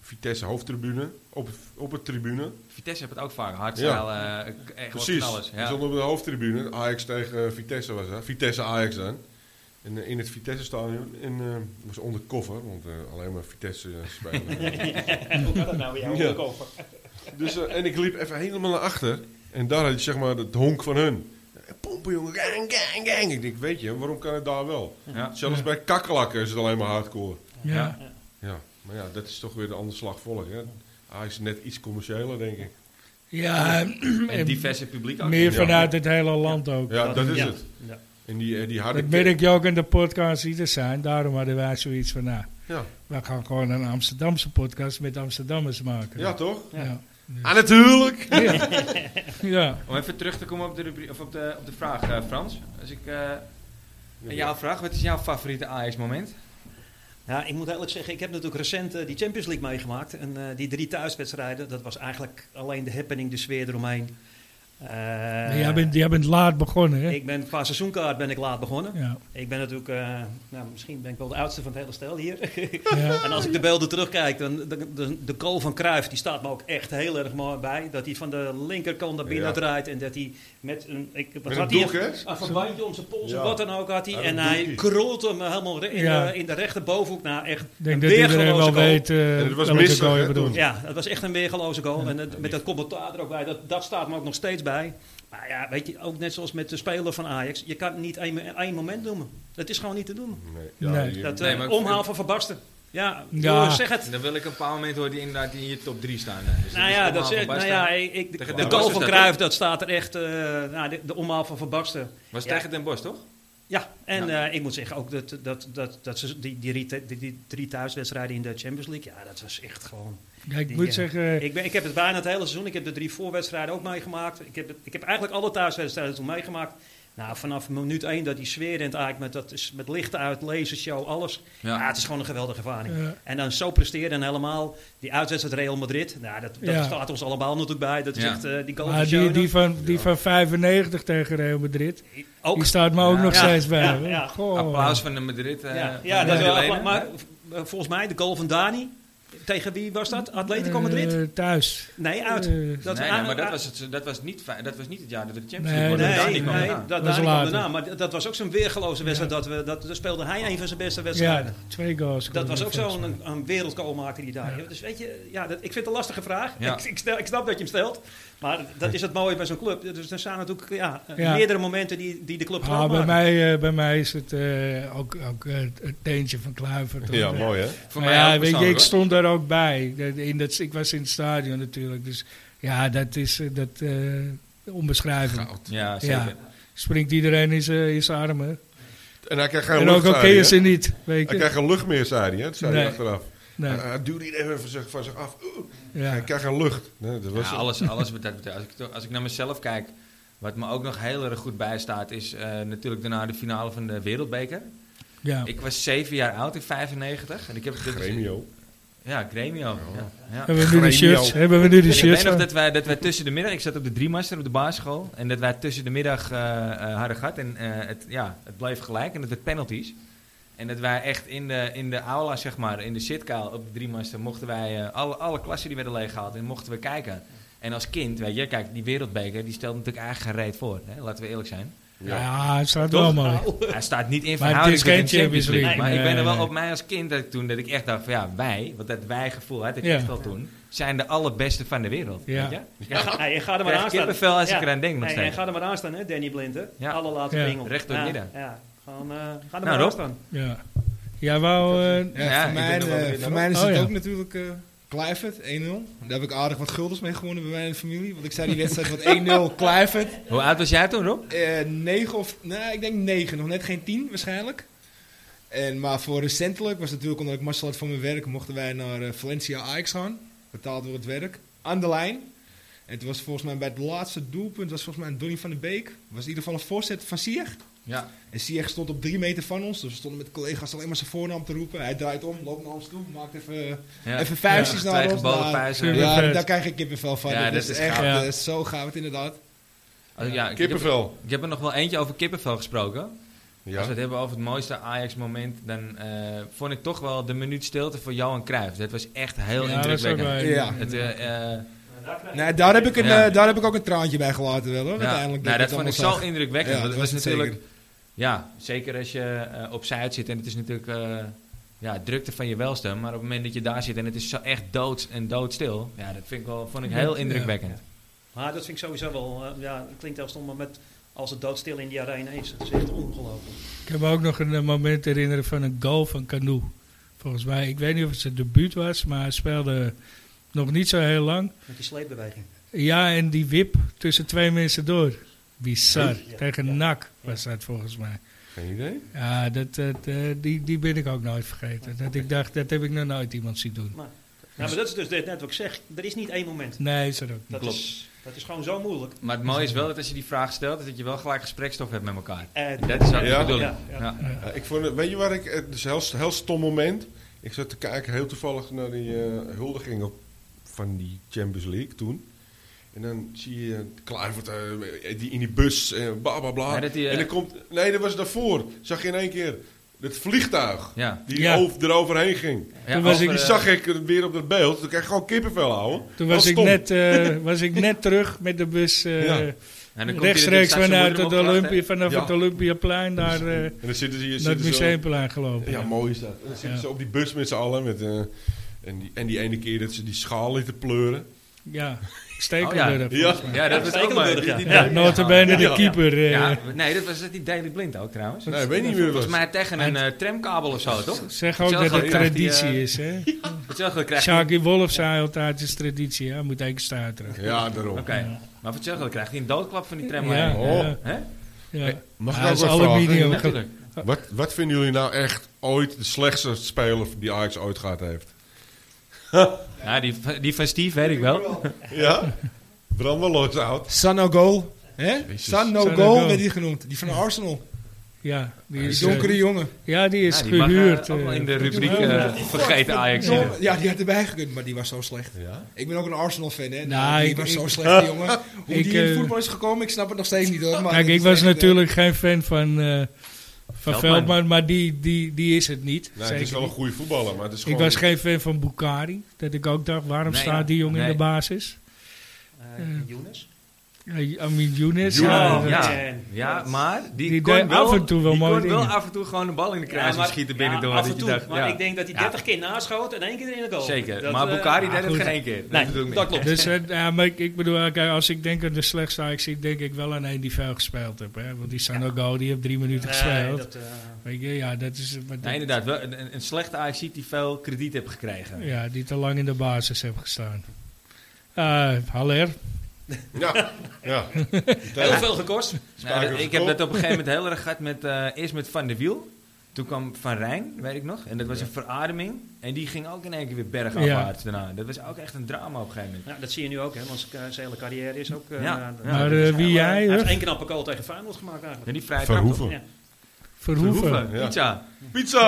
Speaker 3: Vitesse hoofdtribune, op, op het tribune.
Speaker 1: Vitesse heeft het ook vaak. Hardstyle, eh echt wel
Speaker 3: Precies,
Speaker 1: knallers.
Speaker 3: ik
Speaker 1: Ja.
Speaker 3: stond op de hoofdtribune, Ajax tegen eh, Vitesse was dat, Vitesse Ajax dan. En eh, in het Vitesse stadion, en eh, was onder koffer, want eh, alleen maar Vitesse eh, spelen.
Speaker 4: Hoe gaat dat nou bij jou
Speaker 3: Ja.
Speaker 4: ook over?
Speaker 3: Dus, eh, en ik liep even helemaal naar achter. En daar had je zeg maar het honk van hun. Eh, Pompen jongen, gang, gang, gang. Ik denk, weet je, waarom kan het daar wel?
Speaker 1: Ja.
Speaker 3: Zelfs bij kakkelakken is het alleen maar hardcore.
Speaker 2: Ja.
Speaker 3: Ja, maar ja, dat is toch weer de andere slag volk. Hè? Hij is net iets commerciëler, denk ik.
Speaker 2: Ja,
Speaker 1: En
Speaker 2: en
Speaker 1: diverse publiek ook.
Speaker 2: meer
Speaker 3: Ja.
Speaker 2: vanuit het hele land ook.
Speaker 3: Ja, dat is
Speaker 4: Ja.
Speaker 3: het.
Speaker 4: Ja.
Speaker 3: En die, eh, die harde...
Speaker 2: Dat merk je ook in de podcasts die er zijn. Daarom hadden wij zoiets van, nou,
Speaker 3: Ja,
Speaker 2: we gaan gewoon een Amsterdamse podcast met Amsterdammers maken.
Speaker 3: ja toch?
Speaker 2: Ja.
Speaker 3: Ah, natuurlijk!
Speaker 2: Ja. ja.
Speaker 1: Om even terug te komen op de, rubrie- of op de, op de vraag, eh, Frans. Als ik eh, aan jou vraag, wat is jouw favoriete Ajax-moment?
Speaker 4: Ja, ik moet eerlijk zeggen, ik heb natuurlijk recent eh, die Champions League meegemaakt. En eh, die drie thuiswedstrijden, dat was eigenlijk alleen de happening, de sfeer eromheen. Eh,
Speaker 2: Maar jij, bent, jij bent laat begonnen, hè?
Speaker 4: Ik ben qua seizoenkaart ben ik laat begonnen.
Speaker 2: Ja.
Speaker 4: Ik ben natuurlijk, eh, nou, misschien ben ik wel de oudste van het hele stel hier.
Speaker 2: Ja.
Speaker 4: en als ik de beelden terugkijk, dan de, de, de goal van Cruijff, die staat me ook echt heel erg mooi bij. Dat hij van de linkerkant naar binnen
Speaker 3: Ja.
Speaker 4: draait en dat hij met een, ik, wat
Speaker 3: Met een
Speaker 4: had
Speaker 3: doek,
Speaker 4: hij?
Speaker 3: hè?
Speaker 4: Een verbandje om zijn pols,
Speaker 3: Ja.
Speaker 4: en wat dan ook had hij.
Speaker 3: Ja,
Speaker 4: en
Speaker 3: dat
Speaker 4: hij
Speaker 3: doekje.
Speaker 4: krolt hem helemaal re- in,
Speaker 2: Ja.
Speaker 4: de, in de rechterbovenhoek. Nou, echt
Speaker 2: Ik denk
Speaker 4: een
Speaker 2: dat iedereen
Speaker 4: weergeloze
Speaker 2: wel
Speaker 4: goal.
Speaker 2: weet eh,
Speaker 3: En het was
Speaker 2: welke
Speaker 3: misselijk,
Speaker 2: goal je
Speaker 3: hè,
Speaker 2: bedoelt.
Speaker 3: toen.
Speaker 4: Ja, dat was echt een weergeloze goal. en het- met dat commentaar er ook bij, dat, dat staat me ook nog steeds bij. Maar ja, weet je, ook net zoals met de speler van Ajax, je kan niet één, één moment noemen. Dat is gewoon niet te doen.
Speaker 3: Nee, ja,
Speaker 2: Nee.
Speaker 3: die-
Speaker 4: Dat
Speaker 1: Nee,
Speaker 4: eh,
Speaker 1: maar ik-
Speaker 4: omhaal van Van Barsten. Ja,
Speaker 2: Ja.
Speaker 4: jongens, zeg het.
Speaker 1: Dan wil ik een paar momenten horen die inderdaad in je top 3 staan. eh. Dus
Speaker 4: Nou ja,
Speaker 1: allemaal
Speaker 4: dat zeg, nou
Speaker 1: Van
Speaker 4: ja,
Speaker 1: Basten.
Speaker 4: ik, ik- de,
Speaker 1: Tegen
Speaker 4: de
Speaker 1: Den Bosch
Speaker 4: goal
Speaker 1: is
Speaker 4: van
Speaker 1: dat,
Speaker 4: Cruijff, dat staat er echt, eh, nou, de, de omhaal van Van Barsten.
Speaker 1: Was
Speaker 4: Ja.
Speaker 1: tegen Den Bosch, toch?
Speaker 4: Ja, en eh, ik moet zeggen ook dat, dat, dat, dat ze die, die, rie- die, die drie thuiswedstrijden in de Champions League, ja, dat was echt gewoon...
Speaker 2: Ja, ik
Speaker 4: Die,
Speaker 2: moet
Speaker 4: eh,
Speaker 2: zeggen,
Speaker 4: Ik, ben, ik heb het bijna het hele seizoen. Ik heb de drie voorwedstrijden ook meegemaakt. Ik heb, het- ik heb eigenlijk alle thuiswedstrijden toen meegemaakt. Nou, vanaf minuut één dat die sfeer in het eigenlijk met, dat is, met lichten uit, lasershow, alles. Ja. het is gewoon een geweldige ervaring.
Speaker 2: Ja.
Speaker 4: En dan zo presteren en helemaal die uitwedstrijd Real Madrid. Nou, dat, dat
Speaker 2: Ja.
Speaker 4: staat ons allemaal natuurlijk bij. Dat is
Speaker 1: Ja.
Speaker 4: echt eh, die goal
Speaker 2: maar
Speaker 4: van
Speaker 2: die,
Speaker 4: Schöne.
Speaker 2: die, van, die van 95 tegen Real Madrid,
Speaker 4: ook.
Speaker 2: die staat me ook
Speaker 1: Ja.
Speaker 2: nog
Speaker 4: Ja,
Speaker 2: steeds bij.
Speaker 4: ja,
Speaker 2: hoor.
Speaker 4: ja.
Speaker 2: Goh.
Speaker 1: Applaus van de Madrid. eh,
Speaker 4: ja,
Speaker 1: van
Speaker 4: ja,
Speaker 1: de
Speaker 4: dat wel.
Speaker 1: geleden.
Speaker 4: maar eh, volgens mij de goal van Dani. Tegen wie was dat? Atletico Madrid?
Speaker 2: Eh, thuis.
Speaker 4: Nee, uit.
Speaker 2: Eh,
Speaker 4: Dat-
Speaker 1: nee,
Speaker 4: ah,
Speaker 1: nee, maar dat
Speaker 4: ah,
Speaker 1: was, het, dat, was niet, fi- dat was niet het jaar dat we de Champions League
Speaker 2: Nee, dat-
Speaker 1: wonnen.
Speaker 4: Nee,
Speaker 1: Daar kwam
Speaker 4: nee,
Speaker 1: het aan.
Speaker 4: dat,
Speaker 2: Dat
Speaker 4: daar
Speaker 2: is
Speaker 4: kwam
Speaker 2: later.
Speaker 4: daarna. Maar dat- dat was ook zo'n weergeloze wedstrijd. Dat we, dat, dat speelde hij een van zijn beste wedstrijden.
Speaker 2: ja, twee goals.
Speaker 4: Dat was ook
Speaker 2: volgens
Speaker 4: zo'n
Speaker 2: mij.
Speaker 4: een, een wereldgoal maakte die daar. Dus weet je, ja, dat, ik vind het een lastige vraag.
Speaker 1: Ja.
Speaker 4: Ik, ik, stel- ik snap dat je hem stelt. Maar dat is het mooie bij zo'n club. Dus er zijn natuurlijk ja,
Speaker 2: Ja.
Speaker 4: meerdere momenten die, die de club
Speaker 2: Ah,
Speaker 4: groot
Speaker 2: bij,
Speaker 4: maken.
Speaker 2: mij, eh, bij mij is het eh, ook, ook eh, het teentje van Kluivert.
Speaker 3: ja,
Speaker 2: Eh,
Speaker 3: mooi hè?
Speaker 1: Voor
Speaker 2: Maar
Speaker 1: mij
Speaker 2: ja,
Speaker 1: ook
Speaker 2: weet je, ik
Speaker 1: persoonlijk, hoor.
Speaker 2: stond daar ook bij. Dat- In dat, ik was in het stadion natuurlijk. Dus ja, dat is eh, dat, eh onbeschrijfelijk.
Speaker 1: Ja,
Speaker 2: Ja,
Speaker 1: zeker.
Speaker 2: springt iedereen in zijn in zijn armen.
Speaker 3: En hij krijgt geen
Speaker 2: En
Speaker 3: lucht,
Speaker 2: ook al
Speaker 3: zei
Speaker 2: ken je
Speaker 3: hij,
Speaker 2: ze
Speaker 3: hè?
Speaker 2: niet, weet
Speaker 3: Hij
Speaker 2: je.
Speaker 3: krijgt geen lucht meer, zei hij, hè? Dat zei hij
Speaker 2: Nee.
Speaker 3: achteraf.
Speaker 2: Nee,
Speaker 3: Hij- Hij duwde iedereen even van zich, van zich af. Oeh, Hij
Speaker 2: ja.
Speaker 3: krijgt geen lucht. Nee, dat was
Speaker 1: Ja, alles, alles wat dat betreft. Als ik, toch- als ik naar mezelf kijk, wat me ook nog heel erg goed bijstaat, is eh, natuurlijk daarna de finale van de Wereldbeker.
Speaker 2: Ja.
Speaker 1: Ik was zeven jaar oud in 95 en ik heb dit-
Speaker 3: Gremio.
Speaker 1: Ja, Gremio. Ja. Ja.
Speaker 2: Hebben we nu de
Speaker 3: Gremio.
Speaker 2: shirts? Hebben we nu de
Speaker 1: En ik weet
Speaker 2: shirts?
Speaker 1: nog
Speaker 2: aan?
Speaker 1: dat wij, dat wij tussen de middag, ik zat op de Driemaster op de basisschool, en dat wij tussen de middag eh eh, hadden gehad en eh, het, ja, het bleef gelijk en het werd penalties. En dat wij echt in de, in de aula, zeg maar, in de zitkaal op de Driemaster, mochten wij eh, alle, alle klassen die werden leeggehaald en mochten we kijken. En als kind, weet je, kijk, die wereldbeker, die stelt natuurlijk eigenlijk geen reet voor, hè? laten we eerlijk zijn.
Speaker 2: Ja, het staat wel mooi.
Speaker 4: Nou,
Speaker 1: Hij staat niet in
Speaker 2: Maar
Speaker 1: verhouding
Speaker 2: het is geen
Speaker 1: met de Champions
Speaker 2: Champions
Speaker 1: League.
Speaker 2: League.
Speaker 1: maar ik
Speaker 2: Nee,
Speaker 1: ben er wel
Speaker 2: nee.
Speaker 1: op mij als kind dat ik toen dat ik echt dacht van ja, wij, want dat wij gevoel had ik
Speaker 2: Ja.
Speaker 1: echt al toen, zijn de allerbeste van de wereld.
Speaker 2: Ja.
Speaker 1: Weet je? Dus
Speaker 4: Ja, ga, hey, ga er
Speaker 1: Ik
Speaker 4: maar
Speaker 1: krijg
Speaker 4: aan staan.
Speaker 1: kippenvel als
Speaker 4: Ja.
Speaker 1: ik eraan denk nog
Speaker 4: Hey, en
Speaker 1: steeds.
Speaker 4: ga er maar aan staan, hè, Danny Blind. Hè?
Speaker 1: Ja.
Speaker 4: Allerlaatste
Speaker 2: Ja.
Speaker 4: pingel.
Speaker 1: Recht door het
Speaker 4: Ja,
Speaker 1: midden.
Speaker 4: Ja. Gewoon, eh, ga
Speaker 1: Nou,
Speaker 4: er maar
Speaker 1: Rob.
Speaker 4: aan staan.
Speaker 2: Ja. Jij wou... eh,
Speaker 5: Ja,
Speaker 1: Ja,
Speaker 5: voor,
Speaker 1: ik ben
Speaker 5: mij,
Speaker 1: er wel
Speaker 5: eh,
Speaker 1: weer naar
Speaker 5: voor mij is
Speaker 2: op.
Speaker 5: het
Speaker 2: Oh, ja.
Speaker 5: ook natuurlijk eh Kluivert, 1-0. Daar heb ik aardig wat guldens mee gewonnen bij mijn familie. Want ik zei die wedstrijd wat 1-0 Kluivert.
Speaker 1: Hoe oud was jij toen, Rob?
Speaker 5: Eh 9 of, nou ik denk 9, nog net geen 10 waarschijnlijk. En, maar voor recentelijk was het natuurlijk omdat ik Marcel had van mijn werk, mochten wij naar eh, Valencia Ajax gaan. Betaald door het werk. Aan de lijn. En het was volgens mij bij het laatste doelpunt, was volgens mij Donny van de Beek. Was in ieder geval een voorzet van Sier.
Speaker 1: Ja,
Speaker 5: En Sieg stond op drie meter van ons. Dus we stonden met collega's alleen maar zijn voornaam te roepen. Hij draait om, loopt naar ons toe, maakt even...
Speaker 1: ja.
Speaker 5: Even vuistjes
Speaker 1: Ja,
Speaker 5: naar
Speaker 1: twee
Speaker 5: ons,
Speaker 1: gebalde
Speaker 5: nou,
Speaker 1: vuisten.
Speaker 2: tuurlijk.
Speaker 5: Ja,
Speaker 2: vet.
Speaker 5: daar krijg ik kippenvel van.
Speaker 1: Ja,
Speaker 5: dat,
Speaker 1: dat
Speaker 5: is,
Speaker 1: is
Speaker 5: echt
Speaker 2: gaaf.
Speaker 5: eh, zo gaaf, inderdaad.
Speaker 1: Als- ja, ik, heb,
Speaker 3: Kippenvel.
Speaker 1: ik heb er nog wel eentje over kippenvel gesproken. Als we
Speaker 3: Ja.
Speaker 1: het hebben over het mooiste Ajax-moment, dan eh, vond ik toch wel de minuut stilte voor Johan Cruijff. Dat was echt heel
Speaker 2: ja, dat is ook
Speaker 1: indrukwekkend.
Speaker 2: wel-
Speaker 5: Ja.
Speaker 1: Het, eh, eh,
Speaker 5: Nee, daar, heb ik een,
Speaker 1: Ja.
Speaker 5: eh, daar heb ik ook een traantje bij gelaten wel, hoor.
Speaker 1: ja, nou,
Speaker 5: Uiteindelijk
Speaker 1: dat
Speaker 5: ik het
Speaker 1: vond ik
Speaker 5: allemaal
Speaker 1: zo
Speaker 5: zag.
Speaker 1: indrukwekkend.
Speaker 5: Ja,
Speaker 1: want het
Speaker 5: dat
Speaker 1: was
Speaker 5: was het
Speaker 1: natuurlijk, ja, zeker als je eh, op Zuid zit en het is natuurlijk eh, ja, drukte van je welste. Maar op het moment dat je daar zit en het is zo echt dood en doodstil, ja, dat vind ik wel, vond ik heel
Speaker 2: Ja.
Speaker 1: indrukwekkend.
Speaker 4: Maar dat vind ik sowieso wel, eh, ja, het klinkt heel stom, maar met, als het doodstil in die arena is, dat is echt ongelooflijk.
Speaker 2: Ik heb me ook nog een eh, moment herinneren van een goal van Canoe. Volgens mij, ik weet niet of het zijn debuut was, maar hij speelde nog niet zo heel lang.
Speaker 4: Met die sleepbeweging.
Speaker 2: Ja, en die wip tussen twee mensen door. Bizar.
Speaker 4: Ja,
Speaker 2: Tegen
Speaker 4: ja.
Speaker 2: NAC was dat volgens mij.
Speaker 3: Geen idee.
Speaker 2: Ja, dat, dat, eh, die, die ben ik ook nooit vergeten. Dat ik dacht, dat heb ik nog nooit iemand zien doen.
Speaker 4: Nou, maar dat is dus net wat ik zeg. Er is niet één moment.
Speaker 2: Nee, is dat ook niet.
Speaker 4: Dat,
Speaker 1: Klopt.
Speaker 4: is, dat is gewoon zo moeilijk.
Speaker 1: Maar het mooie is wel dat als je die vraag stelt, dat je wel gelijk gesprekstof hebt met elkaar.
Speaker 4: En
Speaker 1: Dat is ook
Speaker 3: Ja.
Speaker 1: de bedoeling.
Speaker 4: Ja, ja.
Speaker 1: Ja.
Speaker 3: Ja, ik vond, het- weet je waar ik... Het is een heel, heel stom moment. Ik zat te kijken heel toevallig naar die eh, huldiging op, van die Champions League toen. En dan zie je klaar wordt, eh, die in die bus, eh, bla bla bla.
Speaker 1: Ja, dat die, eh,
Speaker 3: en dan komt... Nee, dat was daarvoor. Zag je in één keer het vliegtuig
Speaker 1: Ja.
Speaker 3: die
Speaker 2: Ja.
Speaker 3: over, eroverheen ging.
Speaker 1: Ja,
Speaker 2: Toen was
Speaker 1: over,
Speaker 2: ik-
Speaker 3: Die
Speaker 1: eh,
Speaker 3: zag ik weer op dat beeld. Toen kreeg ik gewoon kippenvel houden.
Speaker 2: Toen was
Speaker 3: Wel
Speaker 2: ik,
Speaker 3: stom.
Speaker 2: net, eh, was ik net terug met de bus eh,
Speaker 3: Ja.
Speaker 1: en dan komt hij
Speaker 2: rechtstreeks
Speaker 1: er straks
Speaker 2: vanuit
Speaker 1: zijn
Speaker 2: het
Speaker 1: moeder op
Speaker 2: Olympia,
Speaker 1: gewacht,
Speaker 2: vanaf
Speaker 3: Ja.
Speaker 2: het Olympiaplein daar eh,
Speaker 3: En dan zitten ze hier...
Speaker 2: naar het
Speaker 3: zitten ze-
Speaker 2: museumplein gelopen.
Speaker 3: Ja, mooi is dat. En dan zitten
Speaker 2: Ja.
Speaker 3: ze op die bus met z'n allen. Met, eh, en, die, en die ene keer dat ze die schaal lieten pleuren.
Speaker 2: Ja,
Speaker 1: Oh
Speaker 2: stekelburg.
Speaker 3: Ja.
Speaker 1: hè? Ja, dat
Speaker 4: Ja,
Speaker 1: is
Speaker 4: zeker
Speaker 1: ook mooi.
Speaker 4: nodig, ja.
Speaker 1: Die- die-
Speaker 2: Ja, notabene de
Speaker 3: Ja.
Speaker 2: keeper. eh,
Speaker 1: Ja, nee, dat was die Daily Blind ook trouwens.
Speaker 3: Nee, ik weet niet meer wat.
Speaker 1: Volgens mij tegen een eh, tramkabel of zo, toch?
Speaker 2: Zeg ook dat
Speaker 1: Hetzelfde
Speaker 2: het
Speaker 1: krijgt die,
Speaker 2: traditie
Speaker 1: eh,
Speaker 2: is, hè?
Speaker 1: Hetzelfde krijg je...
Speaker 2: Sharky Wolf zei altijd, het is traditie, hè? Hij moet eigenlijk staan terug.
Speaker 3: Ja, daarom.
Speaker 1: Oké, maar voor hetzelfde krijgt hij een doodklap van die tramlijn.
Speaker 2: Ja,
Speaker 3: Oh.
Speaker 2: ja,
Speaker 1: Hè?
Speaker 2: ja.
Speaker 3: Hey, mag ik
Speaker 2: Hij
Speaker 3: ook
Speaker 2: is
Speaker 3: wat vragen?
Speaker 2: aluminium.
Speaker 1: Natuurlijk.
Speaker 3: Wat, wat vinden jullie nou echt ooit de slechtste speler die Ajax ooit gehad heeft?
Speaker 1: Ja, die, van- die van Steve weet ik wel.
Speaker 3: Ja? Bram wel los oud.
Speaker 5: San no goal. Hè?
Speaker 3: Jezus.
Speaker 5: San no
Speaker 2: San no
Speaker 5: goal
Speaker 2: goal.
Speaker 5: werd die genoemd. Die van Arsenal.
Speaker 2: Ja, die
Speaker 5: Die
Speaker 2: is,
Speaker 5: donkere
Speaker 2: eh,
Speaker 5: jongen.
Speaker 2: ja, die is
Speaker 1: Ja, die mag, eh,
Speaker 2: gehuurd.
Speaker 1: ook wel
Speaker 2: eh.
Speaker 1: in de rubriek
Speaker 2: Ja.
Speaker 1: eh, vergeten Ajax.
Speaker 5: Dom- Ja, die had erbij gekund, maar die was zo slecht.
Speaker 3: Ja?
Speaker 5: Ik ben ook een Arsenal fan, hè.
Speaker 2: Nou,
Speaker 5: die
Speaker 2: ik-
Speaker 5: was
Speaker 2: ik-
Speaker 5: zo slecht, die jongen. Hoe
Speaker 2: Ik,
Speaker 5: die in het
Speaker 2: eh,
Speaker 5: voetbal is gekomen, ik snap het nog steeds niet, hoor. Maar
Speaker 2: Kijk,
Speaker 5: het
Speaker 2: ik
Speaker 5: is
Speaker 2: was
Speaker 5: echt, eh,
Speaker 2: natuurlijk geen fan van, eh, van
Speaker 1: Veldman.
Speaker 2: Veldman, maar die, die, die is het niet.
Speaker 3: Nee, het
Speaker 2: Zeker
Speaker 3: is wel een
Speaker 2: niet.
Speaker 3: goede voetballer, maar het is
Speaker 2: Ik
Speaker 3: gewoon...
Speaker 2: was geen fan van Bukari. Dat ik ook dacht, waarom
Speaker 1: Nee, ja.
Speaker 2: staat die jongen
Speaker 1: Nee.
Speaker 2: in de basis?
Speaker 4: eh, Younes.
Speaker 2: Ja, Amin Younes.
Speaker 1: Ja,
Speaker 2: ja,
Speaker 4: Younes.
Speaker 2: dat-
Speaker 1: ja, ja, maar die,
Speaker 2: Die
Speaker 1: kon
Speaker 2: deed
Speaker 1: wel,
Speaker 2: af en toe wel
Speaker 1: die
Speaker 2: mooie
Speaker 1: kon wel
Speaker 2: dingen.
Speaker 1: af en toe gewoon de bal in de kruis
Speaker 4: Ja, maar-
Speaker 1: schieten binnen door.
Speaker 4: ja, af
Speaker 1: dat
Speaker 4: en
Speaker 1: je
Speaker 4: toe,
Speaker 1: dacht,
Speaker 4: maar
Speaker 1: ja.
Speaker 4: ik denk dat hij
Speaker 1: Ja.
Speaker 4: 30 keer naschoot en één keer in de goal.
Speaker 1: Zeker,
Speaker 4: Dat,
Speaker 1: maar
Speaker 4: eh,
Speaker 1: Bukari deed het
Speaker 2: goed.
Speaker 1: geen één keer.
Speaker 4: Nee,
Speaker 1: dat, bedoel ik
Speaker 4: dat
Speaker 1: niet.
Speaker 4: klopt.
Speaker 2: Dus eh, ja, maar ik, ik bedoel, kijk, als ik denk aan de slechtste Ajax, zie, denk ik wel aan één die veel gespeeld heeft. Hè? Want die Sanogo, die heeft drie minuten
Speaker 4: Nee,
Speaker 2: gespeeld.
Speaker 4: dat, eh,
Speaker 2: Weet je, ja, dat is... maar
Speaker 1: Nee,
Speaker 2: dat-
Speaker 1: inderdaad, wel een, een- een slechte Ajax die veel krediet heeft gekregen.
Speaker 2: Ja, die te lang in de basis heeft gestaan. Eh Haller.
Speaker 3: Ja, ja.
Speaker 4: heel veel gekost.
Speaker 1: Nou, dat- ik heb
Speaker 3: gekocht.
Speaker 1: dat op een gegeven moment heel erg gehad met, eh, eerst met Van der Wiel. Toen kwam Van Rijn, weet ik nog. En dat was een verademing. En die ging ook in één keer weer bergafwaarts daarna. Dat was ook echt een drama op een gegeven moment.
Speaker 4: Ja, dat zie je nu ook, hè, want zijn zijn hele carrière is ook... eh,
Speaker 1: Ja,
Speaker 4: na-
Speaker 1: ja.
Speaker 2: Maar,
Speaker 4: dat is
Speaker 2: eh, wie
Speaker 4: heel,
Speaker 2: jij,
Speaker 4: Hij heeft
Speaker 2: hoor?
Speaker 4: één knappe goal tegen Feyenoord gemaakt
Speaker 1: En
Speaker 4: eigenlijk.
Speaker 1: die vrije trap toch?
Speaker 3: Verhoeven.
Speaker 4: Ja.
Speaker 2: Verhoeven.
Speaker 1: Verhoeven,
Speaker 3: Ja.
Speaker 1: Pizza.
Speaker 3: Pizza!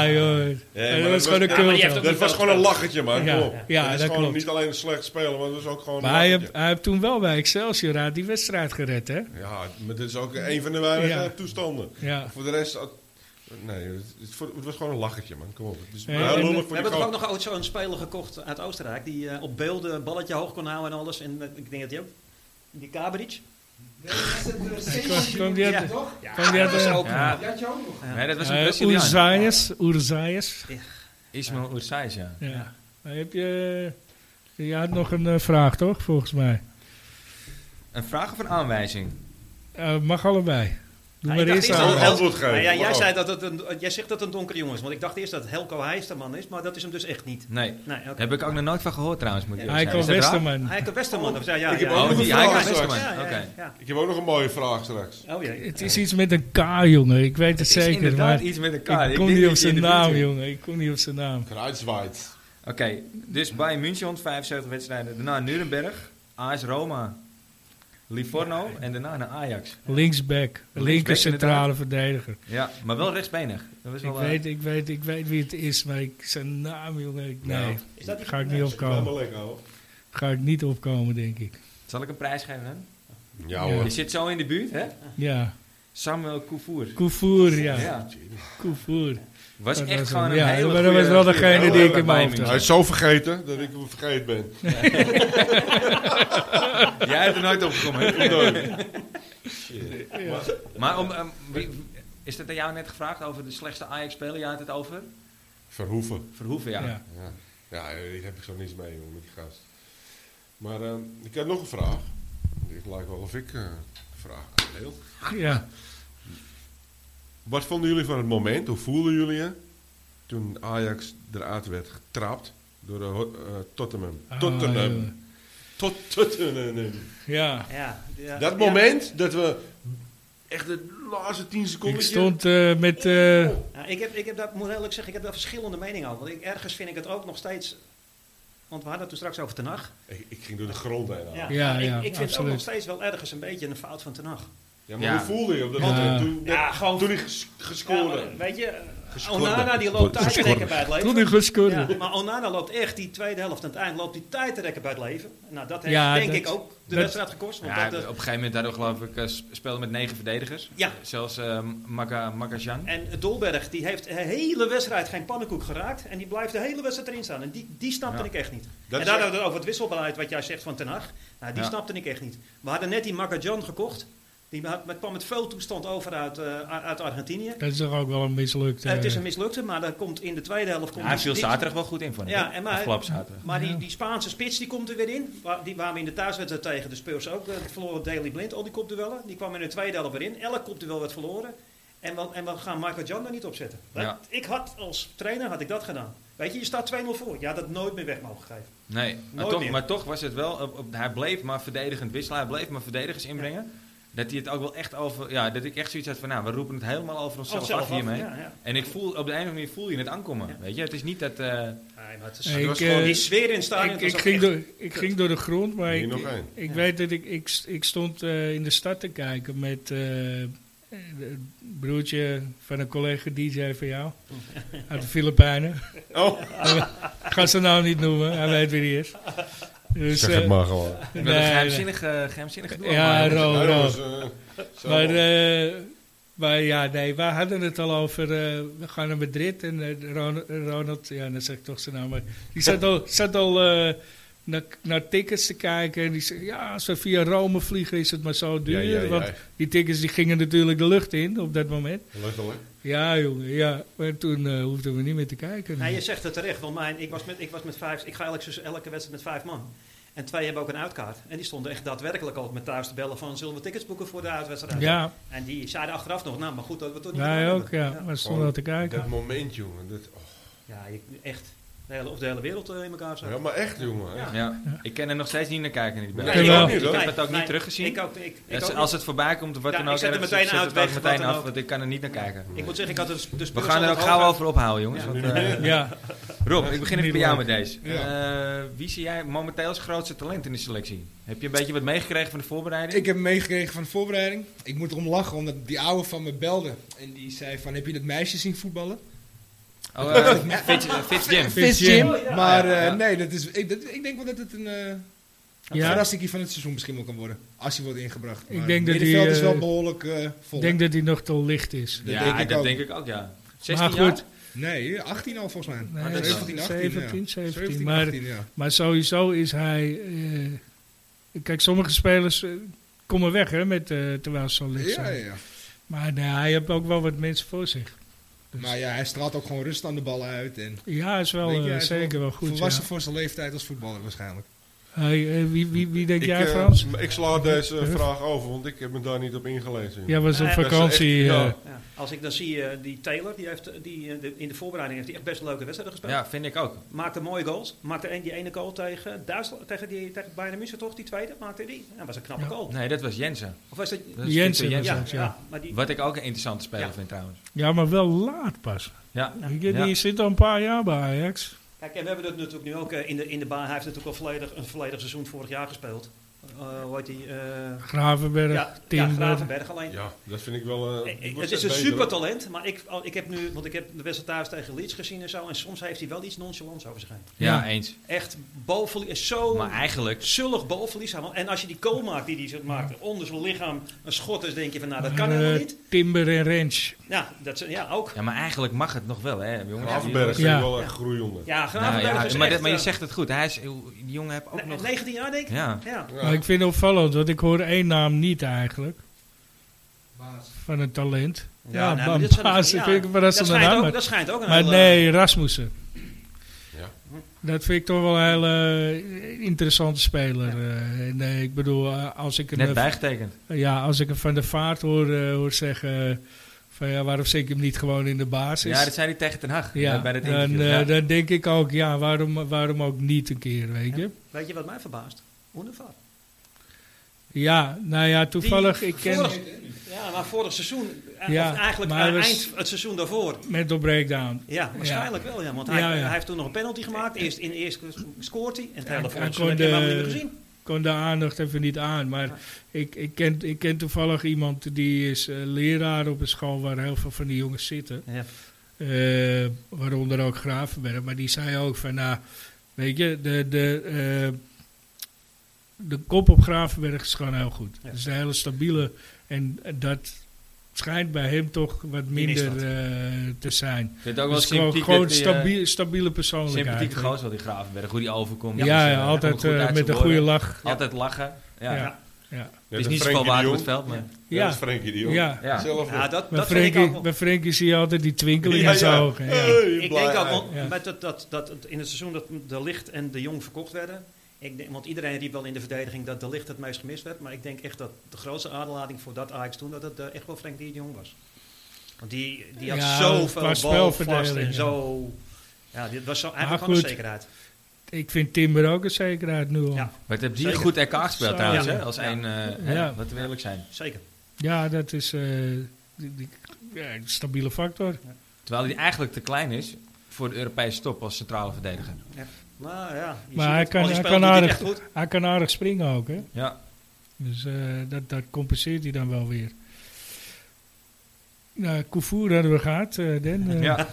Speaker 2: Ah, joh.
Speaker 3: maar
Speaker 2: dat
Speaker 3: dat
Speaker 2: was gewoon
Speaker 3: was-
Speaker 2: een
Speaker 3: Ja,
Speaker 4: maar die
Speaker 2: cult.
Speaker 4: heeft
Speaker 2: hoor.
Speaker 4: ook-
Speaker 3: Dat was gewoon een lachertje, man.
Speaker 2: Ja,
Speaker 3: Kom op.
Speaker 2: ja,
Speaker 3: dat is
Speaker 2: dat
Speaker 3: gewoon
Speaker 2: klopt.
Speaker 3: niet alleen een slecht speler, maar dat was ook gewoon
Speaker 2: Maar
Speaker 3: een
Speaker 2: hij
Speaker 3: lachertje.
Speaker 2: heeft, hij heeft toen wel bij Excelsior uit die wedstrijd gered, hè?
Speaker 3: Ja, maar dit is ook een van de weinige
Speaker 2: Ja.
Speaker 3: eh, toestanden.
Speaker 2: Ja.
Speaker 3: Voor de rest... eh, Nee, het, het voor- het was gewoon een lachertje, man. Kom op. Het is
Speaker 2: Nee,
Speaker 3: heel
Speaker 2: en-
Speaker 3: lullig
Speaker 4: We
Speaker 3: voor die
Speaker 4: hebben toch ook
Speaker 3: gozer.
Speaker 4: nog ooit zo'n speler gekocht uit Oostenrijk, die eh, op beelden een balletje hoog kon houden en alles. En eh, ik denk dat hij ook... Die Kabric.
Speaker 2: Kwam- kwam die uit-
Speaker 5: Toch?
Speaker 2: kwam die uit
Speaker 4: dat is
Speaker 2: de-
Speaker 4: ook...
Speaker 1: Ja.
Speaker 5: Die had je ook nog.
Speaker 1: Nee, dat was een
Speaker 2: Eh,
Speaker 1: Braziliaan.
Speaker 2: Oerzaiers. Oerzaiers.
Speaker 1: Ismael Oersais, ja.
Speaker 2: Ja. Maar Heb je... Je had nog een eh, vraag, toch? Volgens mij.
Speaker 1: Een vraag of een aanwijzing?
Speaker 2: Eh, mag allebei. Doe
Speaker 4: Ja,
Speaker 2: maar
Speaker 4: ik dacht
Speaker 2: eerst
Speaker 4: eerst
Speaker 2: aan.
Speaker 3: Gewoon antwoord geven.
Speaker 4: Maar ja, jij,
Speaker 3: Wauw.
Speaker 4: zei dat het een, jij zegt dat het een donkere jongen is, want ik dacht eerst dat het Helco Heijs de man is, maar dat is hem dus echt niet.
Speaker 1: Nee.
Speaker 4: Nee, oké.
Speaker 1: Heb ik ook nog nooit van gehoord trouwens, moet ik
Speaker 2: Hij
Speaker 1: eerlijk
Speaker 2: kwam
Speaker 1: zeggen. Is dat raar?
Speaker 2: Westerman.
Speaker 4: Hij heeft een Westerman. of zo, ja,
Speaker 3: Ik heb
Speaker 4: ja.
Speaker 3: ook
Speaker 1: Oh,
Speaker 3: nog
Speaker 1: die
Speaker 3: een
Speaker 1: hij
Speaker 3: vraag
Speaker 1: kwam
Speaker 3: straks.
Speaker 1: Westerman.
Speaker 4: Ja, ja,
Speaker 1: Oké.
Speaker 4: ja, ja.
Speaker 3: Ik heb ook nog een mooie vraag straks.
Speaker 4: Oh, ja, ja.
Speaker 2: Het is iets met een K, jongen. Ik weet het,
Speaker 1: Het is
Speaker 2: zeker.
Speaker 1: inderdaad
Speaker 2: Maar
Speaker 1: iets met elkaar.
Speaker 2: ik kom niet op zijn naam,
Speaker 1: joh.
Speaker 2: jongen. Ik kom niet op zijn naam.
Speaker 3: Kruidswaait.
Speaker 1: Oké, dus Bayern München 175 wedstrijden. Daarna Nuremberg, AS Roma Livorno en daarna naar Ajax.
Speaker 2: Linksback, linker centrale verdediger.
Speaker 1: Ja, maar wel rechtsbenig. Dat was
Speaker 2: Ik
Speaker 1: wel, eh,
Speaker 2: weet, ik, weet, ik weet wie het is, maar ik, zijn naam, jongen, ik-
Speaker 3: Nou,
Speaker 2: nee,
Speaker 4: is dat die-
Speaker 2: ga ik
Speaker 4: nee,
Speaker 2: niet
Speaker 4: is
Speaker 2: opkomen.
Speaker 3: lekker hoor.
Speaker 2: Ga ik niet opkomen, denk ik.
Speaker 1: Zal ik een prijs geven? Hè?
Speaker 3: Ja hoor.
Speaker 1: Je zit zo in de buurt, hè?
Speaker 2: Ja,
Speaker 1: Samuel Koufour.
Speaker 2: Koevoer, ja,
Speaker 1: Ja.
Speaker 2: Koevoer.
Speaker 1: Was
Speaker 2: Dat
Speaker 1: echt
Speaker 2: was
Speaker 1: gewoon
Speaker 2: hem.
Speaker 1: een
Speaker 2: Ja,
Speaker 1: hele
Speaker 2: maar dat
Speaker 1: goeie-
Speaker 2: was wel degene
Speaker 1: goeie
Speaker 3: die
Speaker 2: ik in mijn hoofd
Speaker 1: timing.
Speaker 3: Hij is zo vergeten dat ik hem vergeten ben.
Speaker 1: Jij hebt er nooit op gekomen. hè?
Speaker 2: Ja.
Speaker 1: Maar om, ehm, wie- wie- is dat aan jou net gevraagd over de slechtste Ajax-speler? Je had het over?
Speaker 3: Verhoeven.
Speaker 1: Verhoeven, ja.
Speaker 2: Ja.
Speaker 3: Ja, ja eh, daar heb ik zo niets mee jongen, met die gast. Maar eh, ik heb nog een vraag. Het lijkt wel of ik eh vraag heel.
Speaker 2: Ja.
Speaker 3: Wat vonden jullie van het moment? Hoe voelden jullie je toen Ajax eruit werd getrapt door de ho- eh, Tottenham?
Speaker 2: Ah,
Speaker 3: Tottenham.
Speaker 2: jongen.
Speaker 3: Tot Tottenham.
Speaker 2: ja.
Speaker 4: Ja, ja,
Speaker 3: Dat
Speaker 4: ja.
Speaker 3: moment dat we echt de laatste tien
Speaker 2: Ik
Speaker 3: seconden...
Speaker 2: stond eh, met... eh,
Speaker 4: Ja, ik, heb, ik heb dat, moet eerlijk zeggen, ik heb daar verschillende meningen over. Want ik, ergens vind ik het ook nog steeds... Want we hadden het toen straks over Ten Hag.
Speaker 3: Ik, ik ging door de grond heen. Ja,
Speaker 2: Ja,
Speaker 4: ik,
Speaker 2: ja,
Speaker 4: ik vind het ook
Speaker 2: absoluut.
Speaker 4: nog steeds wel ergens een beetje een fout van Ten Hag.
Speaker 3: ja maar
Speaker 1: Ja.
Speaker 3: hoe voelde je op dat
Speaker 2: Ja.
Speaker 3: moment toen,
Speaker 4: Ja,
Speaker 3: dat-
Speaker 4: gewoon-
Speaker 3: toen hij ges- gescoord
Speaker 4: Ja, maar,
Speaker 3: werd?
Speaker 4: weet je, eh,
Speaker 3: Gescoord.
Speaker 4: Onana die loopt tijd te
Speaker 3: Gescoord.
Speaker 4: rekken bij het leven.
Speaker 2: Toen ik gescoord
Speaker 4: Ja,
Speaker 2: heb.
Speaker 4: maar Onana loopt echt die tweede helft aan het eind loopt die tijd te rekken bij het leven. Nou, dat heeft
Speaker 2: Ja,
Speaker 4: denk
Speaker 2: dat-
Speaker 4: ik ook de
Speaker 2: dat-
Speaker 4: wedstrijd gekost. Want
Speaker 1: Ja,
Speaker 4: dat,
Speaker 1: op een gegeven moment daardoor geloof ik eh, s- speelde met negen verdedigers.
Speaker 4: Ja.
Speaker 1: Zelfs eh Maka, Makajan.
Speaker 4: En Dolberg, die heeft de hele wedstrijd geen pannenkoek geraakt. En die blijft de hele wedstrijd erin staan. En die, die snapte
Speaker 1: Ja.
Speaker 4: ik echt niet.
Speaker 3: Dat
Speaker 4: en
Speaker 3: is
Speaker 4: daar
Speaker 3: echt-
Speaker 4: hadden we het over het wisselbeleid wat jij zegt van Ten Hag. Nou, die
Speaker 1: Ja.
Speaker 4: snapte ik echt niet. We hadden net die Magajan gekocht. Die had- met- kwam met veel toestand over uit, eh, uit Argentinië.
Speaker 2: Dat is toch ook wel een mislukt.
Speaker 4: Eh, het is
Speaker 2: eh,
Speaker 4: een mislukte, maar dan komt in de tweede helft... Komt
Speaker 1: Hij
Speaker 4: die-
Speaker 1: viel
Speaker 4: die-
Speaker 1: zaterdag wel goed in van
Speaker 4: Ja, en maar-
Speaker 1: Afgelopen zaterdag.
Speaker 4: Maar die,
Speaker 2: Ja.
Speaker 4: die Spaanse spits die komt er weer in. Wa- Die waren we in de thuiswedstrijd tegen. De Spurs ook. eh, verloren Daily Blind, al die kopduellen. Die kwam in de tweede helft weer in. Elk kopduel werd verloren. En we, en we gaan Michael Jan daar niet op zetten. Dat-
Speaker 1: Ja.
Speaker 4: Ik had als trainer had ik dat gedaan. Weet je, je staat 2-0 voor. Je had dat nooit meer weg mogen geven.
Speaker 1: Nee, maar
Speaker 4: Nooit
Speaker 1: toch,
Speaker 4: meer.
Speaker 1: maar toch was het wel. op- op- hij bleef maar verdedigend wisselen. Hij bleef maar verdedigers inbrengen. Dat hij het ook wel echt over. Ja, dat ik echt zoiets had van. Nou, we roepen het helemaal over onszelf,
Speaker 4: Onszelf
Speaker 1: af hiermee.
Speaker 4: Oh, Ja, ja.
Speaker 1: En ik voel, op de een of andere manier voel je het aankomen.
Speaker 4: Ja.
Speaker 1: Weet je, het is niet dat. eh,
Speaker 4: Nee, maar het is,
Speaker 2: Ik,
Speaker 3: was
Speaker 2: eh,
Speaker 3: gewoon
Speaker 4: die sfeer in het stadion
Speaker 2: ik,
Speaker 4: was
Speaker 2: ik,
Speaker 4: ook
Speaker 2: ging
Speaker 4: echt-
Speaker 2: door, ik ging door de grond, maar
Speaker 3: Hier
Speaker 2: ik,
Speaker 3: nog één.
Speaker 2: ik
Speaker 4: Ja.
Speaker 2: weet dat ik, ik, st- ik stond eh, in de stad te kijken met eh, eh, het broertje van een collega DJ van jou. Uit de Filipijnen.
Speaker 3: Oh,
Speaker 2: Ik ga ze nou niet noemen, hij weet wie die is. Dus,
Speaker 3: zeg het
Speaker 2: eh,
Speaker 3: maar gewoon.
Speaker 1: met
Speaker 2: nee,
Speaker 1: een
Speaker 2: nee.
Speaker 1: geheimzinnig, eh, geheimzinnig gedoe.
Speaker 2: Ja,
Speaker 1: allemaal.
Speaker 2: Ro,
Speaker 3: Nou,
Speaker 2: Ro.
Speaker 3: jongens, eh, zo.
Speaker 2: Maar, eh, maar ja, nee, we hadden het al over. eh, we gaan naar Madrid en eh, Ron- Ronald, ja, dan zeg ik toch zijn naam. Maar die zat al, zat al eh, naar, naar tickets te kijken. En die zei: Ja, als we via Rome vliegen, is het maar zo duur.
Speaker 3: Ja, ja, ja.
Speaker 2: Want die tickets die gingen natuurlijk de lucht in op dat moment.
Speaker 3: Letterlijk.
Speaker 2: Ja, jongen, ja. Maar toen eh, hoefden we niet meer te kijken.
Speaker 4: Nee, je zegt het terecht. Want mijn, ik, was met, ik was met vijf. Ik ga elke, elke wedstrijd met vijf man. En twee hebben ook een uitkaart. En die stonden echt daadwerkelijk al met thuis te bellen van... zullen we tickets boeken voor de uitwedstrijd?
Speaker 2: ja,
Speaker 4: En die zeiden achteraf nog, nou, maar goed dat we toch niet
Speaker 2: wij
Speaker 4: gedaan
Speaker 2: ook, ja.
Speaker 4: hebben.
Speaker 2: Maar we stonden al te kijken.
Speaker 3: Dat moment, jongen. Dat, oh.
Speaker 4: Ja, je- echt. De hele, of de hele wereld eh, in elkaar zat.
Speaker 3: Ja, maar echt, jongen.
Speaker 4: Ja.
Speaker 3: echt.
Speaker 1: Ja. Ik kan er nog steeds niet naar kijken. Die
Speaker 3: Nee,
Speaker 1: beelden.
Speaker 2: ik ook
Speaker 3: niet, hoor.
Speaker 1: ik heb het ook niet teruggezien.
Speaker 4: Ik, ook, ik, ik,
Speaker 1: Ja, als,
Speaker 4: ook
Speaker 1: als
Speaker 4: niet.
Speaker 1: het voorbij komt of wat
Speaker 4: Ja,
Speaker 1: dan
Speaker 4: ik
Speaker 1: ook,
Speaker 4: zet hem
Speaker 1: ergens,
Speaker 4: meteen
Speaker 1: ik zet
Speaker 4: uit,
Speaker 1: het ook
Speaker 4: weg, wat
Speaker 1: meteen
Speaker 4: dan
Speaker 1: af,
Speaker 4: ook.
Speaker 1: want ik kan er niet naar kijken.
Speaker 4: ik moet zeggen, ik had dus- de, de
Speaker 1: We
Speaker 4: spelers
Speaker 1: gaan er
Speaker 4: al
Speaker 1: ook
Speaker 4: het
Speaker 1: gauw
Speaker 4: hoofd
Speaker 1: over ophouden, jongens.
Speaker 4: Ja.
Speaker 1: want, eh,
Speaker 2: Ja,
Speaker 1: Rob, ik begin even bij jou
Speaker 2: Niet
Speaker 1: met deze.
Speaker 5: Ja.
Speaker 1: Eh, wie zie jij momenteel als grootste talent in de selectie? Heb je een beetje wat meegekregen van de voorbereiding?
Speaker 5: Ik heb meegekregen van de voorbereiding. Ik moet erom lachen, omdat die oude van me belde. En die zei van, heb je dat meisje zien voetballen?
Speaker 1: Oh, eh, Fitz, eh, Fitz Jim.
Speaker 2: Fitz Jim.
Speaker 5: Maar
Speaker 1: Ja,
Speaker 5: eh,
Speaker 1: ja.
Speaker 5: nee, dat is, ik, dat- ik denk wel dat het een eh
Speaker 2: ja.
Speaker 5: verrassingje van het seizoen misschien wel kan worden. Als hij wordt ingebracht.
Speaker 2: Ik
Speaker 5: Maar
Speaker 2: denk dat
Speaker 5: het middenveld
Speaker 2: hij,
Speaker 5: is wel
Speaker 2: eh,
Speaker 5: behoorlijk eh vol.
Speaker 2: Ik denk dat hij nog te licht is.
Speaker 5: dat
Speaker 1: ja,
Speaker 5: denk ik
Speaker 1: dat
Speaker 5: ook.
Speaker 1: denk ik ook, ja. 16
Speaker 2: Maar
Speaker 1: jaar?
Speaker 2: goed,
Speaker 5: Nee, 18 al volgens mij.
Speaker 2: Nee,
Speaker 5: Ah, dat is 17, 18,
Speaker 2: 17,
Speaker 5: ja.
Speaker 2: 17,
Speaker 5: 17,
Speaker 2: maar-
Speaker 5: 18, ja.
Speaker 2: Maar sowieso is hij. eh, kijk, sommige spelers eh, komen weg hè, met, eh, terwijl ze zo licht
Speaker 5: Ja, ja,
Speaker 2: zijn.
Speaker 5: ja.
Speaker 2: Maar nee, hij heeft ook wel wat mensen voor zich. Dus-
Speaker 5: Maar ja, hij straalt ook gewoon rust aan de ballen uit. En
Speaker 2: ja, is wel
Speaker 5: Denk je,
Speaker 2: eh,
Speaker 5: hij is
Speaker 2: zeker wel goed.
Speaker 5: volwassen
Speaker 2: Ja.
Speaker 5: voor zijn leeftijd als voetballer waarschijnlijk.
Speaker 2: Hey, eh, wie, wie, wie denk
Speaker 3: Ik,
Speaker 2: jij,
Speaker 3: eh,
Speaker 2: Frans?
Speaker 3: ik sla deze
Speaker 2: Huh?
Speaker 3: vraag over, want ik heb me daar niet op ingelezen. jongen.
Speaker 2: Jij was op
Speaker 4: eh,
Speaker 2: vakantie.
Speaker 3: dat is echt-
Speaker 2: eh,
Speaker 4: Ja, als ik dan zie eh, die Taylor, die heeft, eh, die, eh, de- in de voorbereiding heeft hij echt best leuke wedstrijden gespeeld.
Speaker 1: Ja, vind ik ook.
Speaker 4: Maakte mooie goals. Maakte een, die ene goal tegen Duitsland, tegen, die, tegen Bayern München toch, die tweede, maakte die. Ja, Dat was een knappe
Speaker 2: Ja.
Speaker 4: goal.
Speaker 1: Nee, dat was Jensen.
Speaker 4: Of was dat...
Speaker 1: Dat
Speaker 4: Ja,
Speaker 1: is
Speaker 2: Jensen
Speaker 1: Victor
Speaker 2: was
Speaker 4: ja,
Speaker 2: dat, ja.
Speaker 4: maar die...
Speaker 1: Wat ik ook een interessante speler
Speaker 4: Ja.
Speaker 1: vind trouwens.
Speaker 2: ja, maar wel laat pas.
Speaker 1: Ja,
Speaker 2: Weet je,
Speaker 1: Ja.
Speaker 2: Die zit al een paar jaar bij Ajax.
Speaker 4: Kijk, en we hebben dat natuurlijk nu ook eh, in de, in de baan. Hij heeft natuurlijk al volledig, een volledig seizoen vorig jaar gespeeld. eh, hoe heet die? eh,
Speaker 2: Gravenberg,
Speaker 4: ja, ja,
Speaker 2: Timber.
Speaker 4: Gravenberg alleen.
Speaker 3: Ja, dat vind ik wel... eh,
Speaker 4: Eh, eh,
Speaker 3: wordt
Speaker 4: Het is
Speaker 3: steeds
Speaker 4: een
Speaker 3: beter, hoor.
Speaker 4: super talent, maar ik, al- ik heb nu, want ik heb de wedstrijd thuis tegen Leeds gezien en zo, en soms heeft hij wel iets nonchalants over zich heen.
Speaker 2: Ja.
Speaker 1: Ja, eens.
Speaker 4: Echt balverlies, is zo
Speaker 1: Maar eigenlijk,
Speaker 4: zullig balverlies. aan. En als je die kool maakt die hij zo maakt, onder zijn lichaam een schot is, denk je van, nou dat kan
Speaker 2: Maar,
Speaker 4: helemaal
Speaker 2: eh,
Speaker 4: niet.
Speaker 2: Timber en Rens.
Speaker 4: Ja, dat, zijn- ja ook.
Speaker 1: ja, maar eigenlijk mag het nog wel, hè, jongens.
Speaker 3: Gravenberg
Speaker 1: Die-
Speaker 3: vind
Speaker 2: Ja.
Speaker 3: ik wel echt groeiende.
Speaker 4: Ja,
Speaker 1: Nou,
Speaker 4: Gravenberg
Speaker 1: ja,
Speaker 4: is
Speaker 1: maar,
Speaker 4: echt,
Speaker 1: dit- maar je
Speaker 4: eh,
Speaker 1: zegt het goed. Hij is, die jongen heeft ook
Speaker 4: ne-
Speaker 1: nog...
Speaker 4: 19 jaar denk ik.
Speaker 1: Ja.
Speaker 4: Ja.
Speaker 3: Ja.
Speaker 2: Maar ik vind het opvallend, want ik hoor één naam niet eigenlijk. Van een talent. Ja,
Speaker 4: nou,
Speaker 2: maar
Speaker 4: maar dit zijn-
Speaker 2: Baas,
Speaker 4: ja,
Speaker 2: vind ik een verrassende
Speaker 4: schijnt
Speaker 2: naam.
Speaker 4: ook-
Speaker 2: maar-
Speaker 4: Dat schijnt ook een
Speaker 2: Maar
Speaker 4: hele-
Speaker 2: nee, Rasmussen.
Speaker 3: Ja.
Speaker 2: Dat vind ik toch wel een hele eh, interessante speler. eh. En, eh, ik bedoel, eh, als ik, een,
Speaker 1: Net bijgetekend.
Speaker 2: ja, als ik een Van der Vaart hoor, eh, hoor zeggen... eh, van, ja, waarom zet ik hem niet gewoon in de basis?
Speaker 1: Ja, dat zei hij tegen Ten Hag.
Speaker 2: Ja,
Speaker 1: eh, bij dat
Speaker 2: dan,
Speaker 1: interview.
Speaker 2: eh,
Speaker 1: ja.
Speaker 2: dan denk ik ook, ja, waarom, waarom ook niet een keer, weet je?
Speaker 4: Weet je wat mij verbaast? Oenevar.
Speaker 2: Ja, nou ja, toevallig,
Speaker 4: Die
Speaker 2: ik ken
Speaker 4: vorig- Ja, maar vorig seizoen, eh,
Speaker 2: Ja,
Speaker 4: of eigenlijk
Speaker 2: maar
Speaker 4: eh,
Speaker 2: we-
Speaker 4: eind het seizoen daarvoor.
Speaker 2: met door breakdown.
Speaker 4: Ja, waarschijnlijk wel. Ja, want hij,
Speaker 2: Ja, ja.
Speaker 4: hij heeft toen nog een penalty gemaakt. Eerst in eerst scoort hij. En het hele
Speaker 2: hij
Speaker 4: volgende
Speaker 2: kon
Speaker 4: seizoen heb je hem
Speaker 2: de-
Speaker 4: helemaal niet meer gezien.
Speaker 2: kon de aandacht even niet aan. Maar ik, ik, ken, ik ken toevallig iemand die is eh, leraar op een school waar heel veel van die jongens zitten.
Speaker 4: Ja.
Speaker 2: Eh, waaronder ook Gravenberg. Maar die zei ook van, nou, weet je, de, de, eh, de kop op Gravenberg is gewoon heel goed.
Speaker 4: Ja.
Speaker 2: Dat is een hele stabiele. En dat schijnt bij hem toch wat
Speaker 4: mist
Speaker 2: minder
Speaker 4: dat.
Speaker 2: eh, te zijn.
Speaker 1: Ik vind het ook wel
Speaker 2: Dus gewoon,
Speaker 1: sympathiek
Speaker 2: gewoon
Speaker 1: dat die, eh,
Speaker 2: stabiel, stabiele persoonlijkheid.
Speaker 1: Sympathieke gozer wel die Gravenberg, hoe die overkomt.
Speaker 2: Ja,
Speaker 1: Dus, eh,
Speaker 2: ja,
Speaker 1: hij komt
Speaker 2: altijd
Speaker 1: goed
Speaker 2: eh,
Speaker 1: uit
Speaker 2: met een
Speaker 1: zijn
Speaker 2: goede
Speaker 1: woorden.
Speaker 2: lach.
Speaker 1: Altijd lachen. Ja.
Speaker 2: Ja.
Speaker 1: Het
Speaker 3: Net
Speaker 1: is
Speaker 3: een
Speaker 1: niet
Speaker 3: Frenkie
Speaker 1: zoveel
Speaker 3: de
Speaker 1: waard op
Speaker 3: Jong.
Speaker 1: het veld, maar...
Speaker 3: Ja, dat is
Speaker 2: Ja,
Speaker 3: Frenkie de Jong.
Speaker 2: ja.
Speaker 1: Ja.
Speaker 3: Zelf
Speaker 4: Ja, dat,
Speaker 2: Bij
Speaker 4: dat vind ik ook Eh.
Speaker 2: Frenkie,
Speaker 4: wel-
Speaker 2: bij Frenkie zie je altijd die twinkeling
Speaker 3: Ja,
Speaker 2: in zijn
Speaker 3: ja.
Speaker 2: ogen. Ja.
Speaker 4: Ik denk ook want
Speaker 2: Ja.
Speaker 4: met dat, dat, dat het- in het seizoen dat De Licht en De Jong verkocht werden. Ik denk, want iedereen riep wel in de verdediging dat De Licht het meest gemist werd. Maar ik denk echt dat de grootste aderlating voor dat Ajax toen... dat het eh, echt wel Frank de Jong was. Want die, die had
Speaker 2: Ja, qua
Speaker 4: zoveel bal vast
Speaker 2: spelverdeling, ja.
Speaker 4: en zo... Ja, dit was zo,
Speaker 2: Maar
Speaker 4: eigenlijk gewoon een
Speaker 2: goed.
Speaker 4: zekerheid.
Speaker 2: Ik vind Timber ook een zekerheid nu al.
Speaker 4: Ja.
Speaker 2: Ja,
Speaker 1: Wat heb die
Speaker 4: Zeker.
Speaker 1: goed RK gespeeld
Speaker 2: Zo.
Speaker 1: trouwens,
Speaker 4: Ja.
Speaker 1: hè? Als
Speaker 4: Ja.
Speaker 1: een... eh, hè,
Speaker 2: Ja.
Speaker 1: Laten we eerlijk zijn.
Speaker 4: Zeker.
Speaker 2: dat is eh, die- die- ja, een stabiele factor.
Speaker 1: Terwijl hij eigenlijk te klein is voor de Europese top als centrale verdediger.
Speaker 4: Nou ja, je
Speaker 2: Maar
Speaker 4: ziet
Speaker 2: hij
Speaker 4: het.
Speaker 2: kan-
Speaker 4: Al die
Speaker 2: hij kan
Speaker 4: spelers doen dit
Speaker 2: aardig.
Speaker 4: echt goed.
Speaker 2: Hij kan aardig springen ook, hè?
Speaker 1: Ja.
Speaker 2: Dus eh, dat, dat compenseert hij dan wel weer. Nou, Koufour hadden we gehad, eh Den. Eh,
Speaker 1: ja.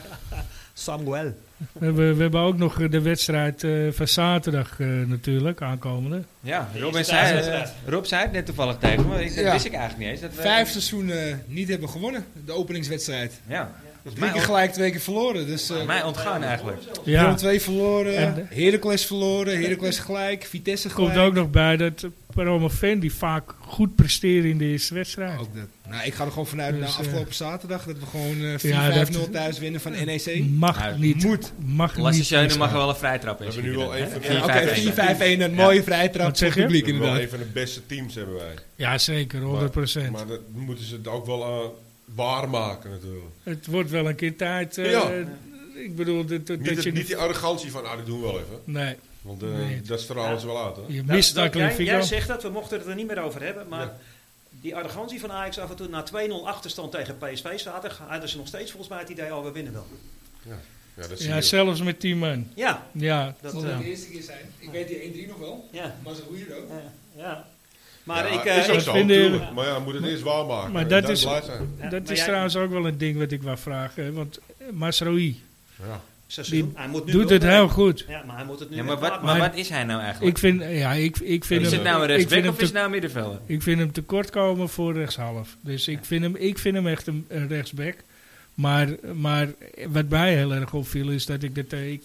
Speaker 4: Samuel.
Speaker 2: we, hebben, we hebben ook nog eh, de wedstrijd eh, van zaterdag eh, natuurlijk, aankomende.
Speaker 1: Ja,
Speaker 4: De
Speaker 1: Rob,
Speaker 4: eerste
Speaker 1: zei,
Speaker 4: thuiswedstrijd.
Speaker 1: eh, Rob zei het net toevallig tegen me. Ik, dat
Speaker 5: Ja.
Speaker 1: wist ik eigenlijk niet eens. Dat eh, we-
Speaker 5: Vijf seizoenen niet hebben gewonnen, de openingswedstrijd.
Speaker 1: Ja.
Speaker 5: Drie
Speaker 2: Dus
Speaker 1: Mij
Speaker 5: keer
Speaker 1: ont-
Speaker 5: gelijk, twee keer verloren. Dus eh
Speaker 1: Mij ontgaan eigenlijk.
Speaker 2: Ja,
Speaker 5: 2 verloren,
Speaker 2: En-
Speaker 5: Heracles verloren, Heracles gelijk, Vitesse
Speaker 2: er komt
Speaker 5: gelijk.
Speaker 2: ook nog bij dat Paroma Fan die vaak goed presteert in de eerste wedstrijd.
Speaker 5: Ook dat. Nou, ik ga er gewoon vanuit
Speaker 2: Dus,
Speaker 5: na
Speaker 2: eh,
Speaker 5: afgelopen zaterdag dat we gewoon eh 4-5-0
Speaker 2: Ja, dat- Mm.
Speaker 5: thuis winnen van E NEC.
Speaker 2: Mag
Speaker 1: Maar
Speaker 2: niet.
Speaker 5: moet.
Speaker 2: Mag
Speaker 1: Lasse
Speaker 2: niet.
Speaker 1: Schöne mag wel een vrijtrap
Speaker 3: We hebben nu al één van-
Speaker 5: Ja, Oké, 4-5-1, een
Speaker 1: Ja.
Speaker 5: mooie vrije trap
Speaker 2: Wat
Speaker 5: voor
Speaker 2: zeg
Speaker 5: het
Speaker 2: je?
Speaker 5: publiek
Speaker 3: Dat is wel
Speaker 5: inderdaad.
Speaker 3: een van de beste teams hebben wij.
Speaker 2: Ja, zeker, 100
Speaker 3: Maar, maar dat moeten ze het ook wel eh, waarmaken natuurlijk.
Speaker 2: Het wordt wel een keer tijd. eh,
Speaker 3: Ja.
Speaker 2: Ik bedoel, dat, dat
Speaker 3: Niet,
Speaker 2: je
Speaker 3: het- niet die arrogantie van, ah, dat doen we wel even.
Speaker 2: Nee,
Speaker 3: Want eh,
Speaker 2: Nee.
Speaker 3: dat stralen ze wel uit, hè?
Speaker 2: je
Speaker 4: Dat-
Speaker 2: mist
Speaker 4: dat-
Speaker 2: tackling
Speaker 4: Nou, jij,
Speaker 2: Figo.
Speaker 4: jij zegt dat, we mochten het er niet meer over hebben. Maar
Speaker 3: Ja.
Speaker 4: die arrogantie van Ajax af en toe na 2-0 achterstand tegen PSV zaterdag hadden ze nog steeds volgens mij het idee, oh we winnen wel.
Speaker 3: Ja, dat zie
Speaker 2: Ja,
Speaker 3: je.
Speaker 2: zelfs met 10 man.
Speaker 4: Ja,
Speaker 2: Ja,
Speaker 4: Dat, eh,
Speaker 2: ja.
Speaker 5: eerste keer zijn. Ik weet die 1-3 nog wel,
Speaker 4: ja,
Speaker 5: maar zo goed ook.
Speaker 4: ja. ja. Maar
Speaker 3: Ja,
Speaker 4: ik, eh,
Speaker 3: is ook
Speaker 4: ik-
Speaker 3: zo,
Speaker 2: vind de-
Speaker 3: tuurlijk. Maar ja, je moet het eerst waarmaken.
Speaker 2: Maar
Speaker 3: En
Speaker 2: dat
Speaker 3: dan
Speaker 2: is-
Speaker 3: blij zijn.
Speaker 4: ja,
Speaker 2: dat
Speaker 4: maar
Speaker 2: is
Speaker 4: jij-
Speaker 2: trouwens ook wel een ding wat ik wou vragen. hè, Want eh, Masraoui
Speaker 3: Ja.
Speaker 4: seizoen, hij moet nu
Speaker 2: doet
Speaker 4: wel
Speaker 2: het
Speaker 4: winnen.
Speaker 2: heel goed.
Speaker 4: Ja, maar hij moet het nu
Speaker 1: Ja, maar
Speaker 4: echt
Speaker 1: wat,
Speaker 4: laten.
Speaker 1: maar wat is hij nou eigenlijk?
Speaker 2: Ik vind, ja, ik, ik vind
Speaker 1: is
Speaker 2: hem...
Speaker 1: het nou een
Speaker 2: ik vind
Speaker 1: rechtsback
Speaker 2: hem
Speaker 1: of is het
Speaker 2: te-
Speaker 1: nou een middenvelder?
Speaker 2: Ik vind hem tekortkomen voor rechtshalf. Dus ik vind hem, ik vind hem echt een, een rechtsback. Maar, maar wat mij heel erg opviel is dat ik dat... eh, Ik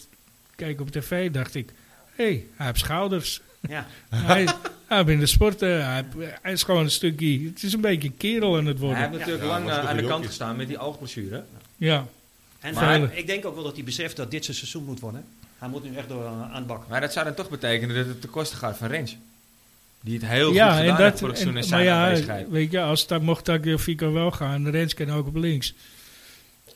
Speaker 2: kijk op tv, dacht ik... Hé, hey, hij heeft schouders.
Speaker 4: Ja,
Speaker 2: hij, hij heeft in de sport, eh, hij, hij is gewoon een stukje, het is een beetje een kerel aan het
Speaker 1: Hij
Speaker 2: worden.
Speaker 1: heeft natuurlijk
Speaker 3: Ja,
Speaker 1: lang
Speaker 3: maar
Speaker 1: eh,
Speaker 3: is toch
Speaker 1: aan de
Speaker 3: een
Speaker 1: kant
Speaker 3: jockey?
Speaker 1: gestaan met die oogblessure.
Speaker 2: Ja,
Speaker 4: en
Speaker 1: Maar-
Speaker 4: hij- ik denk ook wel dat hij beseft dat dit zijn seizoen moet worden. Hij moet nu echt door eh, aan de bak.
Speaker 1: Maar dat zou dan toch betekenen dat het ten koste gaat van Rens. Die het heel goed
Speaker 2: ja
Speaker 1: gedaan heeft voor het
Speaker 2: en-
Speaker 1: seizoen in
Speaker 2: maar
Speaker 1: zijn
Speaker 2: ja,
Speaker 1: aanwezigheid.
Speaker 2: weet je, als dat mocht Taglio Fico wel gaan, Rens kan ook op links.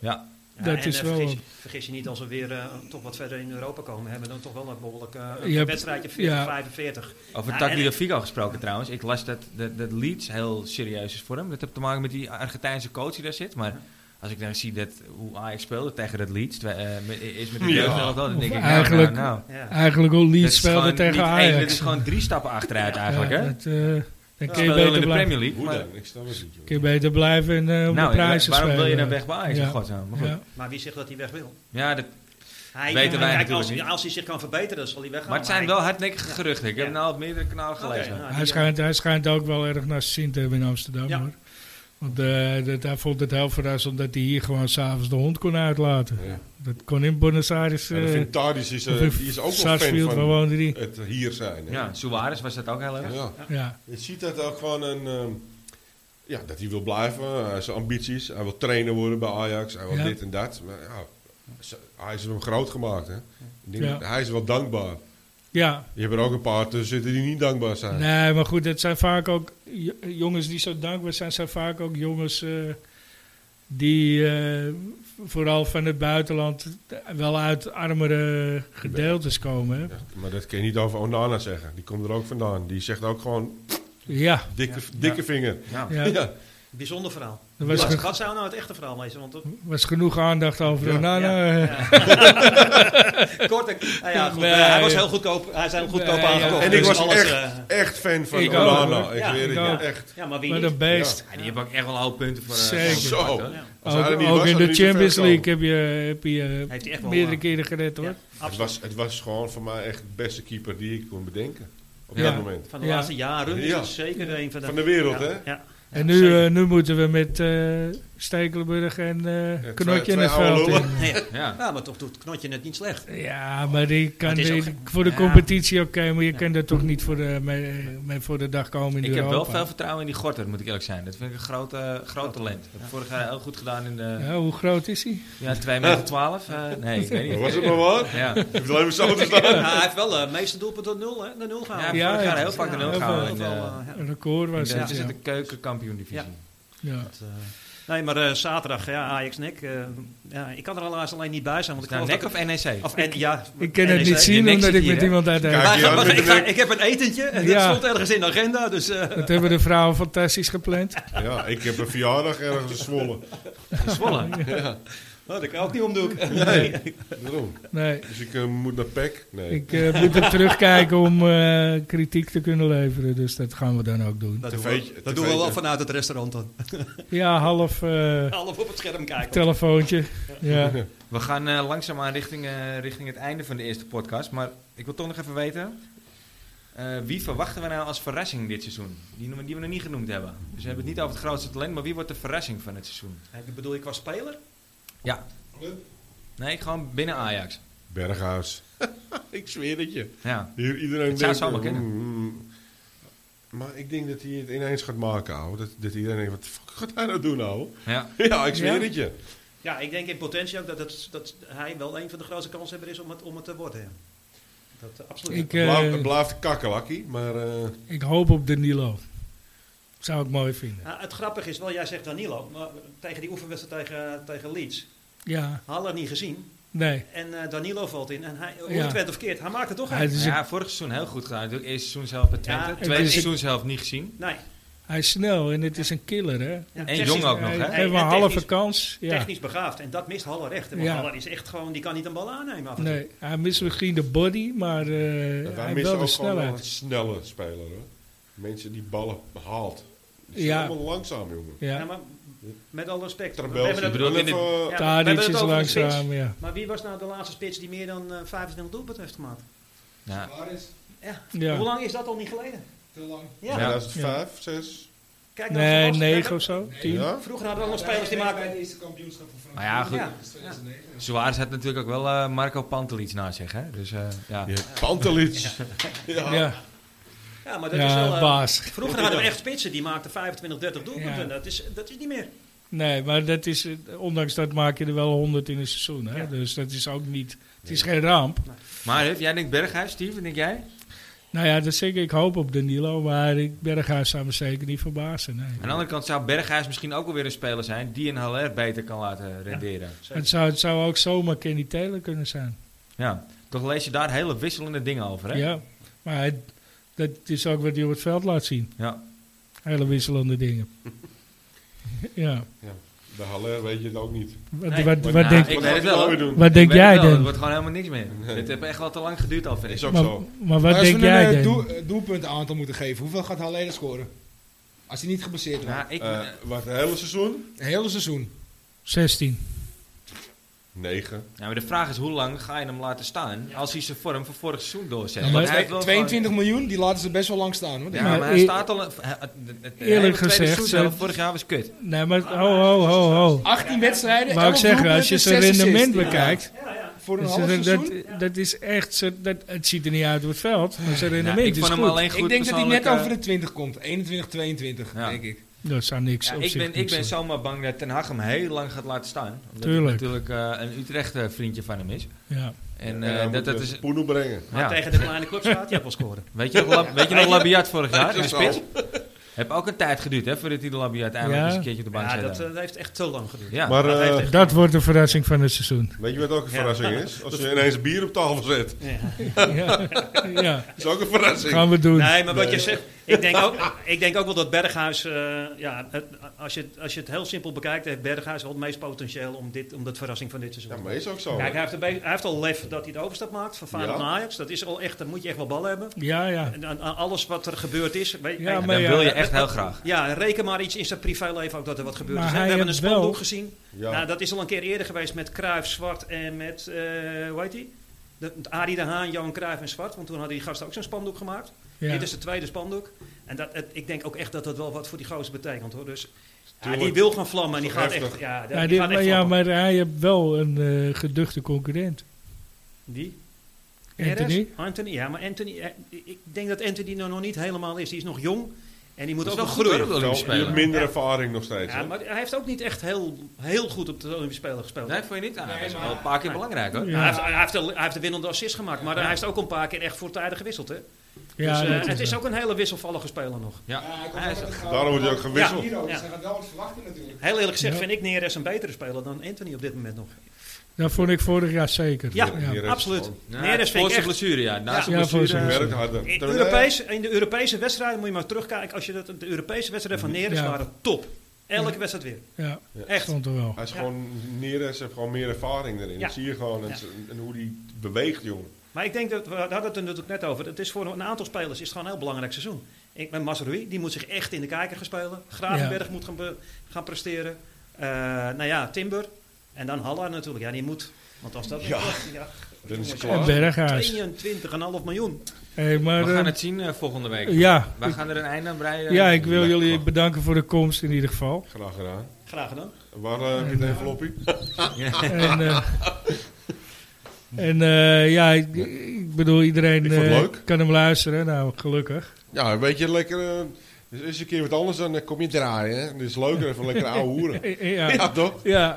Speaker 1: Ja.
Speaker 4: Ja,
Speaker 2: Dat
Speaker 4: en,
Speaker 2: is
Speaker 4: eh,
Speaker 2: wel-
Speaker 4: Vergis, vergis je niet, als we weer eh, toch wat verder in Europa komen, hebben we dan toch wel een behoorlijk eh,
Speaker 2: Je hebt-
Speaker 4: wedstrijdje
Speaker 2: ja.
Speaker 4: 40-45.
Speaker 1: Over
Speaker 4: Ja,
Speaker 1: Tagliafico
Speaker 4: en-
Speaker 1: Figo gesproken trouwens. Ik las dat, dat, dat Leeds heel serieus is voor hem. Dat heeft te maken met die Argentijnse coach die daar zit. Maar Als ik dan zie dat, hoe Ajax speelde tegen dat Leeds, twee- eh, met- is met de
Speaker 3: Ja.
Speaker 1: jeugd dan denk ik, nou,
Speaker 2: Eigenlijk-
Speaker 1: nou, nou.
Speaker 4: Ja.
Speaker 2: Eigenlijk hoe
Speaker 1: Dat
Speaker 2: Leeds
Speaker 1: is
Speaker 2: speelde
Speaker 1: gewoon
Speaker 2: tegen
Speaker 1: niet één,
Speaker 2: Ajax.
Speaker 1: Dat is gewoon drie stappen achteruit eigenlijk,
Speaker 2: Ja,
Speaker 1: hè?
Speaker 2: dat, eh, dan kun je
Speaker 1: Speel je wel
Speaker 2: beter
Speaker 1: in de
Speaker 2: blijven.
Speaker 1: Premier League,
Speaker 3: Hoe
Speaker 1: maar-
Speaker 3: dan? Ik snap het niet. joh.
Speaker 2: kun je beter blijven en eh, om
Speaker 1: nou,
Speaker 2: de prijzen
Speaker 1: waarom wil je
Speaker 2: spelen.
Speaker 1: dan weg bij Ajax?
Speaker 2: Ja.
Speaker 1: Ja. God, ja, maar goed.
Speaker 2: Ja.
Speaker 1: Ja.
Speaker 4: Maar wie zegt dat hij weg wil?
Speaker 1: dat,
Speaker 4: Hij,
Speaker 1: Weten wij
Speaker 4: kijk,
Speaker 1: natuurlijk
Speaker 4: als,
Speaker 1: niet.
Speaker 4: als hij zich kan verbeteren, dan zal hij weggaan.
Speaker 1: maar het zijn
Speaker 4: hij-
Speaker 1: wel hardnekkige geruchten. Ik heb
Speaker 4: Ja.
Speaker 1: het nou op meerdere kanalen
Speaker 4: Oké,
Speaker 1: gelezen.
Speaker 4: nou,
Speaker 2: Hij
Speaker 4: die-
Speaker 2: schijnt, hij schijnt ook wel erg naar zin te hebben in Amsterdam.
Speaker 4: Ja.
Speaker 2: Hoor. Want eh, dat, hij vond het heel verrassend dat hij hier gewoon s'avonds de hond kon uitlaten.
Speaker 3: Ja.
Speaker 2: Dat kon in Buenos Aires.
Speaker 3: Ja, dat
Speaker 2: eh,
Speaker 3: vindt Tardis is, eh,
Speaker 2: of in
Speaker 3: die is ook wel fan
Speaker 2: Sarsfield, waar
Speaker 3: van
Speaker 2: woonde die?
Speaker 3: het hier zijn. hè.
Speaker 1: Ja, Suarez was dat ook heel erg.
Speaker 3: Ja.
Speaker 2: Ja.
Speaker 3: Je ziet dat ook gewoon een... ehm, ja, dat hij wil blijven. eh, zijn ambities. Hij wil trainer worden bij Ajax. Hij wil
Speaker 2: Ja.
Speaker 3: dit en dat. Maar ja, ze- hij is hem groot gemaakt. Hè. Ik denk
Speaker 2: Ja.
Speaker 3: dat- Hij is wel dankbaar.
Speaker 2: ja.
Speaker 3: Je hebt er ook een paar tussen zitten die niet dankbaar zijn.
Speaker 2: Nee, maar goed, dat zijn vaak ook jo- jongens die zo dankbaar zijn, zijn vaak ook jongens eh, die eh, vooral van het buitenland wel uit armere gedeeltes komen. Hè?
Speaker 3: Ja, maar dat kun je niet over Onana zeggen. Die komt er ook vandaan. Die zegt ook gewoon
Speaker 2: Ja,
Speaker 3: dikke,
Speaker 4: Ja.
Speaker 3: dikke vinger.
Speaker 1: Ja.
Speaker 2: ja.
Speaker 3: Ja.
Speaker 4: Bijzonder verhaal.
Speaker 2: Er was, Ah,
Speaker 4: Wat,
Speaker 2: ge-
Speaker 4: wat zou nou het echte verhaal wezen? Want dat-
Speaker 2: was genoeg aandacht over.
Speaker 3: Ja.
Speaker 2: Onana.
Speaker 4: kort, en- nou ja,
Speaker 2: nou,
Speaker 4: goed,
Speaker 2: eh. Nee.
Speaker 4: eh, hij was heel goedkoop, hij is heel goedkoop
Speaker 2: Nee,
Speaker 4: aangekomen.
Speaker 3: En ik
Speaker 4: dus
Speaker 3: was
Speaker 4: alles,
Speaker 3: echt,
Speaker 4: eh,
Speaker 3: echt fan van
Speaker 2: Ik ook,
Speaker 3: Onana.
Speaker 2: hoor.
Speaker 3: Ik
Speaker 4: Ja,
Speaker 3: weet
Speaker 2: ik
Speaker 3: het
Speaker 2: ook.
Speaker 3: niet. Echt.
Speaker 4: ja, maar wie
Speaker 2: Wat
Speaker 4: niet?
Speaker 2: een beest.
Speaker 1: En die hebben ook echt wel hoge punten voor. eh,
Speaker 2: Zeker.
Speaker 1: voor gepakt, hoor.
Speaker 3: Zo.
Speaker 4: Ja,
Speaker 3: Als
Speaker 2: Ook,
Speaker 3: hij er niet
Speaker 2: ook
Speaker 3: was,
Speaker 2: in de
Speaker 3: had hij niet zo ver
Speaker 2: Champions
Speaker 3: gekomen.
Speaker 2: League heb je, heb je
Speaker 4: Heeft hij echt wel,
Speaker 2: meerdere
Speaker 4: eh,
Speaker 2: keren gered hoor.
Speaker 4: ja,
Speaker 3: Het
Speaker 4: absoluut.
Speaker 3: was, het was gewoon voor mij echt de beste keeper die ik kon bedenken. Op
Speaker 2: Ja.
Speaker 3: dat moment.
Speaker 4: Van de
Speaker 2: Ja.
Speaker 4: laatste jaren is
Speaker 3: Ja.
Speaker 4: het zeker een van de...
Speaker 3: Van de wereld,
Speaker 4: Ja,
Speaker 3: hè?
Speaker 4: Ja.
Speaker 2: En
Speaker 4: Ja,
Speaker 2: nu,
Speaker 4: zeker.
Speaker 2: eh, nu moeten we met eh Stekelenburg en eh
Speaker 3: twee-
Speaker 2: Knotje in
Speaker 3: twee
Speaker 2: het
Speaker 3: oude
Speaker 2: veld.
Speaker 3: lullen.
Speaker 2: in.
Speaker 4: Ja.
Speaker 1: Ja.
Speaker 4: Nou, maar toch doet Knotje het niet slecht.
Speaker 2: Ja, maar die kan
Speaker 4: Maar het is
Speaker 2: die-
Speaker 4: ook geen-
Speaker 2: voor de
Speaker 1: Ja.
Speaker 2: competitie oké, maar je kan daar toch niet voor de, mee, mee voor de dag komen in
Speaker 1: Ik heb
Speaker 2: Europa.
Speaker 1: wel veel vertrouwen in die Gorter, moet ik eerlijk zijn. Dat vind ik een groot, eh, groot talent. Dat heb ik vorig jaar heel goed gedaan in de
Speaker 2: Ja, hoe groot is hij?
Speaker 1: ja, 2 meter 12. eh, nee, ik weet
Speaker 3: Maar
Speaker 1: niet.
Speaker 3: was het maar wat?
Speaker 1: Ja.
Speaker 3: Je hebt alleen maar zo te staan.
Speaker 4: Nou, hij heeft wel de meeste doelpunten tot nul, hè? Naar nul
Speaker 1: Ja,
Speaker 4: gehouden.
Speaker 2: Ja,
Speaker 1: vorig jaar
Speaker 2: ja.
Speaker 1: heel vaak de nul
Speaker 2: Ja,
Speaker 1: gehouden. in
Speaker 4: heel
Speaker 1: de-
Speaker 4: veel, eh, ja.
Speaker 2: Een record
Speaker 1: in
Speaker 2: was
Speaker 1: de-
Speaker 2: het,
Speaker 1: Het dus is
Speaker 2: ja.
Speaker 1: de keukenkampioen-divisie.
Speaker 4: Ja.
Speaker 2: Ja.
Speaker 4: Dat, eh, nee, maar eh, zaterdag, ja, Ajax-Nek. ja, ik kan er helaas alleen niet bij zijn, want
Speaker 1: Is
Speaker 4: ik
Speaker 1: nou
Speaker 4: geloof
Speaker 1: nek
Speaker 4: dat-
Speaker 1: of NEC?
Speaker 4: Of, en, ja,
Speaker 2: Ik kan het
Speaker 4: NEC.
Speaker 2: niet zien
Speaker 1: niks
Speaker 2: omdat
Speaker 1: zit
Speaker 2: ik
Speaker 1: hier,
Speaker 2: met
Speaker 1: hè?
Speaker 2: iemand uit
Speaker 3: Kijk,
Speaker 4: Maar,
Speaker 3: Ja,
Speaker 4: maar,
Speaker 3: met
Speaker 4: ik,
Speaker 3: de
Speaker 4: ga-
Speaker 3: nek.
Speaker 4: ik heb een etentje en dat
Speaker 2: Ja.
Speaker 4: stond ergens in de agenda, dus... eh,
Speaker 2: Dat hebben de vrouwen fantastisch gepland.
Speaker 3: Ja, ik heb een verjaardag ergens in Zwolle.
Speaker 1: Zwolle.
Speaker 4: Oh, dat kan ook niet omdoen.
Speaker 3: Nee, daarom.
Speaker 2: Nee,
Speaker 3: Dus ik eh, moet naar PEC. Nee,
Speaker 2: ik eh, moet er terugkijken om eh, kritiek te kunnen leveren, dus dat gaan we dan ook doen.
Speaker 4: Dat
Speaker 3: Te
Speaker 4: doen,
Speaker 3: feetje,
Speaker 4: we,
Speaker 3: te
Speaker 4: dat doen we wel
Speaker 3: feetje.
Speaker 4: vanuit het restaurant dan.
Speaker 2: Ja, half eh,
Speaker 4: Half op het scherm kijken.
Speaker 2: telefoontje. Ja.
Speaker 1: We gaan eh, langzaamaan richting, eh, richting het einde van de eerste podcast. Maar ik wil toch nog even weten. eh, wie verwachten we nou als verrassing dit seizoen? Die, noemen- die we nog niet genoemd hebben. Dus we hebben het niet over het grootste talent, maar wie wordt de verrassing van het seizoen?
Speaker 4: Ik bedoel, ik was speler.
Speaker 1: Ja. Nee, gewoon binnen Ajax.
Speaker 3: Berghuis. ik zweer het je.
Speaker 1: Ja.
Speaker 3: Hier, iedereen
Speaker 1: Het zou
Speaker 3: denkt,
Speaker 1: zomaar kunnen.
Speaker 3: mm, mm. maar ik denk dat hij het ineens gaat maken, ouwe. Dat, dat iedereen denkt, wat de fuck gaat hij nou doen, ouwe?
Speaker 1: ja.
Speaker 3: Ja, ik zweer
Speaker 2: Ja.
Speaker 3: het je.
Speaker 4: Ja, ik denk in potentie ook dat, het, dat hij wel een van de grootste kanshebber is om het, om het te worden. ja. Dat eh, absoluut.
Speaker 2: Ik, eh,
Speaker 3: Blaaf- Het blaft kakkelakkie, maar... eh,
Speaker 2: ik hoop op Danilo. Zou ik mooi vinden.
Speaker 4: Nou, het grappige is wel, jij zegt Danilo, maar tegen die oefenwedstrijd tegen, tegen Leeds.
Speaker 2: Ja,
Speaker 4: Haller niet gezien.
Speaker 2: nee.
Speaker 4: En eh, Danilo valt in. En hij, hoe
Speaker 2: Ja.
Speaker 4: het werd of keert, hij maakt het toch
Speaker 2: Hij
Speaker 4: uit.
Speaker 2: is,
Speaker 1: ja, vorig seizoen heel goed gedaan. Natuurlijk eerste seizoenshelft bij Twente.
Speaker 4: Ja, het
Speaker 1: tweede
Speaker 2: is-
Speaker 1: seizoenshelft niet gezien.
Speaker 4: Nee.
Speaker 2: hij is snel en het is een killer, hè?
Speaker 4: Ja,
Speaker 1: En
Speaker 4: technisch-
Speaker 1: jong ook nog,
Speaker 2: Hij
Speaker 1: hè?
Speaker 2: heeft
Speaker 4: en
Speaker 2: maar een halve
Speaker 4: technisch-
Speaker 2: kans. Ja.
Speaker 4: Technisch begaafd. En dat mist Haller echt. hè, Want
Speaker 2: Ja.
Speaker 4: Haller is echt gewoon, die kan niet een bal aannemen. af en toe.
Speaker 2: Nee, hij mist misschien de body, maar eh, hij
Speaker 3: Wij
Speaker 2: heeft
Speaker 3: missen
Speaker 2: wel de
Speaker 3: ook gewoon wel een
Speaker 2: snelheid.
Speaker 3: snelle speler. Hoor. Mensen die ballen haalt. Die zijn
Speaker 2: Ja.
Speaker 3: allemaal langzaam, jongen.
Speaker 2: Ja.
Speaker 4: Ja, maar met alle respect.
Speaker 3: Trabelsi,
Speaker 4: we hebben het-
Speaker 1: bedoel, in de-
Speaker 3: even,
Speaker 4: Ja, we
Speaker 2: Tadic
Speaker 4: hebben het
Speaker 2: is
Speaker 4: over de spits.
Speaker 2: langzaam, ja.
Speaker 4: Maar wie was nou de laatste spits die meer dan eh 25 doelpunten heeft gemaakt?
Speaker 1: Ja.
Speaker 4: Ja.
Speaker 2: Ja.
Speaker 4: Hoe lang is dat al niet geleden?
Speaker 5: Te lang.
Speaker 4: Ja.
Speaker 3: 2005, 6.
Speaker 4: Kijk dan
Speaker 2: Nee,
Speaker 4: zoals- kijk,
Speaker 2: 9 of zo, 10.
Speaker 3: Ja?
Speaker 4: Vroeger hadden we allemaal spelers die maken.
Speaker 5: eerste kampioenschap van Dus
Speaker 1: Maar ja, goed.
Speaker 4: Ja.
Speaker 1: Suarez had natuurlijk ook wel eh, Marco Pantelic naast zich, hè? Dus eh, ja.
Speaker 3: Ja, Pantelic.
Speaker 2: Ja,
Speaker 3: Ja.
Speaker 2: ja.
Speaker 4: Ja, maar dat is wel. eh,
Speaker 2: baas.
Speaker 4: vroeger hadden we echt spitsen die maakten 25, 30 doelpunten.
Speaker 2: Ja.
Speaker 4: Dat, is, dat is niet meer.
Speaker 2: Nee, maar dat is, eh, ondanks dat maak je er wel 100 in een seizoen. Hè?
Speaker 4: Ja.
Speaker 2: Dus dat is ook niet, het is geen ramp.
Speaker 1: Maar Hup, jij denkt Berghuis, Steven, denk jij?
Speaker 2: Nou ja, dat zeker, ik hoop op Danilo, maar ik, Berghuis zou me zeker niet verbazen. Nee.
Speaker 1: Aan de andere kant zou Berghuis misschien ook alweer een speler zijn die een Haller beter kan laten renderen.
Speaker 2: Het, zou, het zou ook zomaar Kenny Taylor kunnen zijn.
Speaker 1: Ja. Toch lees je daar hele wisselende dingen over, hè?
Speaker 2: Ja, maar het- dat is ook wat hij op het veld laat zien.
Speaker 1: Ja.
Speaker 2: Hele wisselende dingen. ja.
Speaker 3: De Haller weet je het ook niet.
Speaker 2: Wat,
Speaker 6: Nee,
Speaker 2: wat,
Speaker 3: maar
Speaker 2: wat
Speaker 6: nou,
Speaker 2: denk,
Speaker 6: ik
Speaker 3: Wat
Speaker 6: weet
Speaker 3: gaat
Speaker 6: het
Speaker 3: hij nou
Speaker 6: wel.
Speaker 3: weer doen?
Speaker 2: wat denk
Speaker 6: Ik weet
Speaker 2: jij
Speaker 6: het wel, Het
Speaker 2: dan?
Speaker 6: wordt gewoon helemaal niks meer.
Speaker 3: Nee.
Speaker 6: Het heeft echt wel te lang geduurd al, vind ik.
Speaker 3: Is ook
Speaker 2: Maar,
Speaker 3: zo.
Speaker 2: maar wat
Speaker 5: Maar
Speaker 2: denk
Speaker 5: Als we
Speaker 2: jij dan?
Speaker 5: een eh, doel- eh, doelpunt aantal moeten geven, hoeveel gaat Haller scoren? Als hij niet geblesseerd wordt.
Speaker 6: Ja, ik,
Speaker 3: Eh, wat, het hele seizoen?
Speaker 5: Het hele seizoen.
Speaker 2: 16.
Speaker 3: 9.
Speaker 6: ja, maar de vraag is, hoe lang ga je hem laten staan als hij zijn vorm van vorig seizoen doorzet?
Speaker 2: Ja, maar
Speaker 6: Want hij
Speaker 2: hij
Speaker 6: heeft wel
Speaker 5: 22 miljoen, die laten ze best wel lang staan hoor.
Speaker 6: gewoon-
Speaker 5: denk ik.
Speaker 6: Ja, maar,
Speaker 2: Maar
Speaker 6: hij
Speaker 2: e-
Speaker 6: staat al... een- hij- het- het- het hele tweede
Speaker 2: gezegd,
Speaker 6: seizoen zelf,
Speaker 2: eh,
Speaker 6: vorig jaar was kut.
Speaker 2: Nee, maar ho, ho, ho, ho.
Speaker 5: 18 wedstrijden,
Speaker 2: Wou ik
Speaker 5: 11
Speaker 2: zeggen, als je
Speaker 5: doelpunten,
Speaker 2: zijn
Speaker 5: 6
Speaker 2: rendement
Speaker 5: assists.
Speaker 2: bekijkt,
Speaker 5: Voor een
Speaker 2: dus
Speaker 5: half
Speaker 2: dat,
Speaker 5: seizoen.
Speaker 2: dat, dat is echt, zo- dat, het ziet er niet uit op het veld, maar zijn
Speaker 6: Nou,
Speaker 2: rendement
Speaker 6: ik
Speaker 2: is
Speaker 6: vond hem
Speaker 2: goed.
Speaker 6: alleen goed
Speaker 5: ik denk dat hij net
Speaker 6: persoonlijk,
Speaker 5: over
Speaker 6: eh,
Speaker 5: de 20 komt. 21, 22
Speaker 6: Ja.
Speaker 5: denk ik.
Speaker 2: Dat zou niks
Speaker 6: ja,
Speaker 2: op
Speaker 6: ik,
Speaker 2: zich
Speaker 6: ben, ik
Speaker 2: niks
Speaker 6: ben
Speaker 2: zijn.
Speaker 6: zomaar bang dat Ten Hag hem heel lang gaat laten staan. Omdat
Speaker 2: Tuurlijk.
Speaker 6: hij natuurlijk eh, een Utrecht eh, vriendje van hem is.
Speaker 2: Ja.
Speaker 6: En
Speaker 3: En
Speaker 6: eh,
Speaker 3: hij
Speaker 6: dat,
Speaker 3: moet,
Speaker 6: dat
Speaker 3: eh,
Speaker 6: is...
Speaker 3: Poenu brengen.
Speaker 4: Maar
Speaker 6: Ja.
Speaker 4: tegen de kleine clubs gaat hij ook wel scoren.
Speaker 6: Weet je nog, Lab- weet je nog Labiat vorig jaar in de
Speaker 3: is
Speaker 6: spits? Heb ook een tijd geduurd, hè, voordat hij de Labiat eindelijk
Speaker 2: Ja.
Speaker 6: eens een keertje op de bank
Speaker 4: Ja,
Speaker 6: zette.
Speaker 4: dat, eh, heeft echt te lang geduurd.
Speaker 6: ja.
Speaker 3: Maar
Speaker 4: dat
Speaker 3: eh,
Speaker 4: heeft echt-
Speaker 2: Dat wordt de verrassing van het seizoen.
Speaker 3: weet je wat ook een
Speaker 4: Ja.
Speaker 3: verrassing is? Als je ineens bier op tafel zet.
Speaker 2: ja. ja,
Speaker 3: is ook een verrassing.
Speaker 2: gaan we doen.
Speaker 4: Nee, maar wat je zegt, ik denk ook, ik denk ook wel dat Berghuis, eh, ja, het- als, je, als je het heel simpel bekijkt, heeft Berghuis wel het meest potentieel om, dit, om dat verrassing van dit
Speaker 3: Ja,
Speaker 4: seizoen.
Speaker 3: maar is ook zo.
Speaker 4: Kijk, hij heeft, een be- hij heeft al lef dat hij de overstap maakt van Feyenoord
Speaker 3: Ja.
Speaker 4: naar Ajax. Dat is al echt, daar moet je echt wel bal hebben.
Speaker 2: Ja, ja.
Speaker 4: En, aan- aan alles wat er gebeurd is. Weet,
Speaker 2: Ja,
Speaker 4: weet-
Speaker 2: maar
Speaker 6: dat
Speaker 2: ja,
Speaker 6: wil je
Speaker 4: eh,
Speaker 6: echt heel graag.
Speaker 4: ja, reken maar iets in zijn privéleven ook dat er wat gebeurd
Speaker 2: Maar
Speaker 4: is. hè. We
Speaker 2: hij
Speaker 4: hebben een
Speaker 2: heeft wel-
Speaker 4: spandoek gezien.
Speaker 3: Ja.
Speaker 4: Nou, dat is al een keer eerder geweest met Cruijff, Zwart en met, eh hoe heet die? De, met Arie de Haan, Johan Cruijff en Zwart. Want toen hadden die gasten ook zo'n spandoek gemaakt.
Speaker 2: ja.
Speaker 4: Dit is de tweede spandoek. En dat, het- ik denk ook echt dat dat wel wat voor die gozer betekent hoor. Dus ja,
Speaker 3: Tuurlijk.
Speaker 4: die wil gaan vlammen en die
Speaker 3: Dat is
Speaker 4: gaat
Speaker 3: toch
Speaker 4: echt.
Speaker 3: heftig.
Speaker 4: Ja, dat-
Speaker 2: Ja,
Speaker 4: die
Speaker 2: dit-
Speaker 4: gaat echt
Speaker 2: maar, ja,
Speaker 4: vlammen.
Speaker 2: maar hij heeft wel een eh, geduchte concurrent.
Speaker 4: Die?
Speaker 2: Anthony?
Speaker 4: RS? Anthony, ja, maar Anthony, eh, ik denk dat Anthony er nog niet helemaal is. Die is nog jong en die moet
Speaker 6: Dat is
Speaker 4: ook
Speaker 6: wel
Speaker 4: nog
Speaker 6: goed hoor,
Speaker 4: groeien.
Speaker 6: op de
Speaker 3: Wel,
Speaker 6: Olympische
Speaker 3: je hebt
Speaker 6: Spelen.
Speaker 3: minder ervaring nog steeds.
Speaker 4: Ja,
Speaker 3: hè?
Speaker 4: maar hij heeft ook niet echt heel, heel goed op de Olympische Spelen gespeeld. Nou,
Speaker 6: Nee, vond je niet? Ah,
Speaker 5: Nee,
Speaker 6: dat is
Speaker 5: maar-
Speaker 6: wel een paar keer belangrijk hoor.
Speaker 2: Ja.
Speaker 4: Hij, heeft, hij, heeft de, hij heeft de winnende assist gemaakt, maar hij heeft ook een paar keer echt voortijdig gewisseld. Hè?
Speaker 2: Ja,
Speaker 4: dus, eh,
Speaker 2: dat
Speaker 4: het is
Speaker 2: wel.
Speaker 4: ook een hele wisselvallige speler nog.
Speaker 6: Ja.
Speaker 3: Daarom wordt hij ook gewisseld.
Speaker 4: Ja.
Speaker 5: Dus hij gaat wel wat verwachten natuurlijk.
Speaker 4: Heel eerlijk gezegd
Speaker 2: Ja.
Speaker 4: vind ik Neres een betere speler dan Anthony op dit moment nog.
Speaker 2: Dat vond ik vorig jaar zeker.
Speaker 4: Ja,
Speaker 3: Hier heeft
Speaker 4: absoluut.
Speaker 3: het
Speaker 6: Ja, voor
Speaker 4: Neres vind
Speaker 6: zijn
Speaker 4: ik echt
Speaker 6: blessure, ja. Na zijn
Speaker 2: Ja, voor
Speaker 6: blessure.
Speaker 2: zijn
Speaker 3: gewoon-
Speaker 6: eh,
Speaker 3: Werkt harder.
Speaker 4: In, Europees, in de Europese wedstrijden moet je maar terugkijken. Als je dat, de Europese wedstrijden van Neres
Speaker 2: Ja.
Speaker 4: waren top. Elke
Speaker 2: Ja.
Speaker 4: wedstrijd weer.
Speaker 2: Ja,
Speaker 4: Echt.
Speaker 2: stond er wel.
Speaker 3: Hij is gewoon, Neres heeft gewoon meer ervaring erin.
Speaker 4: Ja.
Speaker 3: Dat zie je gewoon. En,
Speaker 4: Ja.
Speaker 3: z- en hoe die beweegt, jongen.
Speaker 4: Maar ik denk dat we hadden het er natuurlijk net over. Het is voor een aantal spelers is het gewoon een heel belangrijk seizoen. Ik ben Masrui, die moet zich echt in de kijker gaan spelen. Gravenberg moet gaan, be- gaan presteren. Eh, nou ja, Timber. En dan Haller natuurlijk. Ja, die moet. Want als dat niet
Speaker 3: Ja.
Speaker 4: wordt, ja,
Speaker 3: Dan is het
Speaker 4: jongens,
Speaker 2: En
Speaker 3: klaar.
Speaker 2: Berghuis.
Speaker 4: 22,5 miljoen.
Speaker 2: Hey, maar,
Speaker 6: We gaan
Speaker 2: eh,
Speaker 6: het zien eh, volgende week.
Speaker 2: ja,
Speaker 6: Wij gaan er een einde aan breien.
Speaker 2: ja, ik wil
Speaker 3: Ja,
Speaker 2: jullie
Speaker 3: klopt.
Speaker 2: bedanken voor de komst in ieder geval.
Speaker 3: Graag gedaan.
Speaker 4: Graag gedaan.
Speaker 3: Waar eh, heb je het een floppy?
Speaker 2: en eh, en eh, ja, ik, ik bedoel, iedereen
Speaker 3: Ik vond het
Speaker 2: eh,
Speaker 3: leuk.
Speaker 2: kan hem luisteren. Nou, gelukkig.
Speaker 3: Ja, een beetje lekker. eh, dus is een keer wat anders dan eh, kom je draaien. Hè? Dus leuker even lekker ouwe hoeren.
Speaker 2: Eh, eh, Ja, ja.
Speaker 3: Ja, toch?
Speaker 2: ja,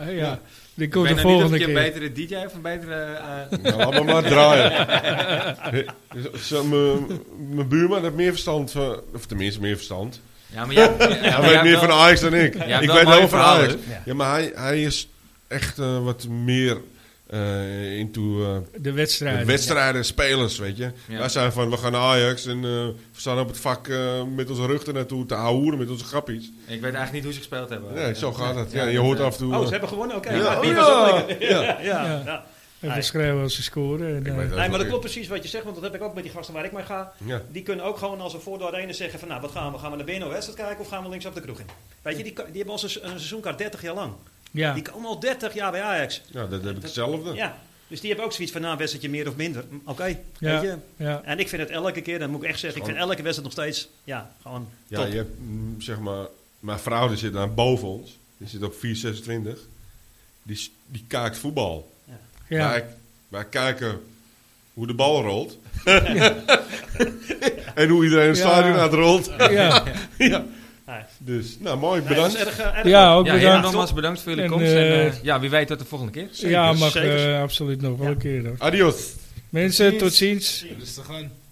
Speaker 2: Die
Speaker 6: Ik
Speaker 2: komt
Speaker 6: weet
Speaker 2: de
Speaker 6: nou niet of
Speaker 2: volgende
Speaker 6: ik een
Speaker 2: keer.
Speaker 6: betere DJ of een betere... eh,
Speaker 3: Nou, laat me maar draaien. Dus, eh, mijn- Mijn buurman heeft meer verstand, van, of tenminste meer verstand.
Speaker 6: ja, maar jij... Nou, ja, maar
Speaker 3: Hij
Speaker 6: jij
Speaker 3: weet meer
Speaker 6: wel-
Speaker 3: van Ajax dan
Speaker 6: hebt
Speaker 3: ik. Ik
Speaker 6: wel
Speaker 3: weet
Speaker 6: mooie
Speaker 3: heel van
Speaker 6: verhalen,
Speaker 3: Ajax.
Speaker 4: hè? Ja.
Speaker 3: Ja, maar hij, hij is echt eh, wat meer eh, into eh,
Speaker 2: De wedstrijd.
Speaker 3: de wedstrijden, spelers, weet je.
Speaker 6: Ja.
Speaker 3: Wij zijn van, we gaan naar Ajax en eh, we staan op het vak eh, met onze rug ernaartoe te ahoeren met onze grappies.
Speaker 6: Ik weet eigenlijk niet hoe ze gespeeld hebben.
Speaker 3: Nee, zo gaat het. Ja,
Speaker 6: Ja,
Speaker 3: je
Speaker 6: dat,
Speaker 3: hoort
Speaker 6: eh,
Speaker 3: af en toe...
Speaker 4: Oh,
Speaker 3: eh,
Speaker 4: ze hebben gewonnen. Oké.
Speaker 3: Ja.
Speaker 4: Ja, die
Speaker 3: Oh,
Speaker 4: was ook
Speaker 3: ja.
Speaker 4: lekker. Ja, ja, ja.
Speaker 2: Even schreeuwen als ze scoren. En,
Speaker 3: Ik
Speaker 2: eh,
Speaker 3: weet
Speaker 4: Nee, maar dat
Speaker 3: ook
Speaker 4: klopt precies wat je zegt, want dat heb ik ook met die gasten waar ik mee ga.
Speaker 3: niet. Ja.
Speaker 4: Die kunnen ook gewoon als we voor de arena zeggen van nou, wat gaan we? Gaan we naar binnen wedstrijd kijken of gaan we links op de kroeg in? Weet je, die, ka- die hebben al een, se- een seizoenkaart 30 jaar lang.
Speaker 2: ja.
Speaker 4: Die komen al 30 jaar bij Ajax.
Speaker 3: ja, dat heb ik hetzelfde.
Speaker 4: Ja. Dus die hebben ook zoiets van nou, een wedstrijdje meer of minder. Mm, Oké,
Speaker 2: Ja.
Speaker 4: weet je.
Speaker 2: ja.
Speaker 4: En ik vind het elke keer, dan moet ik echt zeggen, ik vind elke wedstrijd nog steeds, ja, gewoon
Speaker 3: Ja,
Speaker 4: top.
Speaker 3: je hebt, mm, zeg maar, mijn vrouw die zit daar boven ons. Die zit op 426. Die, s- die kijkt voetbal.
Speaker 2: Ja.
Speaker 3: Wij, wij kijken hoe de bal rolt. en hoe iedereen het
Speaker 2: Ja.
Speaker 3: stadion uit rolt.
Speaker 2: Ja.
Speaker 3: ja.
Speaker 4: Nee.
Speaker 3: Dus, nou mooi,
Speaker 4: Nee, dat
Speaker 3: bedankt.
Speaker 4: is erg, eh, erg
Speaker 2: ja, ook
Speaker 6: Ja, heren,
Speaker 2: bedankt.
Speaker 6: nogmaals bedankt voor jullie
Speaker 2: En,
Speaker 6: komst. En,
Speaker 2: eh,
Speaker 6: eh, ja, wie weet tot de volgende keer.
Speaker 2: Ja, mag
Speaker 4: zeker.
Speaker 2: eh, absoluut nog wel
Speaker 4: Ja.
Speaker 2: een keer. hoor.
Speaker 3: Adios.
Speaker 2: Mensen,
Speaker 5: ziens.
Speaker 2: tot ziens.
Speaker 5: Rustig aan.